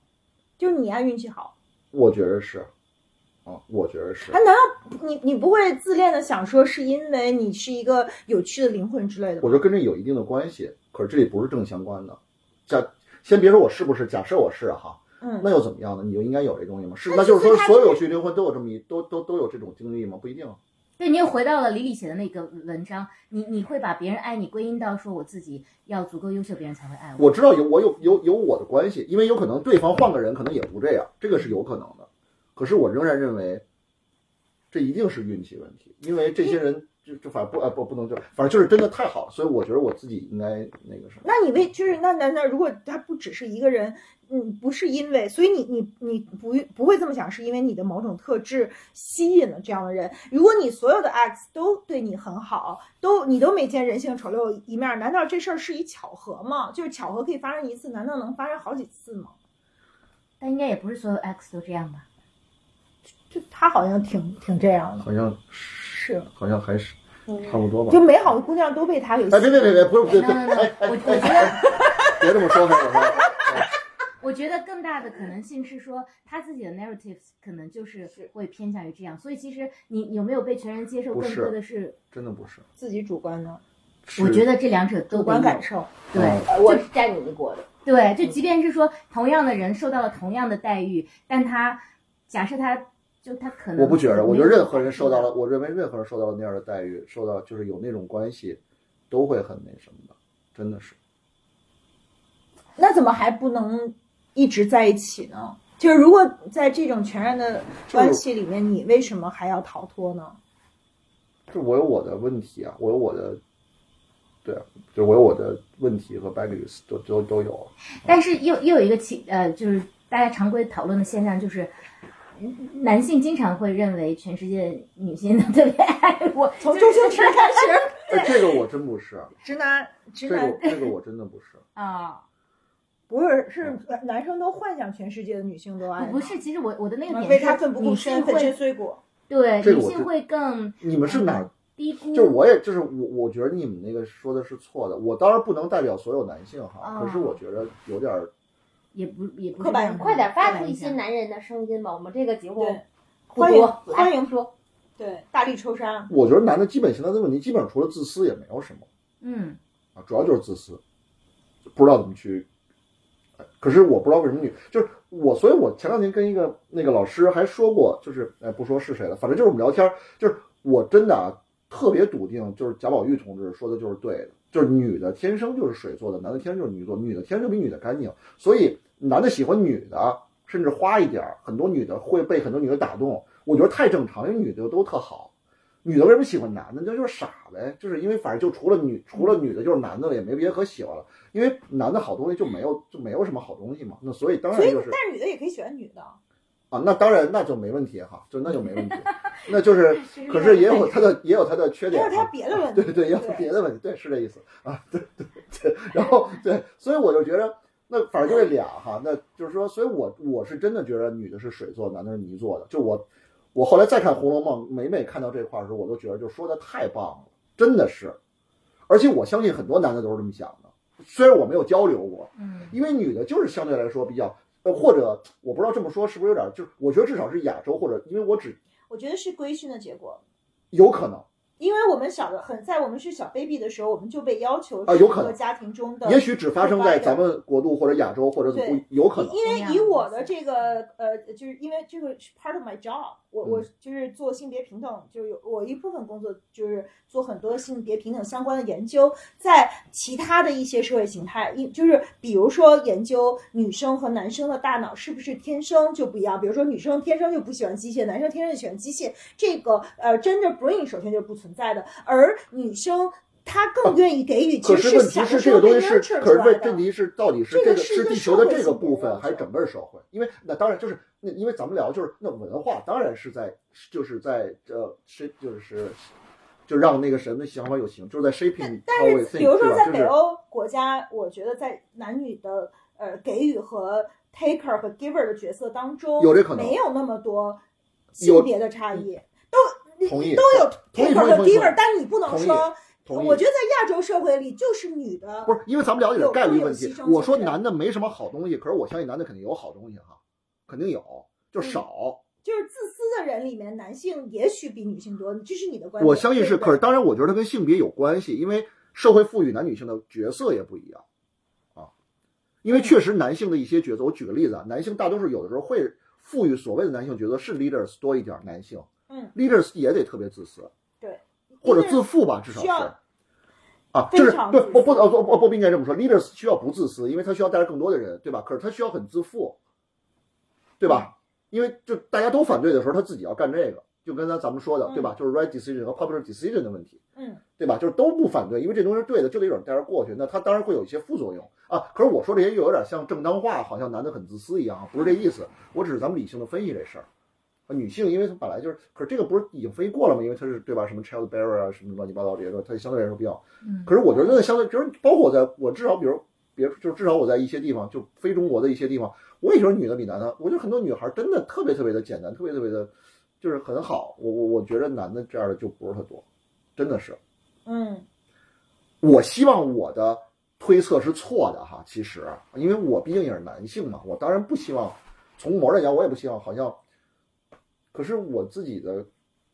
就是你按运气好，我觉得是，啊，我觉得是哎，。难道你你不会自恋的想说是因为你是一个有趣的灵魂之类的吗？我觉得跟这有一定的关系，可是这里不是正相关的。假先别说我是不是，假设我是啊哈，嗯，那又怎么样呢？你就应该有这东西吗？是，那那就就是是说他所这有个去灵魂都有这么一都都都有这种经历吗？不一定啊。对，你又回到了李李写的那个文章，你你会把别人爱你归因到说我自己要足够优秀，别人才会爱我。我知道有我有有有我的关系，因为有可能对方换个人可能也不这样，这个是有可能的。可是我仍然认为，这一定是运气问题，因为这些人就就反正不啊不不能就反正就是真的太好了，所以我觉得我自己应该那个什么。那你为就是那那那，如果他不只是一个人，嗯，不是因为，所以你你你不不会这么想，是因为你的某种特质吸引了这样的人。如果你所有的 X 都对你很好，都你都没见人性丑陋一面，难道这事儿是一巧合吗？就是巧合可以发生一次，难道能发生好几次吗？但应该也不是所有 X 都这样吧？就他好像挺挺这样的，好像是好像还是差不多吧就。美好的姑娘都被他给吸哎，别引。别别别，不是不对， No, 对 no, no. 哎哎我我哎觉哎，别这么说，别这么说。我觉得更大的可能性是说他自己的 narratives 可能就是会偏向于这样，所以其实你有没有被全然接受，不更是多的是，真的不是，自己主观的我觉得得这两者都主得有观感受，嗯对。呃我是站你一国的，对，就即便是说同样的人受到了同样的待遇，但他假设他就他可能我不觉没得，有我觉得任何人受到了，我认为任何人受到了那样的待遇，受到就是有那种关系，都会很那什么的，真的是。那怎么还不能一直在一起呢？就是如果在这种全然的关系里面，你为什么还要逃脱呢？就我有我的问题啊，我有我的，对啊，就我有我的问题和 baggage 都都都有。但是又又有一个其呃，就是大家常规讨论的现象，就是嗯男性经常会认为全世界女性都特别爱我，从就周是星驰开 始，哎，这个我真不是，啊直男直这个男我这个我真的不是。啊、不是是男生都幻想全世界的女性都爱呢，不是，其实我我的那个点为是他奋不顾女性身，粉身会碎骨。对这个女我性知会更你们是哪？低估，就是我也就是我，我觉得你们那个说的是错的。我当然不能代表所有男性哈，啊可是我觉得有点儿也不也不刻板是这样快点发刻出板一印些象男人的声音吧，我们这个节目对不欢迎多，来欢迎说，对，大力抽杀。我觉得男的基本形态的问题，基本上除了自私也没有什么嗯，啊，主要就是自私，不知道怎么去。哎可是我不知道为什么女，就是我，所以我前两天跟一个那个老师还说过，就是哎，不说是谁了，反正就是我们聊天儿，就是我真的啊，特别笃定，就是贾宝玉同志说的就是对的，就是女的天生就是水做的，男的天生就是女做，女的天生就比女的干净，所以男的喜欢女的，甚至花一点儿，很多女的会被很多女的打动，我觉得太正常，因为女的都特好，女的为什么喜欢男的？那就是傻呗，就是因为反正就除了女除了女的就是男的了，也没别可喜欢了，因为男的好东西就没有就没有什么好东西嘛，那所以当然所以就是，但女的也可以喜欢女的，啊，那当然那就没问题哈，就那就没 问题，那就是是这可样是也有他的也有他的缺也点有她啊，别 的问对题。对对，也有别的问题，对，是这意思啊，对对对，然后对，所以我就觉得，那反正就这俩哈，那就是说，所以我我是真的觉得女的是水做，男的是泥做的，就我我后来再看《红楼梦》，每每看到这块儿的时候，我都觉得就说的太棒了，真的是，而且我相信很多男的都是这么想的，虽然我没有交流过，嗯因为女的就是相对来说比较。呃，或者我不知道这么说是不是有点儿，就是我觉得至少是亚洲，或者因为我只我觉得是规训的结果，有可能，因为我们小的很，在我们是小 baby 的时候，我们就被要求啊有可能是一个家庭中的也许只发生在对咱们国度或者亚洲或者怎么对有可能。因同为样以的我东的西这个呃，就是因为这个是 part of my job，我我嗯就是做性别平等，就是有我一部分工作就是做很多性别平等相关的研究，在其他的一些社会形态，一就是比如说研究女生和男生的大脑是不是天生就不一样，比如说女生天生就不喜欢机械，男生天生就喜欢机械，这个呃 gender brain 首先就不存在的，而女生。她更愿意给予，其啊可实问题小是时这候个东西被是， nurture 可出是来问的问题是到底是这这个个是一是个地社球的会这性个的部分要还是求整个社会？因为那当然就是那因为咱们聊就是那文化当然是在就是在呃是就是就让那个什么想法有形，就是在 shaping 但 how we 是， think，比如说对吧在就北是欧国家，我觉得在男女的呃给予和 taker 和 giver 的角色当中，有这可能没有那么多有嗯性别的差异，都同意都有同意 taker 和同意同意 giver，但你不能同意说，同意我觉得在亚洲社会里，就是女的不是因为咱们聊的也是有概率会有问题牺牲。我说精神男的没什么好东西，可是我相信男的肯定有好东西哈，肯定有，就嗯少。就是自私的人里面，男性也许比女性多，这是你的观点。我相信是，对不可对是当然，我觉得它跟性别有关系，因为社会赋予男女性的角色也不一样啊。因为确实男性的一些角色，我举个例子啊，男性大多数有的时候会赋予所谓的男性角色是 leaders 多一点，男性，嗯，leaders 也得特别自私，对，或者自负吧，至少需要是。啊，非就是常对自，不不私呃不不不应该这么说，leaders 需要不自私，因为他需要带着更多的人，对吧？可是他需要很自负，对吧？因为就大家都反对的时候，他自己要干这个，就跟咱咱们说的，对吧？就是 right decision 和 popular decision 的问题，嗯，对吧？就是都不反对，因为这东西是对的，就得有人带着过去，那他当然会有一些副作用啊。可是我说这些又有点像正当化，好像男的很自私一样，啊不是这意思，我只是咱们理性的分析这事儿。啊女性，因为她本来就是，可是这个不是已经分析过了吗？因为她是对吧？什么 child bearer 啊，什么乱七八糟这些东西，她相对来说比较嗯可是我觉得那相对，就是包括我在我至少比如别就至少我在一些地方，就非中国的一些地方，我也觉得女的比男的，我觉得很多女孩真的特别特别的简单，特别特别的，就是很好。我我我觉得男的这样的就不是特多，真的是。嗯，我希望我的推测是错的哈，其实因为我毕竟也是男性嘛，我当然不希望从某来讲，我也不希望好像，可是我自己的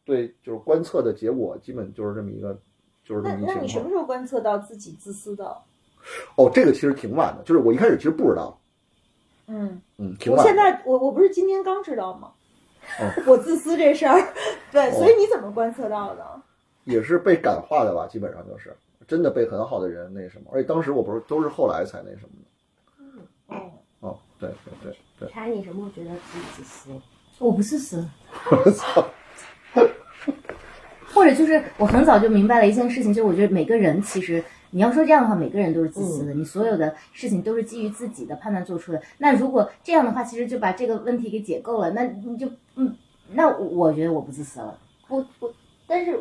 对就是观测的结果，基本就是这么一个，就是这那么一那情你什况么。时候观测到自己自私的？哦，这个其实挺晚的，就是我一开始其实不知道，嗯，嗯，挺我晚现的。在我我不是今天刚知道吗？哦我自私这事 儿，对，哦所以你怎么观测到的？也是被感化的吧，基本上就是真的被很好的人那什么，而且当时我不是都是后来才那什么的。嗯，哦，对对对对，查你什么时候觉得自己自私？哦我不 自私。或者就是我很早就明白了一件事情，就是我觉得每个人其实你要说这样的话，每个人都是自嗯私的，你所有的事情都是基于自己的判断做出的。那如果这样的话，其实就把这个问题给解构了，那你就嗯，那我觉得我不自私了。不不，但是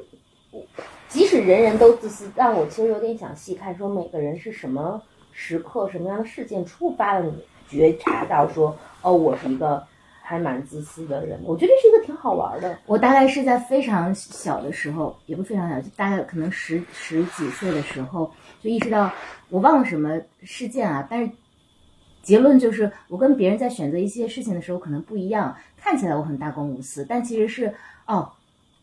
我即使人人都自私，但我其实有点想细看，说每个人是什么时刻、什么样的事件触发了你觉察到说，哦，我是一个还蛮自私的人。我觉得这是一个挺好玩的。我大概是在非常小的时候，也不是非常小，就大概可能十十几岁的时候，就意识到我忘了什么事件啊，但是结论就是我跟别人在选择一些事情的时候可能不一样，看起来我很大公无私，但其实是哦，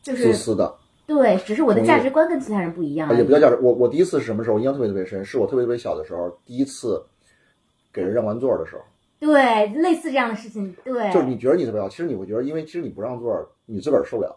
就是自私的，对，只是我的同意啊价值观跟其他人不一样而也不已。叫价值。我我第一次是什么时候？印象特别特别深，是我特别特别小的时候，第一次给人让完座的时候。对，类似这样的事情，对，就是你觉得你特别好，其实你会觉得，因为其实你不让座儿，你自个儿受不了，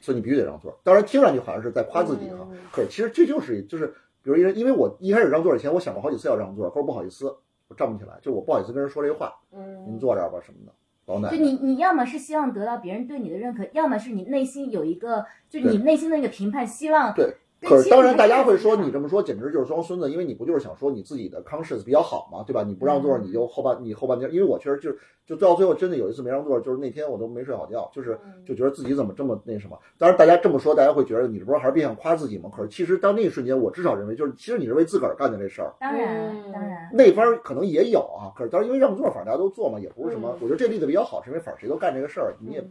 所以你必须得让座儿。当然听上去好像是在夸自己哈，嗯可是其实这就是就是，比如因为因为我一开始让座儿以前，我想过好几次要让座儿，可是我不好意思，我站不起来，就我不好意思跟人说这话，您嗯，坐这儿吧什么的，老奶就奶。你，你要么是希望得到别人对你的认可，要么是你内心有一个，就是你对内心的那个评判，希望对对可是其实当然，你大还家是会说自己你这么说简直就是装孙子，因为你不就是想说你自己的 conscious 比较好嘛，对吧？你不让座儿，你嗯就后半你后半天，因为我确实就是就到最后真的有一次没让座儿，就是那天我都没睡好觉，就是嗯就觉得自己怎么这么那什么。当然，大家这么说，大家会觉得你这不是还是变相夸自己吗？可是其实到那一瞬间，我至少认为就是其实你是为自个儿干的这事儿，当然，啊嗯当然，那边儿可能也有啊，可是当然因为让座，反正大家都做嘛，也不是什么。嗯我觉得这例子比较好，是因为反正谁都干这个事儿，你也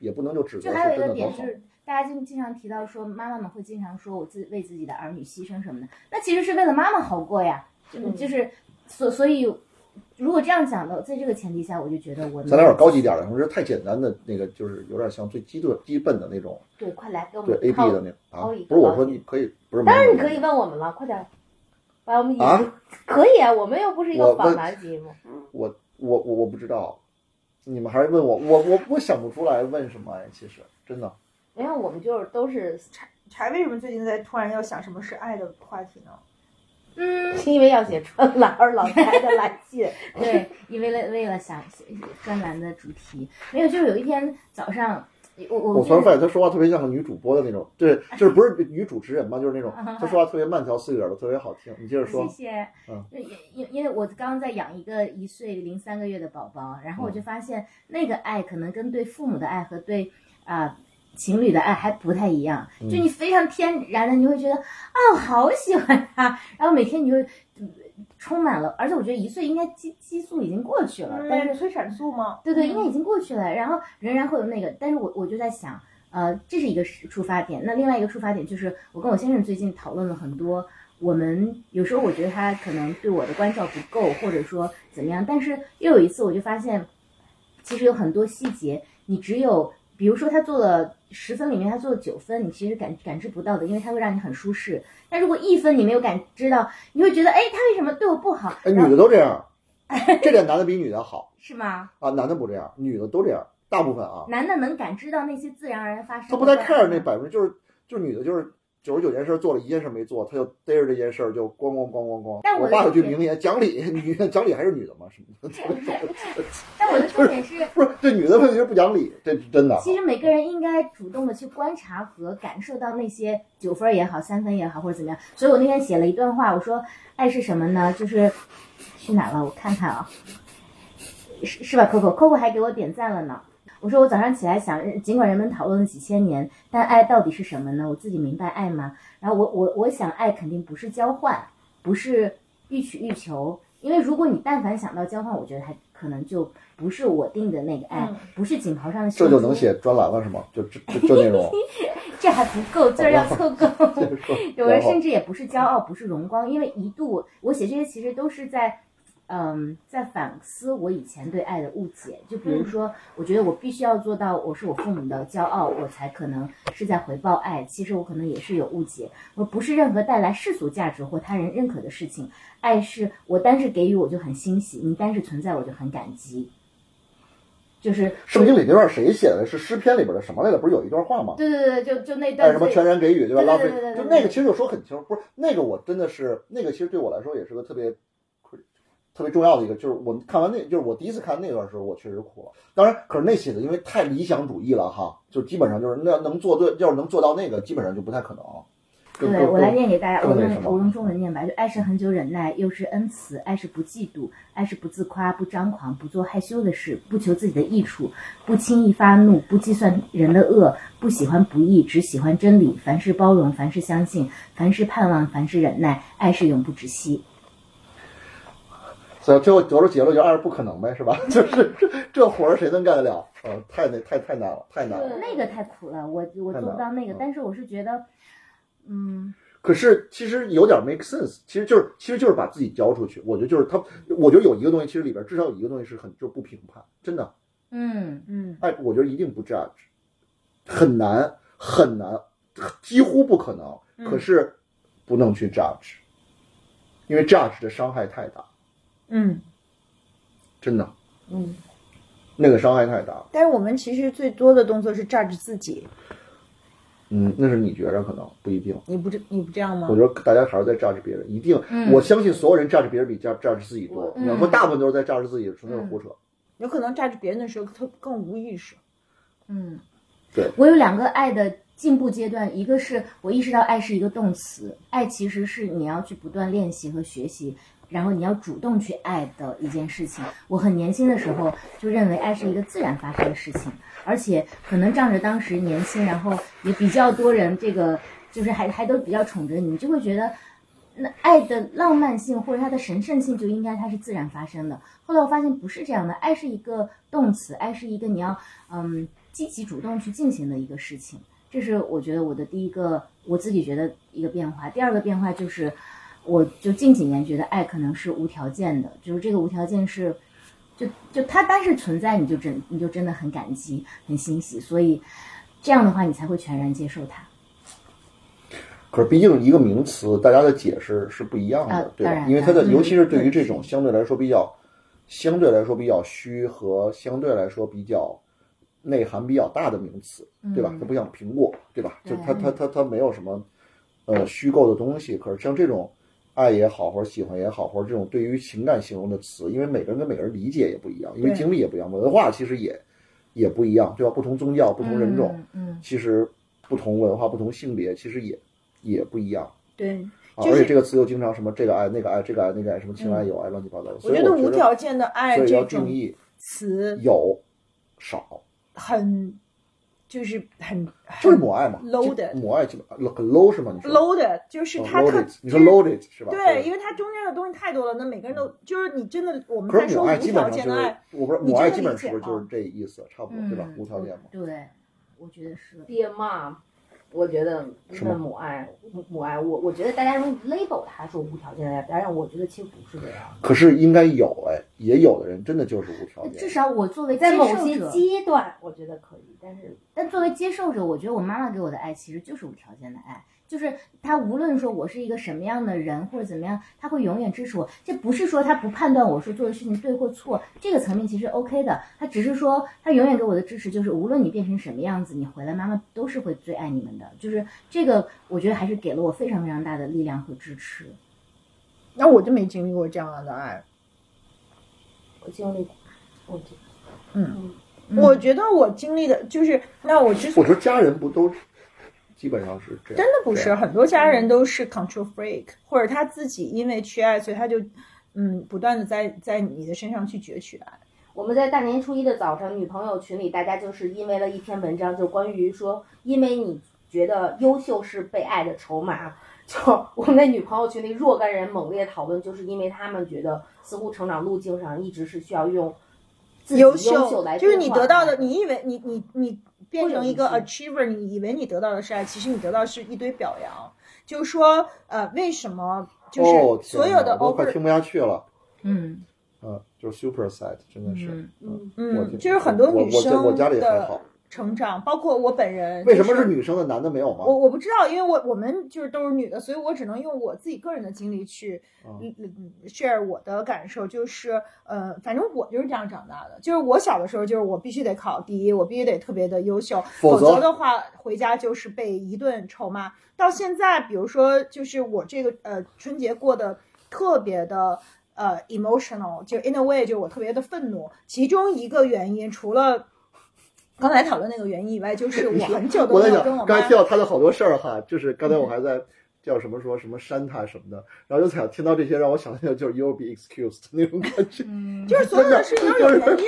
也不能就指责就是还有一真个的多点好就。是，大家经经常提到说，妈妈们会经常说我自为自己的儿女牺牲什么的，那其实是为了妈妈好过呀，就嗯就是所所以，如果这样讲的，在这个前提下，我就觉得我咱俩有点高级一点的，我觉得太简单的那个就是有点像最基本基本的那种，对，快来给我对们 A B 抛的那种啊抛一，个不是我高说级你可以，不是当然没你有可以问我们了，快点儿，把我们引啊，可以啊，我们又不是一个我访问谈节目。我我我我不知道，你们还是问我，我我我想不出来问什么哎，其实真的，没有，我们就是都是柴为什么最近在突然要想什么是爱的话题呢？嗯，因为要写春兰而老太的来 信，对，因为了为了想呃专栏的主题，没有，就是有一天早上，我我我就是突然发现他说话特别像个女主播的那种，对，就是不是女主持人嘛，就是 那种他说话特别慢条斯理的，特别好听。你接着说谢，谢嗯。因因因为我刚刚在养一个一岁零三个月的宝宝，嗯然后我就发现那个爱可能跟对父母的爱和对啊、情侣的爱还不太一样，嗯就你非常天然的你会觉得啊，我好喜欢他，然后每天你就。嗯充满了，而且我觉得一岁应该激激素已经过去嗯了，但是催产素吗？对对，应该已经过去了，然后仍然会有那个，但是我我就在想，呃，这是一个是出发点，那另外一个出发点就是我跟我先生最近讨论了很多，我们有时候我觉得他可能对我的关照不够，或者说怎么样，但是又有一次我就发现，其实有很多细节，你只有比如说他做了十分里面他做了九分，你其实感感知不到的，因为它会让你很舒适。但如果一分你没有感知到，你会觉得哎，他为什么对我不好？哎，然后女的都这样，这点男的比女的好是吗？啊，男的不这样，女的都这样，大部分啊，男的能感知到那些自然而然发生的他不怪太异吗，看着那百分之，就是就是女的就是。九十九件事做了一件事没做，他就逮着这件事儿就咣咣咣咣咣。但我我的爸有理句解名言：讲理， 女讲理还是女的吗？ 什么的？但我的重点是，不是，这女的问题是不讲理，这是真的。其实每个人应该主动的去观察和感受到那些九分儿也好、三分也好，或者怎么样。所以我那天写了一段话，我说爱是什么呢？就是去哪了？我看看啊，是是吧？Coco，Coco 还给我点赞了呢。我说我早上起来想，尽管人们讨论了几千年，但爱到底是什么呢？我自己明白爱吗？然后我我我想，爱肯定不是交换，不是欲取欲求，因为如果你但凡想到交换，我觉得还可能就不是我定的那个爱，嗯不是锦袍上的这就绣能珠写专栏了是吗？就这这这内 容，这还不够，字儿要凑 够。 有人然后甚至也不是骄傲，不是荣光，因为一度我写这些其实都是在，嗯，在反思我以前对爱的误解。就比嗯如说，我觉得我必须要做到我是我父母的骄傲，我才可能是在回报爱。其实我可能也是有误解，我不是任何带来世俗价值或他人认可的事情。爱是我单是给予我就很欣喜，你单是存在我就很感激。就是圣经里那段谁写的？是诗篇里边的什么来着？不是有一段话吗？对对对，就就那段爱什么最全然给予，对吧？对对浪费对对对，对就那个其实就说很清楚，不是那个我真的是那个，其实对我来说也是个特别特别重要的一个，就是我看完那，就是我第一次看那段时候，我确实哭了。当然，可是那写的因为太理想主义了哈，就基本上就是那能做对，要是能做到那个，基本上就不太可能。就对，我来。念给大家，更我那用什么我用中文念吧，就爱是很久忍耐，又是恩慈；爱是不嫉妒，爱是不自夸，不张狂，不做害羞的事，不求自己的益处，不轻易发怒，不计算人的恶，不喜欢不义，只喜欢真理。凡事包容，凡事相信，凡事盼望，凡事忍耐，爱是永不止息。所以最后得出结论就是爱是不可能呗，是吧？ 就是这这活儿谁能干得了？呃，太那太太难了，太难了。那个太苦了，我我太做难不到那个嗯，但是我是觉得，嗯，可是其实有点 make sense，其实就是其实就是把自己交出去。我觉得就是他，我觉得有一个东西，其实里边至少有一个东西是很就是不评判，真的嗯嗯，爱，我觉得一定不 judge，很难很难，几乎不可嗯能。可是不能去 judge，、因为 judge 的伤害太大，嗯真的嗯。那个伤害太大。但是我们其实最多的动作是 judge 自己，嗯，那是你觉着可能不一定。你不这你不这样吗我？觉得大家还是在 judge 别人，一定，嗯我相信所有人 judge 别人比 judge judge 自己多。嗯你要说大部分都是在 judge 自己，纯粹是胡扯。有可能 judge 别人的时候更更无意识。嗯，对我有两个爱的进步阶段，一个是我意识到爱是一个动词，爱其实是你要去不断练习和学习，然后你要主动去爱的一件事情。我很年轻的时候就认为爱是一个自然发生的事情，而且可能仗着当时年轻，然后也比较多人这个就是还还都比较宠着你，就会觉得。那爱的浪漫性或者它的神圣性就应该它是自然发生的。后来我发现不是这样的，爱是一个动词，爱是一个你要嗯积极主动去进行的一个事情。这是我觉得我的第一个我自己觉得一个变化。第二个变化就是，我就近几年觉得爱可能是无条件的，就是这个无条件是，就就它单是存在，你就真你就真的很感激很欣喜，所以这样的话你才会全然接受它。可是毕竟一个名词，大家的解释是不一样的，啊对当吧？然因为它的，当然尤其是对于这嗯种相对来说比较、相对来说比较虚和相对来说比较内涵比较大的名词，对吧嗯？它不像苹果，对吧？对就它它它它没有什么呃虚构的东西。可是像这种爱也好，或者喜欢也好，或者这种对于情感形容的词，因为每个人跟每个人理解也不一样，因为对经历也不一样，文化其实也也不一样，对吧？不同宗教、不同人种，嗯，其实不同文化、不同性别，其实也也不一样。对，啊就是而嗯且这个词又经常什么这个爱、那个爱、这个爱、那个爱，什么情爱、友爱，乱七八糟的。所以觉我得觉无条件的爱所以这要定种义词有少，很，就是很就是母爱嘛。 low 的就母爱基本很 low 是吗？你说 low 的，就是哦它特 loaded，你说就是 loaded 是吧？嗯对，因为它中间的东西太多了，那每个人都就是你真的，我们可在是说母无爱基本条上件就的是爱，，我不知道你母爱这基么本理解上是不是啊就是这意思，差不嗯不多对吧？无条件嘛。对，我觉得是。爹妈，我觉得是吗那母爱母母爱，我我觉得大家容易 label 它说无条件的爱，当然我觉得其实不是这样。可是应该有哎，也有的人真的就是无条至件。少我作为在接某受些者，阶段，我觉得可以，但是但作为接受者，我觉得我妈妈给我的爱其实就是无条件的爱，就是她无论说我是一个什么样的人或者怎么样，她会永远支持我。这不是说她不判断我说做的事情对或错，这个层面其实 OK 的。她只是说她永远给我的支持就是，无论你变成什么样子，你回来妈妈都是会最爱你们的。就是这个，我觉得还是给了我非常非常大的力量和支持。那我就没经历过这样的爱。我经历过，我觉嗯我觉得我经历的就是，那我之所我说家人不都基本上是这真样？的不是，很多家人都是 control freak，或者他自己因为缺爱，所以他就嗯不断的在在你的身上去攫取爱。我们在大年初一的早晨，女朋友群里，大家就是因为了一篇文章，就关于说，因为你觉得优秀是被爱的筹码，就我们在女朋友群里若干人猛烈讨论，就是因为他们觉得似乎成长路径上一直是需要用自己优优秀来就是你兑换得到的，爱你以为你你你变成一个会有一 achiever，你以为你得到的是爱，其实你得到的是一堆表扬。就是说，呃，为什么哦就，是天哪所有的我都快 over 听不下去了。嗯嗯，就是 super sad，真的是。嗯嗯，我嗯，挺就是很多我女我家生我家里还的好，成长，包括我本人。为什么就是女生的，男的没有吗？我我不知道，因为我我们就是都是女的，所以我只能用我自己个人的经历去嗯嗯嗯 share 我的感受。就是呃，反正我就是这样长大的。就是我小的时候，就是我必须得考第一，我必须得特别的优秀，否否则则的话回家就是被一顿臭骂。到现在，比如说就是我这个呃春节过得特别的。呃、emotional 就 in a way 就我特别的愤怒，其中一个原因除了刚才讨论那个原因以外，就是我很 久都我没在有跟想我，刚才妈听到他的好多事儿哈，就是刚才我还在叫什么说什么删他什么的，然后就想听到这些，让我想到就是 you'll be excused 那种感觉。嗯就是所有的啊事情都是有原因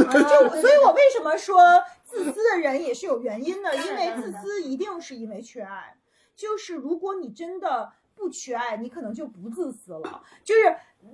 的，就所以，我为什么说自私的人也是有原因的？因为自私一定是因为缺爱。就是如果你真的不缺爱，你可能就不自私了。就是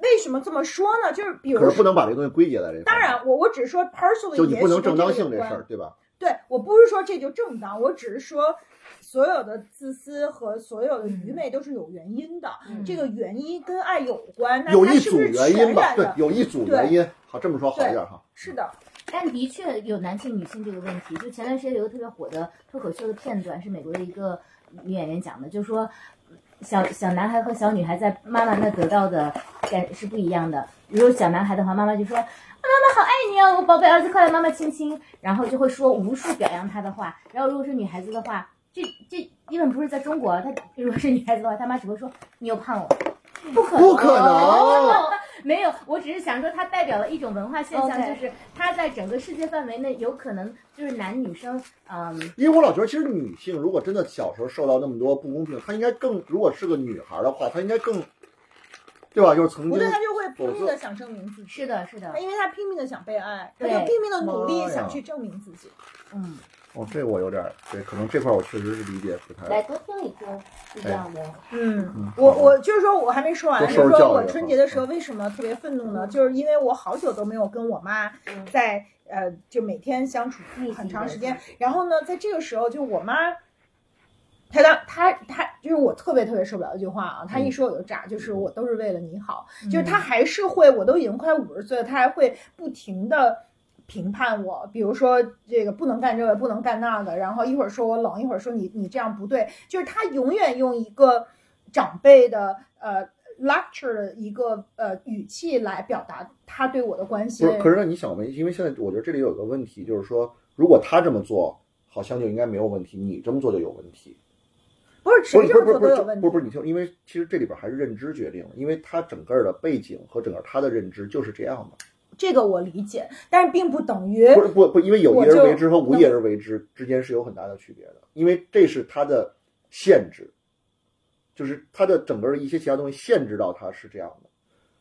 为什么这么说呢？就是比可如是不说，能把这东西归结在这。当，然我我只是说 personally，就你也许不跟能正当性有这关事儿，对吧？对我不是说这就正当，我只是说所有的自私和所有的愚昧都是有原因的。嗯这个原因跟爱有关，那有它一是不组是原因全吧，然对的，？有一组原因。好，这么说好一点哈。是的，但的确有男性、女性这个问题。就前段时间有一个特别火的脱口秀的片段，是美国的一个女演员讲的，就说小小男孩和小女孩在妈妈那得到的感是不一样的。如果小男孩的话，妈妈就说：“啊妈妈好爱你哦，我宝贝儿子，快来妈妈亲亲。”然后就会说无数表扬他的话。然后如果是女孩子的话，这这因为不是在中国，她如果是女孩子的话，她妈只会说：“你又胖了。”不可能，不哦可能！没有，我只是想说，它代表了一种文化现象 OK 就是它在整个世界范围内，有可能就是男女生，嗯，因为我老觉得，其实女性如果真的小时候受到那么多不公平，她应该更，如果是个女孩的话，她应该更，对吧？就是曾不经对，他就会拼否命则的想证明自己，是的，是的他，哎因为他拼命的想被爱，他对就拼命的努力妈呀想去证明自己。嗯，哦，这我有点儿对，可能这块儿我确实是理解不太。来多听一听不一样的，嗯，好我我就是说我还没说完，多就受是受教说育我啊春节的时候为什么特别愤怒呢？就是因为我好久都没有跟我妈嗯在呃就每天相处密集很长的时间，然后呢，在这个时候就我妈。她当她她就是我特别特别受不了一句话啊，她嗯一说我就炸，就是我都是为了你好，就是她还是会，我都已经快五十岁了，她还会不停的评判我，比如说这个不能干这个，不能干那个，然后一会儿说我冷，一会儿说你你这样不对，就是他永远用一个长辈的呃 lecture 的一个呃语气来表达他对我的关不心。是，可是那你想没？因为现在我觉得这里有一个问题，就是说，如果他这么做，好像就应该没有问题；你这么做就有问题。不是不谁是这不么是做不都是有就问题不是不。是你听，因为其实这里边还是认知决定，因为他整个的背景和整个他的认知就是这样的。这个我理解，但是并不等于不是不不，因为有意哎我就而为之和无意而为之之间是有很大的区别的，因为这是他的限制，就是他的整个的一些其他东西限制到他是这样的。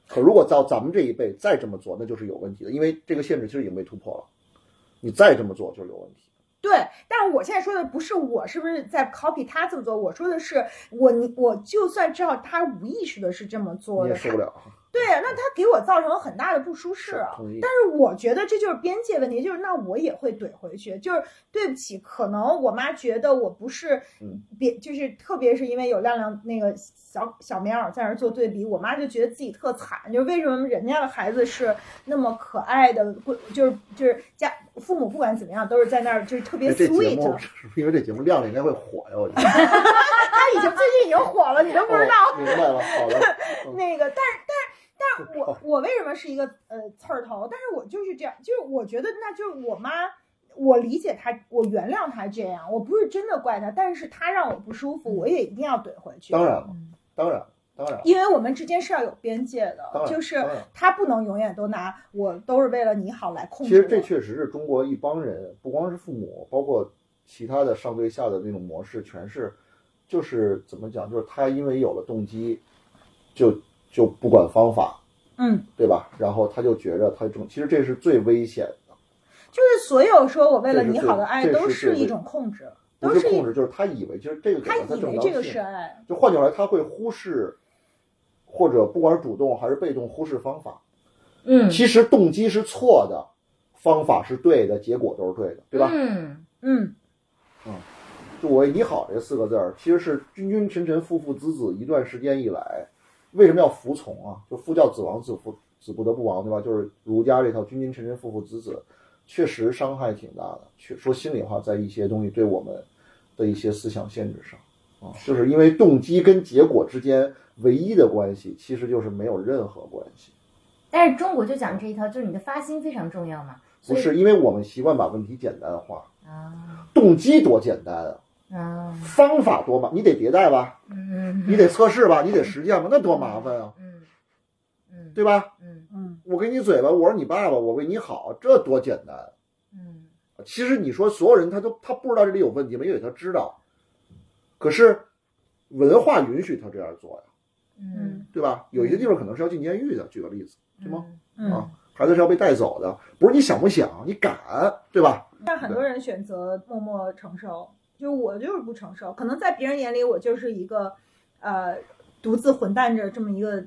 可如果到咱们这一辈再这么做，那就是有问题的，因为这个限制其实已经被突破了。你再这么做就是有问题。对，但是我现在说的不是我是不是在 copy 他这么做，我说的是我你我就算知道他无意识的是这么做你的也，受不了。啊对，那他给我造成了很大的不舒适啊。同意但是我觉得这就是边界问题，就是那我也会怼回去，就是对不起，可能我妈觉得我不是嗯别，就是特别是因为有亮亮那个小小棉袄在那儿做对比，我妈就觉得自己特惨，就是为什么人家的孩子是那么可爱的，不就是就是家父母不管怎么样都是在那儿 就是特别哎这节 sweet，目是 不是因为这节目亮了应该会火呀？我觉得他哎已经最近已经火了，你都 不知道。哦明白了，好的，嗯那个，但是但是但是我我为什么是一个呃刺儿头？但是我就是这样，就是我觉得那就是我妈，我理解她，我原谅她这样，我不是真的怪她，但是她让我不舒服，我也一定要怼回去。嗯当然了，当然，当然，因为我们之间是要有边界当的，然就是当然她不能永远都拿我都是为了你好来控其制实我。这确实是中国一帮人，不光是父母，包括其他的上对下的那种模式，全是就是怎么讲，就是他因为有了动机，就就不管方法，嗯，对吧？然后他就觉着他中，其实这是最危险的，就是所有说我为了这是你最好的爱这是都是最一种控制，不都是一控制，就是他以为，就是这个给她了他以正为当这个性是。爱。就换句话来，他会忽视，或者不管是主动还是被动，忽视方法。嗯，其实动机是错的，方法是对的，结果都是对的，对吧？嗯，嗯，就我为你好这四个字儿，其实是君君臣臣父父子子一段时间以来，为什么要服从啊？就夫教子亡，子服子不得不亡，对吧？就是儒家这套君君臣臣父父子子，确实伤害挺大的。去说心里话，在一些东西对我们的一些思想限制上。啊，就是因为动机跟结果之间唯一的关系，其实就是没有任何关系。但是中国就讲这一套，就是你的发心非常重要嘛。不是因为我们习惯把问题简单化，啊动机多简单啊，啊方法多嘛，你得迭代吧，嗯你得测试吧，你得实践吧，那多麻烦啊，嗯嗯对吧？嗯我给你嘴巴，我是你爸爸，我为你好，这多简单。啊嗯其实你说所有人他都他不知道这里有问题吗？因为他知道，可是文化允许他这样做呀，嗯，对吧？有一些地方可能是要进监狱的，举个例子，对吗？嗯啊，孩子是要被带走的，不是你想不想，你敢，对吧？但很多人选择默默承受，就我就是不承受。可能在别人眼里，我就是一个呃独自混蛋着这么一个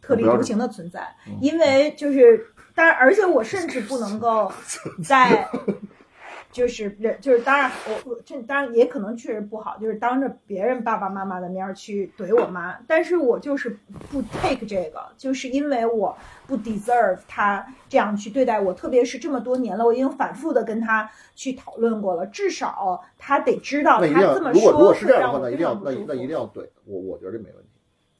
特立独行的存在嗯，因为就是，当然，而且我甚至不能够在。就是人，就是当然，我我这当然也可能确实不好，就是当着别人爸爸妈妈的面儿去怼我妈，但是我就是不 take 这个，就是因为我不 deserve 他这样去对待我，特别是这么多年了，我已经反复的跟他去讨论过了，至少他得知道那一定他要这，么如果如说果是会这样的让话，我那非常不舒一定要那那一定服。要怼我，我觉得这没问题。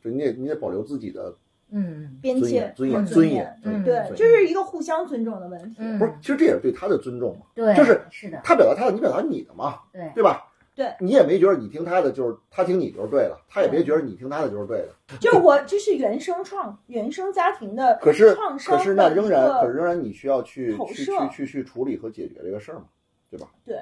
就你得你得保留自己的嗯边尊严界、尊和严尊尊严，嗯对，就是一个互相尊重的问题。嗯，不是，其实这也是对他的尊重嘛。对，就是是的，他表达他的，你表达你的嘛，对，对吧？对，你也没觉得你听他的就是他听你就是对的，他也没觉得你听他的就是对的。就我这是原生创、原生家庭的可是创伤可的是那一仍然个可是仍然你需要去投去去射去去处理和解决这个事儿嘛，对吧？对，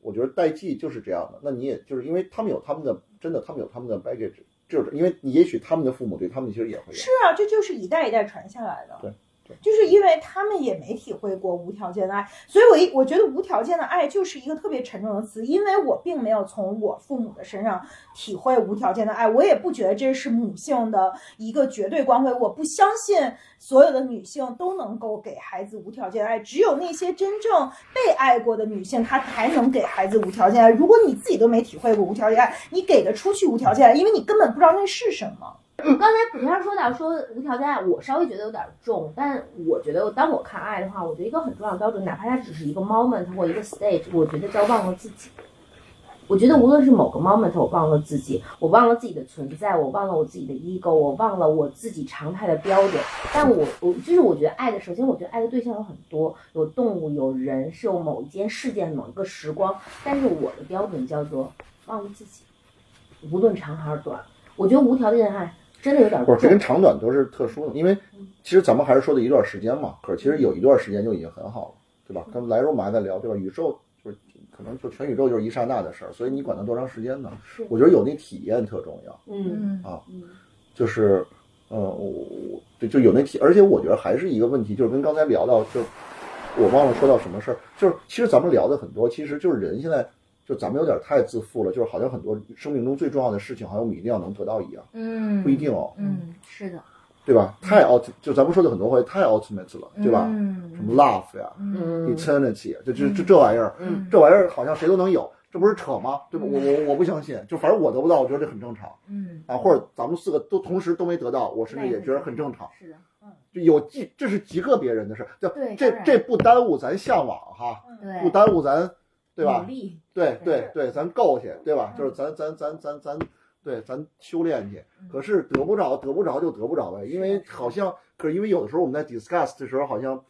我觉得代际就是这样的。那你也就是因为他们有他们的真的，他们有他们的 baggage，就是因为你也许他们的父母对他们其实也会有是。啊，这就是一代一代传下来的。对对就是因为他们也没体会过无条件的爱，所以我一我觉得无条件的爱就是一个特别沉重的词，因为我并没有从我父母的身上体会无条件的爱，我也不觉得这是母性的一个绝对光辉，我不相信所有的女性都能够给孩子无条件的爱，只有那些真正被爱过的女性，她才能给孩子无条件的爱。如果你自己都没体会过无条件的爱，你给得出去无条件的爱，因为你根本不知道那是什么。刚才平常说到说无条件爱，我稍微觉得有点重，但我觉得当我看爱的话，我觉得一个很重要的标准，哪怕它只是一个 moment 或一个 stage，我觉得叫忘了自己。我觉得无论是某个 moment，我忘了自己，我忘了自己的存在，我忘了我自己的 ego，我忘了我自己常态的标准。但我我就是我觉得爱的，首先我觉得爱的对象有很多，有动物，有人，是有某一件事件、某一个时光。但是我的标准叫做忘了自己，无论长还是短。我觉得无条件的爱真的有点不是，这重跟。长短都是特殊的，因为其实咱们还是说的一段时间嘛。可是其实有一段时间就已经很好了，对吧？跟来时候我们还在聊，对吧？宇宙就是可能就全宇宙就是一刹那的事儿，所以你管它多长时间呢？是我觉得有那体验特重要，嗯嗯嗯就是，呃，我我就就有那体，而且我觉得还是一个问题，就是跟刚才聊到，就是我忘了说到什么事儿，就是其实咱们聊的很多，其实就是人现在就咱们有点太自负了，就是好像很多生命中最重要的事情，好像我们一定要能得到一样，嗯，不一定哦。嗯，是的，对吧？太 out，就咱们说的很多回，太 ultimate 了，对吧？嗯什么 love 呀、嗯 eternity，这这这这玩意儿，嗯这玩意儿好像谁都能有，这不是扯吗？对吧？我我我不相信，就反正我得不到，我觉得这很正常嗯啊，或者咱们四个都同时都没得到，我甚至也觉得很正常。是的，就有极，这是极个别人的事，就对这当然这不耽误咱向往哈，对，不耽误咱，对吧努？力，对对是对，咱够去，对吧？嗯就是咱咱咱咱咱，对，咱修炼去。可是得不着，得不着就得不着呗，因为好像，可是因为有的时候我们在 discuss 的时候，好像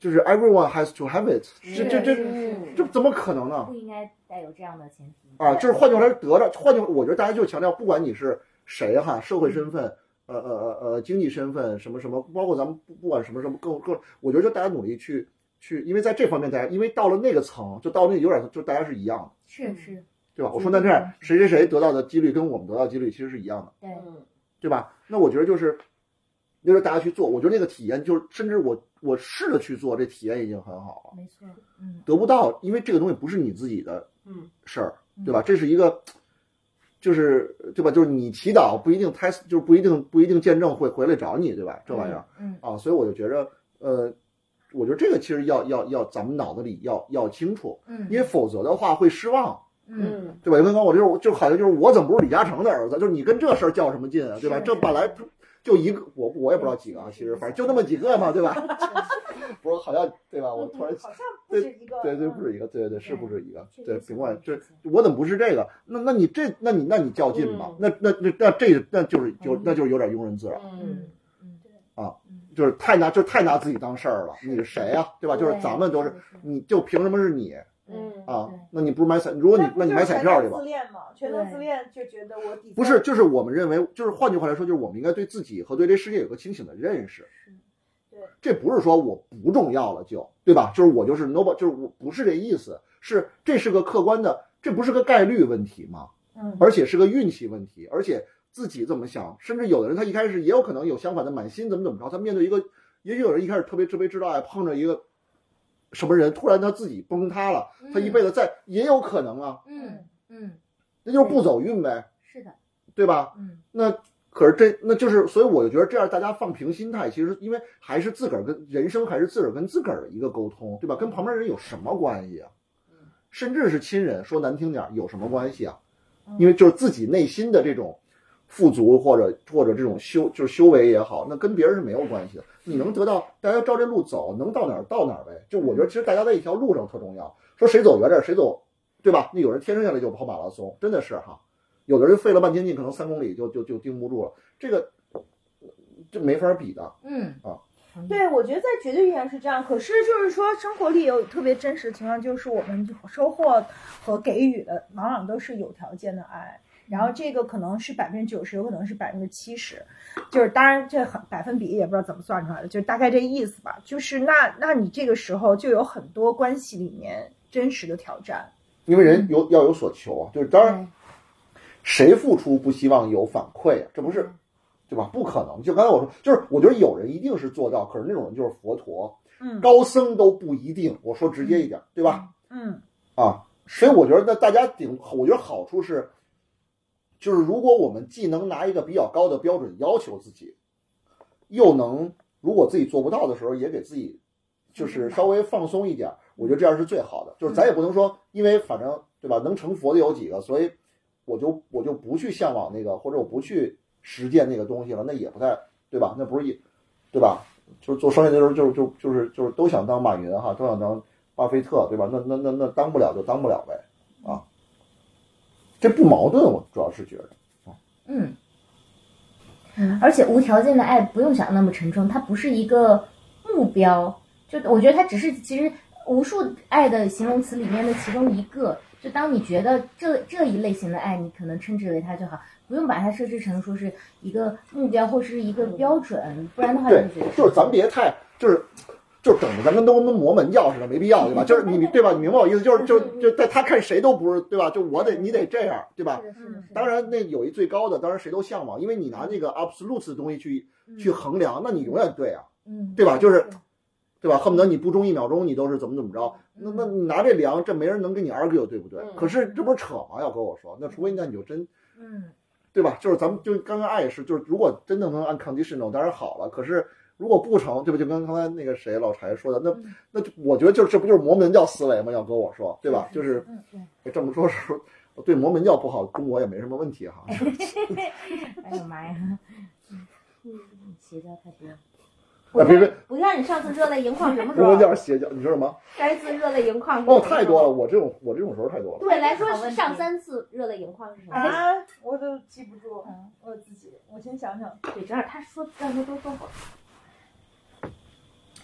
就是 everyone has to have it，这这这嗯这怎么可能呢？不应该带有这样的前提。啊，就是换句话来说，得着，换句话，我觉得大家就强调，不管你是谁哈，社会身份，呃呃呃呃，经济身份，什么什么，包括咱们不不管什么什么，更更，我觉得就大家努力去去，因为在这方面，大家因为到了那个层，就到那有点，就大家是一样的，是是，对吧？我说那这样，谁谁谁得到的几率跟我们得到的几率其实是一样的。对，对吧？那我觉得就是，就是大家去做，我觉得那个体验就是，甚至我我试着去做，这体验已经很好了。没错，得不到，因为这个东西不是你自己的嗯事儿，对吧？这是一个，就是对吧？就是你祈祷不一定胎，就是不一定不一定见证会回来找你，对吧？这玩意儿，嗯啊，所以我就觉着，呃，我觉得这个其实要要要咱们脑子里要要清楚，嗯因为否则的话会失望。嗯对吧？刚刚我就是就好像就是我怎么不是李嘉诚的儿子？就是你跟这事儿较什么劲啊？对吧？是这本来他就一个，我我也不知道几个啊，其实反正就那么几个嘛，对吧？ 不是好像对吧？我突然好像不止一个，嗯对对不是是一个，对对是不是一个？确实嗯对，是甭管这这样我怎么不是这个？那那你这那你那你较劲嘛嗯？那那那那这那就是就那就是有点庸人自扰，嗯就是太拿就太拿自己当事儿了。你是谁呀、对吧？就是对咱们都是，你就凭什么是你嗯啊对？那你不是买彩？如果你那你买彩票去吧自。恋嘛，全都自恋就觉得我底不是，就是我们认为，就是换句话来说，就是我们应该对自己和对这世界有个清醒的认识。对这不是说我不重要了就，对吧？就是我就是 nobody，就是我不是这意思，是这是个客观的，这不是个概率问题吗？嗯而且是个运气问题，而且自己怎么想，甚至有的人他一开始也有可能有相反的满心怎么怎么着，他面对一个，也许有人一开始特别特别知道哎，碰着一个什么人，突然他自己崩塌了，他一辈子再也有可能啊，嗯嗯，那就是不走运呗。是的，对吧？嗯，那可是这那就是，所以我就觉得这样大家放平心态，其实因为还是自个儿跟人生还是自个儿跟自个儿的一个沟通，对吧？跟旁边人有什么关系啊？嗯甚至是亲人，说难听点儿有什么关系啊？嗯因为就是自己内心的这种富足或者或者这种修就是修为也好，那跟别人是没有关系的。你能得到，大家照这路走，能到哪儿到哪儿呗。就我觉得其实大家在一条路上特重要，说谁走远点儿谁走，对吧？那有人天生下来就跑马拉松，真的是哈。有的人费了半天劲，可能三公里就就就盯不住了，这个这没法比的。嗯对，我觉得在绝对意义上是这样。可是就是说，生活里有特别真实的情况，就是我们收获和给予的往往都是有条件的爱。然后这个可能是百分之九十，有可能是百分之七十，就是当然这很百分比也不知道怎么算出来的，就是大概这意思吧。就是那那你这个时候就有很多关系里面真实的挑战，因为人有要有所求啊，就是当然，谁付出不希望有反馈啊？这不是，对吧？不可能。就刚才我说，就是我觉得有人一定是做到，可是那种人就是佛陀，嗯高僧都不一定。我说直接一点，对吧？嗯啊，所以我觉得那大家顶，我觉得好处是，就是如果我们既能拿一个比较高的标准要求自己，又能如果自己做不到的时候，也给自己就是稍微放松一点儿，我觉得这样是最好的。就是咱也不能说，因为反正对吧，能成佛的有几个，所以我就我就不去向往那个，或者我不去实践那个东西了，那也不太对吧？那不是也对吧？就是做商业的时候，就是就就是就是都想当马云哈，都想当巴菲特，对吧？那那那那当不了就当不了呗，啊，这不矛盾，我主要是觉得，嗯。而且无条件的爱不用想那么沉重，它不是一个目标，就我觉得它只是其实无数爱的形容词里面的其中一个。就当你觉得这这一类型的爱，你可能称之为它就好，不用把它设置成说是一个目标或是一个标准，不然的话你对会觉得，就是咱别太就是。就是整的咱跟都跟磨门钥似的，没必要，对吧？就是你，对吧？你明白我意思？就是，就就在他看谁都不是，对吧？就我得，你得这样，对吧？是的，是的，是的当然，那有一最高的，当然谁都向往，因为你拿那个 absolute 的东西去、去衡量，那你永远对啊，嗯，对吧？就是，对吧？恨不得你不中一秒钟，你都是怎么怎么着。那嗯那你拿这量，这没人能跟你 argue，对不对？嗯可是这不是扯吗？要跟我说，那除非那你就真嗯，对吧？就是咱们就刚刚爱也是，就是如果真的能按 conditional，当然好了。可是如果不成，对吧？就跟刚才那个谁老柴说的，那那就我觉得就是这不就是摩门教思维吗？要跟我说，对吧？就是哎这么说是我对摩门教不好，中国也没什么问题 哈。哎呀妈呀，嗯，邪教太多啊，了。别别，不像你上次热泪盈眶什么时摩门候？教是邪教，你说什么？上一次热泪盈眶哦，太多了，。我这种我这种时候太多了。对，来说是上三次热泪盈眶是什么？啊，我嗯都记不住，我自己，我先想想。对，正好他说让他多说会儿。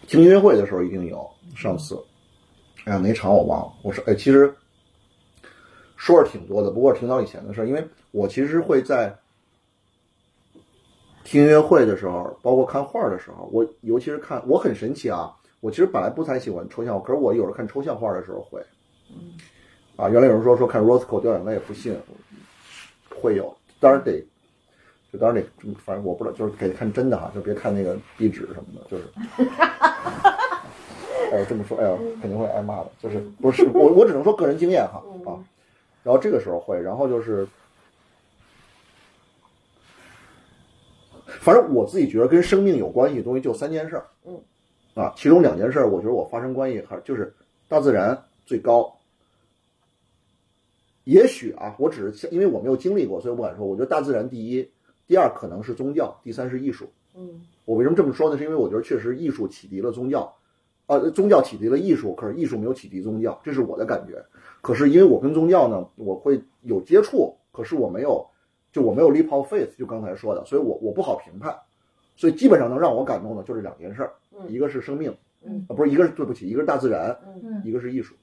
听音乐会的时候一定有，上次，哎呀哪场我忘了。我说哎，其实说是挺多的，不过是挺早以前的事儿，因为我其实会在听音乐会的时候，包括看画的时候，我尤其是看我很神奇啊，我其实本来不太喜欢抽象，可是我有时候看抽象画的时候会，啊，原来有人说说看 Roscoe 掉眼泪不信，会有，当然得。就当然得，反正我不知道，就是给看真的哈，就别看那个壁纸什么的，就是哎呦，这么说，哎呦，肯定会挨骂的。就是不是我，我只能说个人经验哈啊。然后这个时候会，然后就是，反正我自己觉得跟生命有关系的东西就三件事儿。嗯。啊，其中两件事儿，我觉得我发生关系还就是大自然最高。也许啊，我只是因为我没有经历过，所以我不敢说。我觉得大自然第一，第二可能是宗教，第三是艺术。嗯我为什么这么说呢？是因为我觉得确实艺术启迪了宗教，呃，宗教启迪了艺术，可是艺术没有启迪宗教，这是我的感觉。可是因为我跟宗教呢，我会有接触，可是我没有，就我没有 leap of faith，就刚才说的，所以我我不好评判。所以基本上能让我感动的就这两件事儿，嗯一个是生命，嗯啊，不是一个是对不起，一个是大自然，嗯，嗯一个是艺术。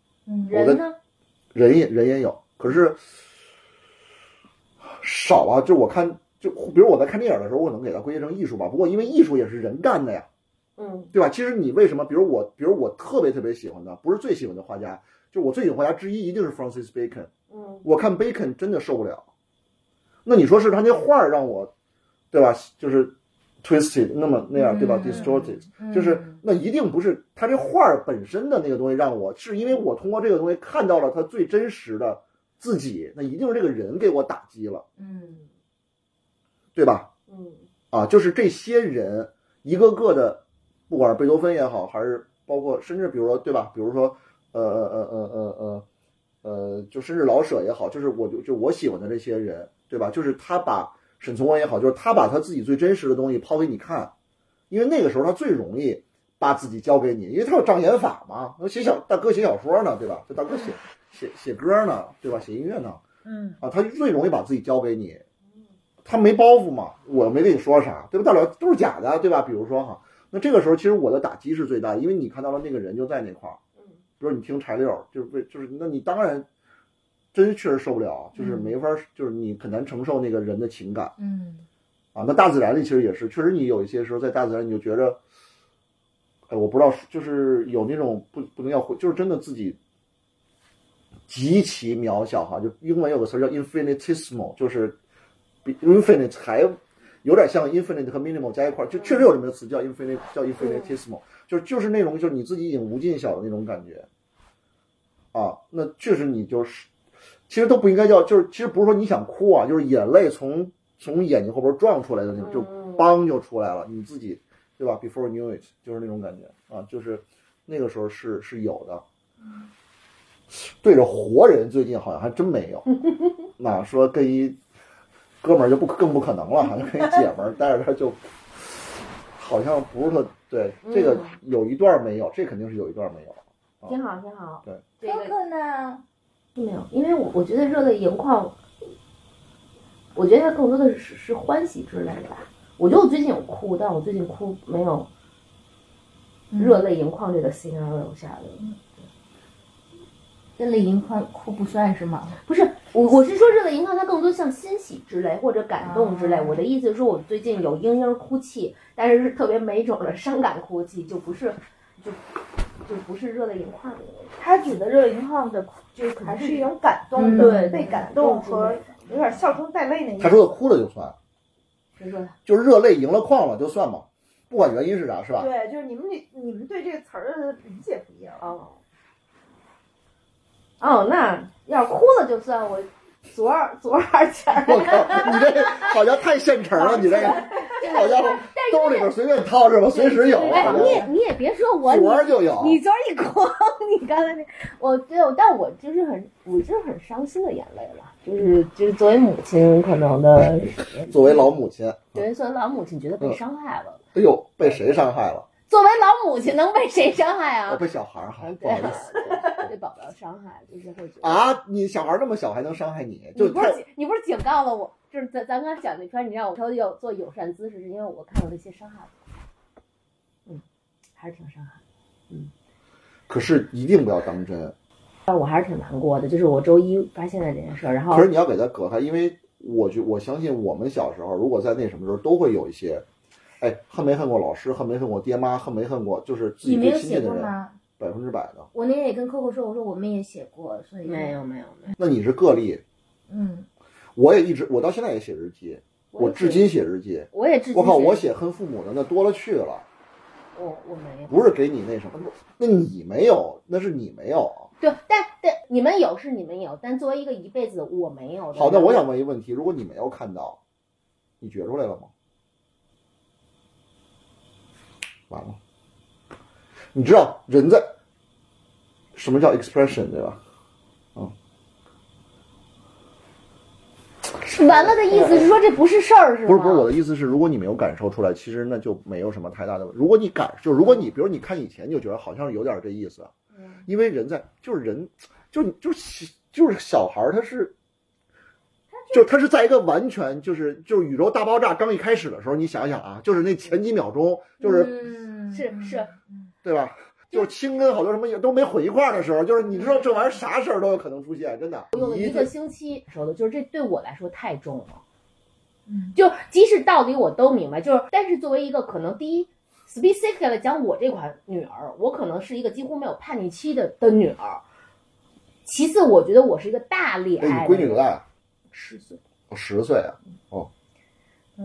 我的人呢？人也人也有，可是少啊。就我看，就比如我在看电影的时候，我可能给它归结成艺术吧。不过因为艺术也是人干的呀，嗯对吧？其实你为什么，比如我，比如我特别特别喜欢的，不是最喜欢的画家，就我最喜欢画家之一一定是 Francis Bacon。嗯我看 Bacon 真的受不了。那你说是他那画儿让我，对吧？就是 twisted 那么那样，对吧嗯？distorted 就是那一定不是他这画儿本身的那个东西让我，是因为我通过这个东西看到了他最真实的自己，那一定是这个人给我打击了，嗯对吧？嗯啊，就是这些人一个个的，不管是贝多芬也好，还是包括甚至比如说对吧，比如说呃呃呃呃呃呃呃，就甚至老舍也好，就是我就就我喜欢的这些人，对吧？就是他把沈从文也好，就是他把他自己最真实的东西抛给你看，因为那个时候他最容易把自己交给你，因为他有障眼法嘛，那写小大哥写小说呢，对吧？这大哥写写写歌呢，对吧？写音乐呢，嗯，啊，他最容易把自己交给你，嗯他没包袱嘛，我没跟你说啥，对吧？大不了都是假的，对吧？比如说哈，那这个时候其实我的打击是最大的，因为你看到了那个人就在那块儿，嗯比如你听柴六，就是为就是那你当然真确实受不了，就是没法，就是你很难承受那个人的情感嗯，啊。那大自然里其实也是，确实你有一些时候在大自然你就觉着，哎，我不知道，就是有那种不不能要回，就是真的自己极其渺小哈。就英文有个词儿叫 infinitesimal，就是比 infinite 还有点像 infinite 和 minimal 加一块儿，就确实有这么个词叫 infinite 叫 infinitesimal，就就是那种就是你自己已经无尽小的那种感觉啊。那确实你就是。其实都不应该叫，就是其实不是说你想哭啊，就是眼泪从从眼睛后边撞出来的那种，就嗯梆就出来了，你自己对吧？Before you knew it，就是那种感觉啊，就是那个时候是是有的。对着活人，最近好像还真没有。那说跟一哥们儿就不更不可能了，好像跟一姐们儿待着他就好像不是特对。这个嗯有一段没有，这肯定是有一段没有。挺好挺好。对，这个呢？没有，因为我我觉得热泪盈眶，我觉得它更多的是是欢喜之类的吧。我觉得我最近有哭，但我最近哭没有热泪盈眶这个啊 C N O 下的。热泪盈眶哭不算是吗？不是我，我是说热泪盈眶，它更多像欣喜之类或者感动之类。啊我的意思是说，我最近有嘤嘤哭泣，但是是特别没种的伤感哭泣，就不是就就不是热泪盈眶的那种。他指的热盈眶的，就是还是一种感动嗯对的，对被对感动对和有点笑中带泪那一他说的哭了就算，谁说的？就是热泪盈了眶了就算嘛，不管原因是啥，是吧？对，就是你们对你们对这个词儿的理解不一样。哦，哦，那要哭了就算我左耳左耳角儿，我靠，你这好像太现成了，你这对好家伙，兜里边随便掏是吧？随时有，哎， 好你也像你也别说我，你左儿就有。你昨儿一狂， 你刚才那，我对，但我就是很，我就是很伤心的眼泪了，就是就是作为母亲可能的，嗯作为老母亲，哎对，作为老母亲觉得被伤害了。呦，被谁伤害了？作为老母亲能被谁伤害我啊？被小孩儿害，嗯不对好意思。被宝宝伤害，就是会觉得啊，你小孩儿那么小还能伤害你？你就不太是警你不是警告了我，就是咱咱刚讲那篇，你让我说有做友善姿势，是因为我看到了一些伤害我，嗯，还是挺伤害的，可是一定不要当真。但我还是挺难过的。就是我周一发现了这件事儿，然后可是你要给他隔开，因为我觉我相信我们小时候，如果在那什么时候，都会有一些，哎，恨没恨过老师，恨没恨过爹妈，恨没恨过就是自己你没最有亲近写的过人，吗？百分之百的。我那天也跟 Coco 说，我说我们也写过，所以没有没有没有，那你是个例，嗯，我也一直，我到现在也写日记，我至今写日记。我也至今我靠，写我写恨父母的那多了去了，我我没有。不是给你那什么，那你没有，那是你没有。对，但但你们有是你们有，但作为一个一辈子我没有的。好，那我想问一个问题：如果你没有看到，你觉出来了吗？完了，你知道人在什么叫 expression 对吧？完了的意思是说这不是事儿是吗？不是不是，我的意思是，如果你没有感受出来，其实那就没有什么太大的问。如果你感，就如果你，比如你看以前，你就觉得好像是有点这意思，啊嗯因为人在就是人，就是就是就是小孩儿，他是。就他是在一个完全就是就是宇宙大爆炸刚一开始的时候，你想想啊，就是那前几秒钟，就是嗯是是，对吧？就是青跟好多什么也都没混一块儿的时候，就是你知道这玩意儿啥事儿都有可能出现，真的。我用了一一个个星期说的，就是这对我来说太重了。嗯，就即使道理我都明白，就是但是作为一个可能第一 specific 来讲，我这款女儿，我可能是一个几乎没有叛逆期的的女儿。其次，我觉得我是一个大恋哎，爱你闺女多的大呀？十岁。十岁啊。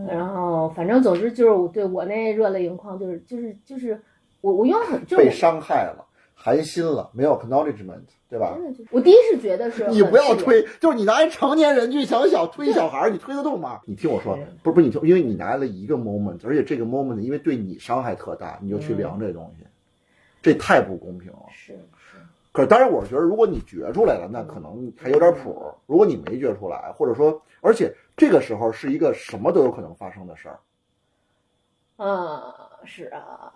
然后反正总之就是我对我那热泪盈眶，就是就是就是我我用很就是被伤害了，寒心了，没有 acknowledgement，对吧真？的就是我第一是觉得是你不要嗯很推，就是你拿一成年人去想小推小孩儿，你推得动吗？你听我说是，不是不是你听，因为你拿了一个 moment，而且这个 moment 因为对你伤害特大，你就去嗯量这东西，这太不公平了。是是可是，当然，我是觉得，如果你觉出来了，那可能还有点谱嗯儿；如果你没觉出来，或者说，而且这个时候是一个什么都有可能发生的事儿。嗯是啊，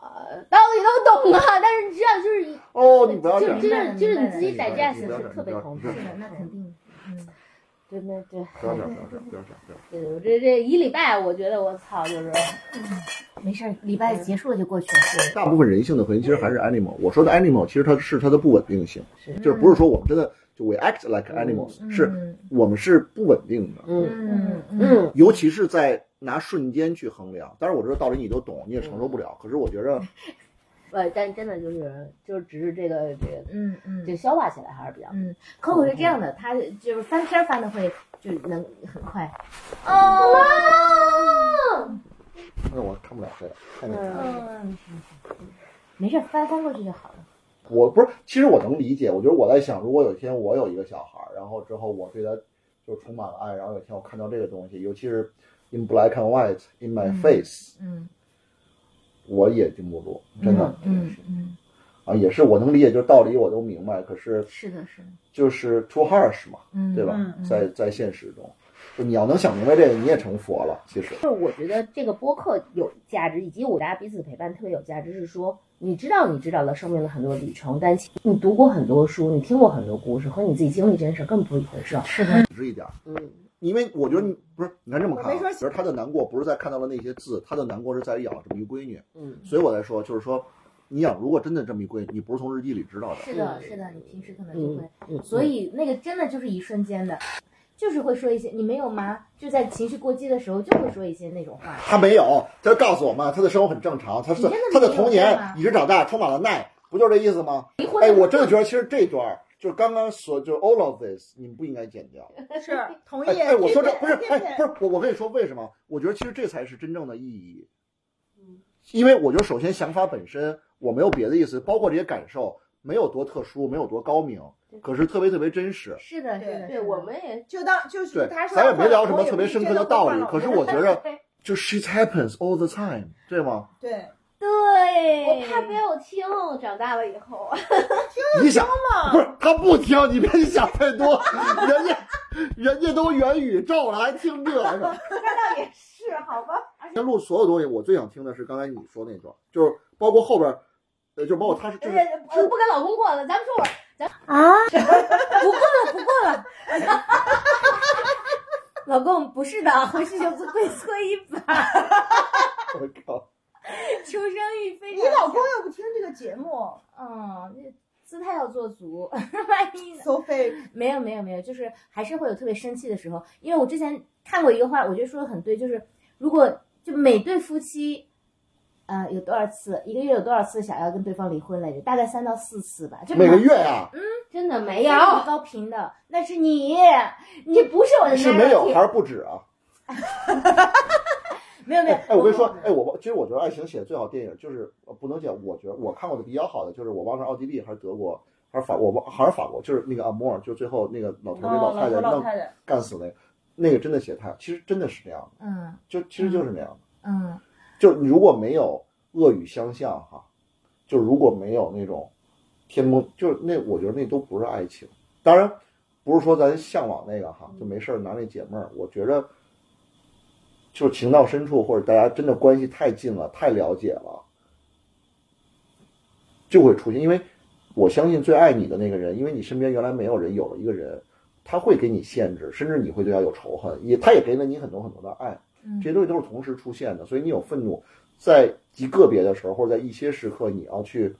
道理都懂啊，但是这样就是哦，你不要就这是样就，是就是你自己明白 digest 明白是特别恐惧是的，那肯定。对对对不要这样，不要这样，不要这样，不要这样。对，我这这一礼拜我觉得我操就是没事儿，礼拜结束了就过去了。大部分人性的回应其实还是 animal。我说的 animal 其实它是它的不稳定性，是就是不是说我们真的就 we act like animals，、是我们是不稳定的，嗯嗯嗯，嗯尤其是在拿瞬间去衡量。当然，我知道道理你都懂，你也承受不嗯了。可是我觉着，呃，但真的就是就是只是这个这个嗯嗯这消化起来还是比较嗯，Coco 是这样的，他就是翻篇儿翻的会就是能很快。那嗯我看不了这个，太那个。嗯，没事儿，翻翻过去就好了。我不是，其实我能理解。我觉得我在想，如果有一天我有一个小孩儿，然后之后我对他就充满了爱，然后有一天我看到这个东西，尤其是 in black and white in my face，嗯我也禁不住，真的、嗯嗯，啊，也是我能理解，就是道理我都明白，可是是的，是的。就是 too harsh 嘛，嗯，对吧？嗯嗯在在现实中，就你要能想明白这个，你也成佛了。其实，就是我觉得这个播客有价值，以及我大家彼此陪伴特别有价值，是说你知道你知道了生命的很多里程，但其你读过很多书，你听过很多故事，和你自己经历这件事更不是一回事儿。是的，理智一点儿，嗯，因为我觉得你不是，你看这么看、我没啊，说其实他的难过不是在看到了那些字，他的难过是在于养了这么一闺女。嗯，所以我在说，就是说，你想，如果真的这么一闺女，你不是从日记里知道的，是的，是的，你平时可能就嗯会，嗯，所以那个真的就是一瞬间的，就是会说一些你没有吗？就在情绪过激的时候就会说一些那种话。她没有，她告诉我嘛，她的生活很正常，她是你真的她的没有童看年吗一直长大，充满了耐，不就这意思吗？离婚哎，我真的觉得其实这段儿就是刚刚所就是 all of this，你们不应该剪掉。 是同意。哎，哎我说这不是，谢谢哎，不是，我我跟你说为什么？我觉得其实这才是真正的意义。因为我觉得首先想法本身我没有别的意思，包括这些感受，没有多特殊，没有多高明，可是特别特别真实。是的，是的，对我们也就当就是对他，说咱也要没聊什么换特别深刻的道理，可是我觉得对就 shit happens all the time，对吗？对，对，我怕没有听，长大了以后，你想不是他不听，你别想太多， 人家人家都元宇宙了，还听这个？那倒也是，好吧？先录所有东西，我最想听的是刚才你说那段，就是包括后边，呃，就包括他是就是我不跟老公过了。咱们说我，啊，不过了，不过了，老公不是 的，回去就跪搓衣板， 我靠，求生欲非你常。老公又不听这个节目嗯，那姿态要做足， 万一呢？ ，so fake，没有没有没有，就是还是会有特别生气的时候，因为我之前看过一个话，我觉得说的很对，就是如果就每对夫妻。呃，有多少次？一个月有多少次想要跟对方离婚来着？大概三到四次吧。这每个月呀、真的没没有有，高频的，那是你，你这不是我的是没有还是不止啊？没有没有。哎，我跟你说，哎，我其实我觉得爱情写的最好的电影就是呃不能讲，我觉得我看过的比较好的就是我忘了是奥地利还是德国还是法，我忘还是法国，就是那个阿莫尔，就是最后那个老头给哦老太太弄哦太，干死那个，那个真的写太，其实真的是那样的，嗯就其实就是那样的，嗯就是你如果没有恶语相向哈，就如果没有那种天崩，就是那我觉得那都不是爱情，当然不是说咱向往那个哈，就没事儿拿那解闷儿，我觉着。就是情到深处，或者大家真的关系太近了，太了解了，就会出现。因为我相信最爱你的那个人，因为你身边原来没有人，有了一个人，他会给你限制，甚至你会对他有仇恨，也他也给了你很多很多的爱嗯。这些东西都是同时出现的，所以你有愤怒，在极个别的时候，或者在一些时刻，你要去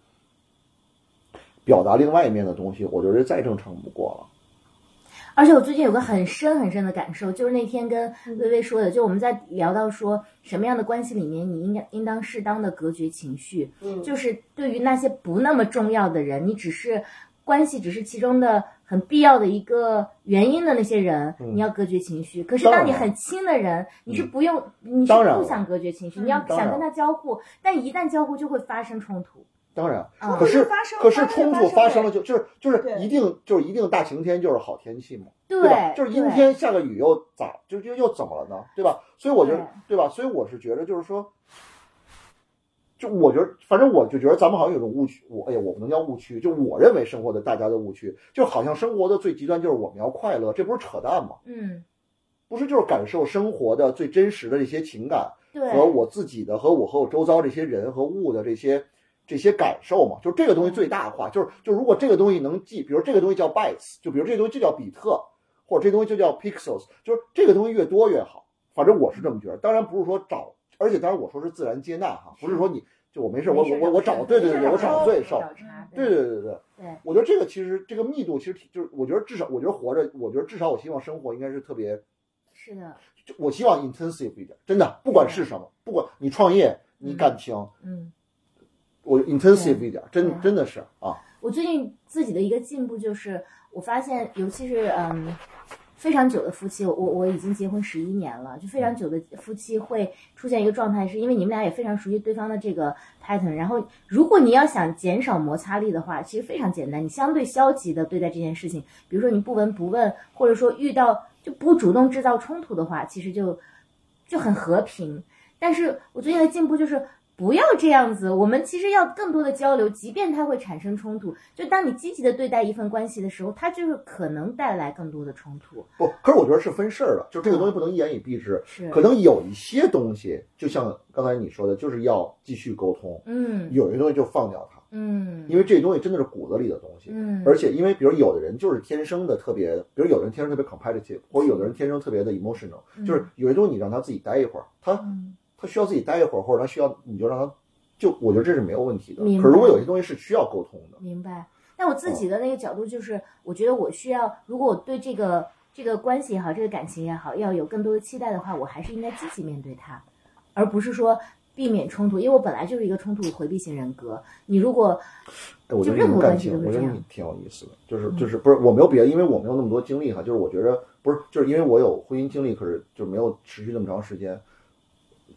表达另外一面的东西，我觉得再正常不过了。而且我最近有个很深很深的感受，就是那天跟嗯微微说的，就我们在聊到说什么样的关系里面，你应该应当适当的隔绝情绪，嗯就是对于那些不那么重要的人，你只是关系只是其中的很必要的一个原因的那些人，嗯你要隔绝情绪。可是当当你然嗯很亲的人，你是不用，你是当然不了想隔绝情绪，嗯你要当想然跟他交互，但一旦交互就会发生冲突。当然，啊可是发生可是冲突发生了，就就是就是对一定就是一定大晴天就是好天气嘛，对吧？就是阴对天下个雨又咋就就又怎么了呢？对吧？所以我觉对得对吧？所以我是觉得就是说，就我觉得反正我就觉得咱们好像有种误区，我哎呀我不能叫误区，就我认为生活的大家的误区，就好像生活的最极端就是我们要快乐，这不是扯淡吗？嗯，不是就是感受生活的最真实的这些情感，对，和我自己的和我和我周遭这些人和物的这些这些感受嘛，就是这个东西最大化，就是就如果这个东西能记，比如这个东西叫 bytes，就比如这东西就叫比特，或者这东西就叫 pixels，就是这个东西越多越好，反正我是这么觉得。当然不是说找，而且当然我说是自然接纳哈，不是说你就我没事我我我我找对对对，我找罪受，对对对对对我觉得这个其实这个密度其实挺就是我觉得至少我觉得活着，我觉得至少我希望生活应该是特别。是的，就我希望 intensive 一点，真的，不管是什么，不管你创业、你感情，嗯。我 intensive 一点，真对真的是啊，我最近自己的一个进步就是，我发现，尤其是嗯，非常久的夫妻，我我我已经结婚十一年了，就非常久的夫妻会出现一个状态，是因为你们俩也非常熟悉对方的这个 pattern，然后如果你要想减少摩擦力的话，其实非常简单，你相对消极的对待这件事情，比如说你不闻不问，或者说遇到就不主动制造冲突的话，其实就就很和平。但是我最近的进步就是不要这样子，我们其实要更多的交流，即便它会产生冲突，就当你积极的对待一份关系的时候，它就是可能带来更多的冲突。不，可是我觉得是分事儿的，就这个东西不能一言以蔽之，嗯是，可能有一些东西，就像刚才你说的，就是要继续沟通，嗯有些东西就放掉它，嗯因为这东西真的是骨子里的东西，嗯，而且因为比如有的人就是天生的特别，比如有的人天生特别 competitive，或者有的人天生特别的 emotional，嗯就是有些东西你让他自己待一会儿，他嗯他需要自己待一会儿，或者他需要你就让他，就我觉得这是没有问题的。明白可是如果有些东西是需要沟通的，明白。但我自己的那个角度就是，我觉得我需要，如果我对这个这个关系也好，这个感情也好，要有更多的期待的话，我还是应该积极面对它，而不是说避免冲突。因为我本来就是一个冲突回避型人格。你如果哎，我觉就得任你们何感关系情，都是我觉这得样嗯你挺有意思的，就是就是不是我没有别的，因为我没有那么多经历哈，就是我觉得不是，就是因为我有婚姻经历，可是就没有持续那么长时间。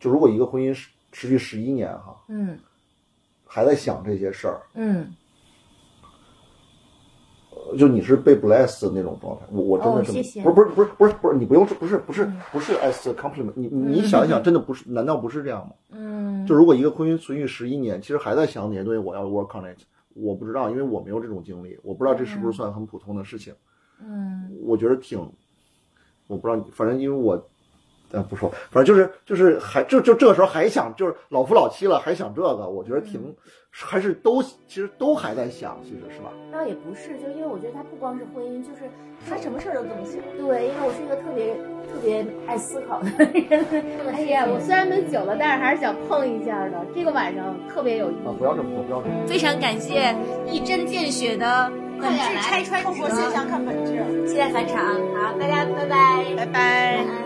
就如果一个婚姻持持续十一年哈，嗯还在想这些事儿，嗯呃就你是被 bless 的那种状态，我我真哦的是、谢谢嗯不是不是不是不是不是你不用不是不是不是 as a compliment，你你你想一想，真的不是难道不是这样吗？嗯，就如果一个婚姻存续十一年，其实还在想哪些东西我要 work on it，我不知道，因为我没有这种经历，我不知道这是不是算很普通的事情。嗯，我觉得挺，我不知道你，反正因为我，呃，不说，反正就是就是还就就这个时候还想就是老夫老妻了还想这个，我觉得挺、还是都其实都还在想，其实是吧？倒也不是，就因为我觉得他不光是婚姻，就是他什么事儿都这么想。对，因为我是一个特别特别爱思考的人。哎呀，我虽然没酒了，但是还是想碰一下的。这个晚上特别有意啊，义。不要这么说，不要这么说。非常感谢一针见血的本质拆穿透指过现象看本质。期待返场。好，大家拜拜，拜拜。晚安。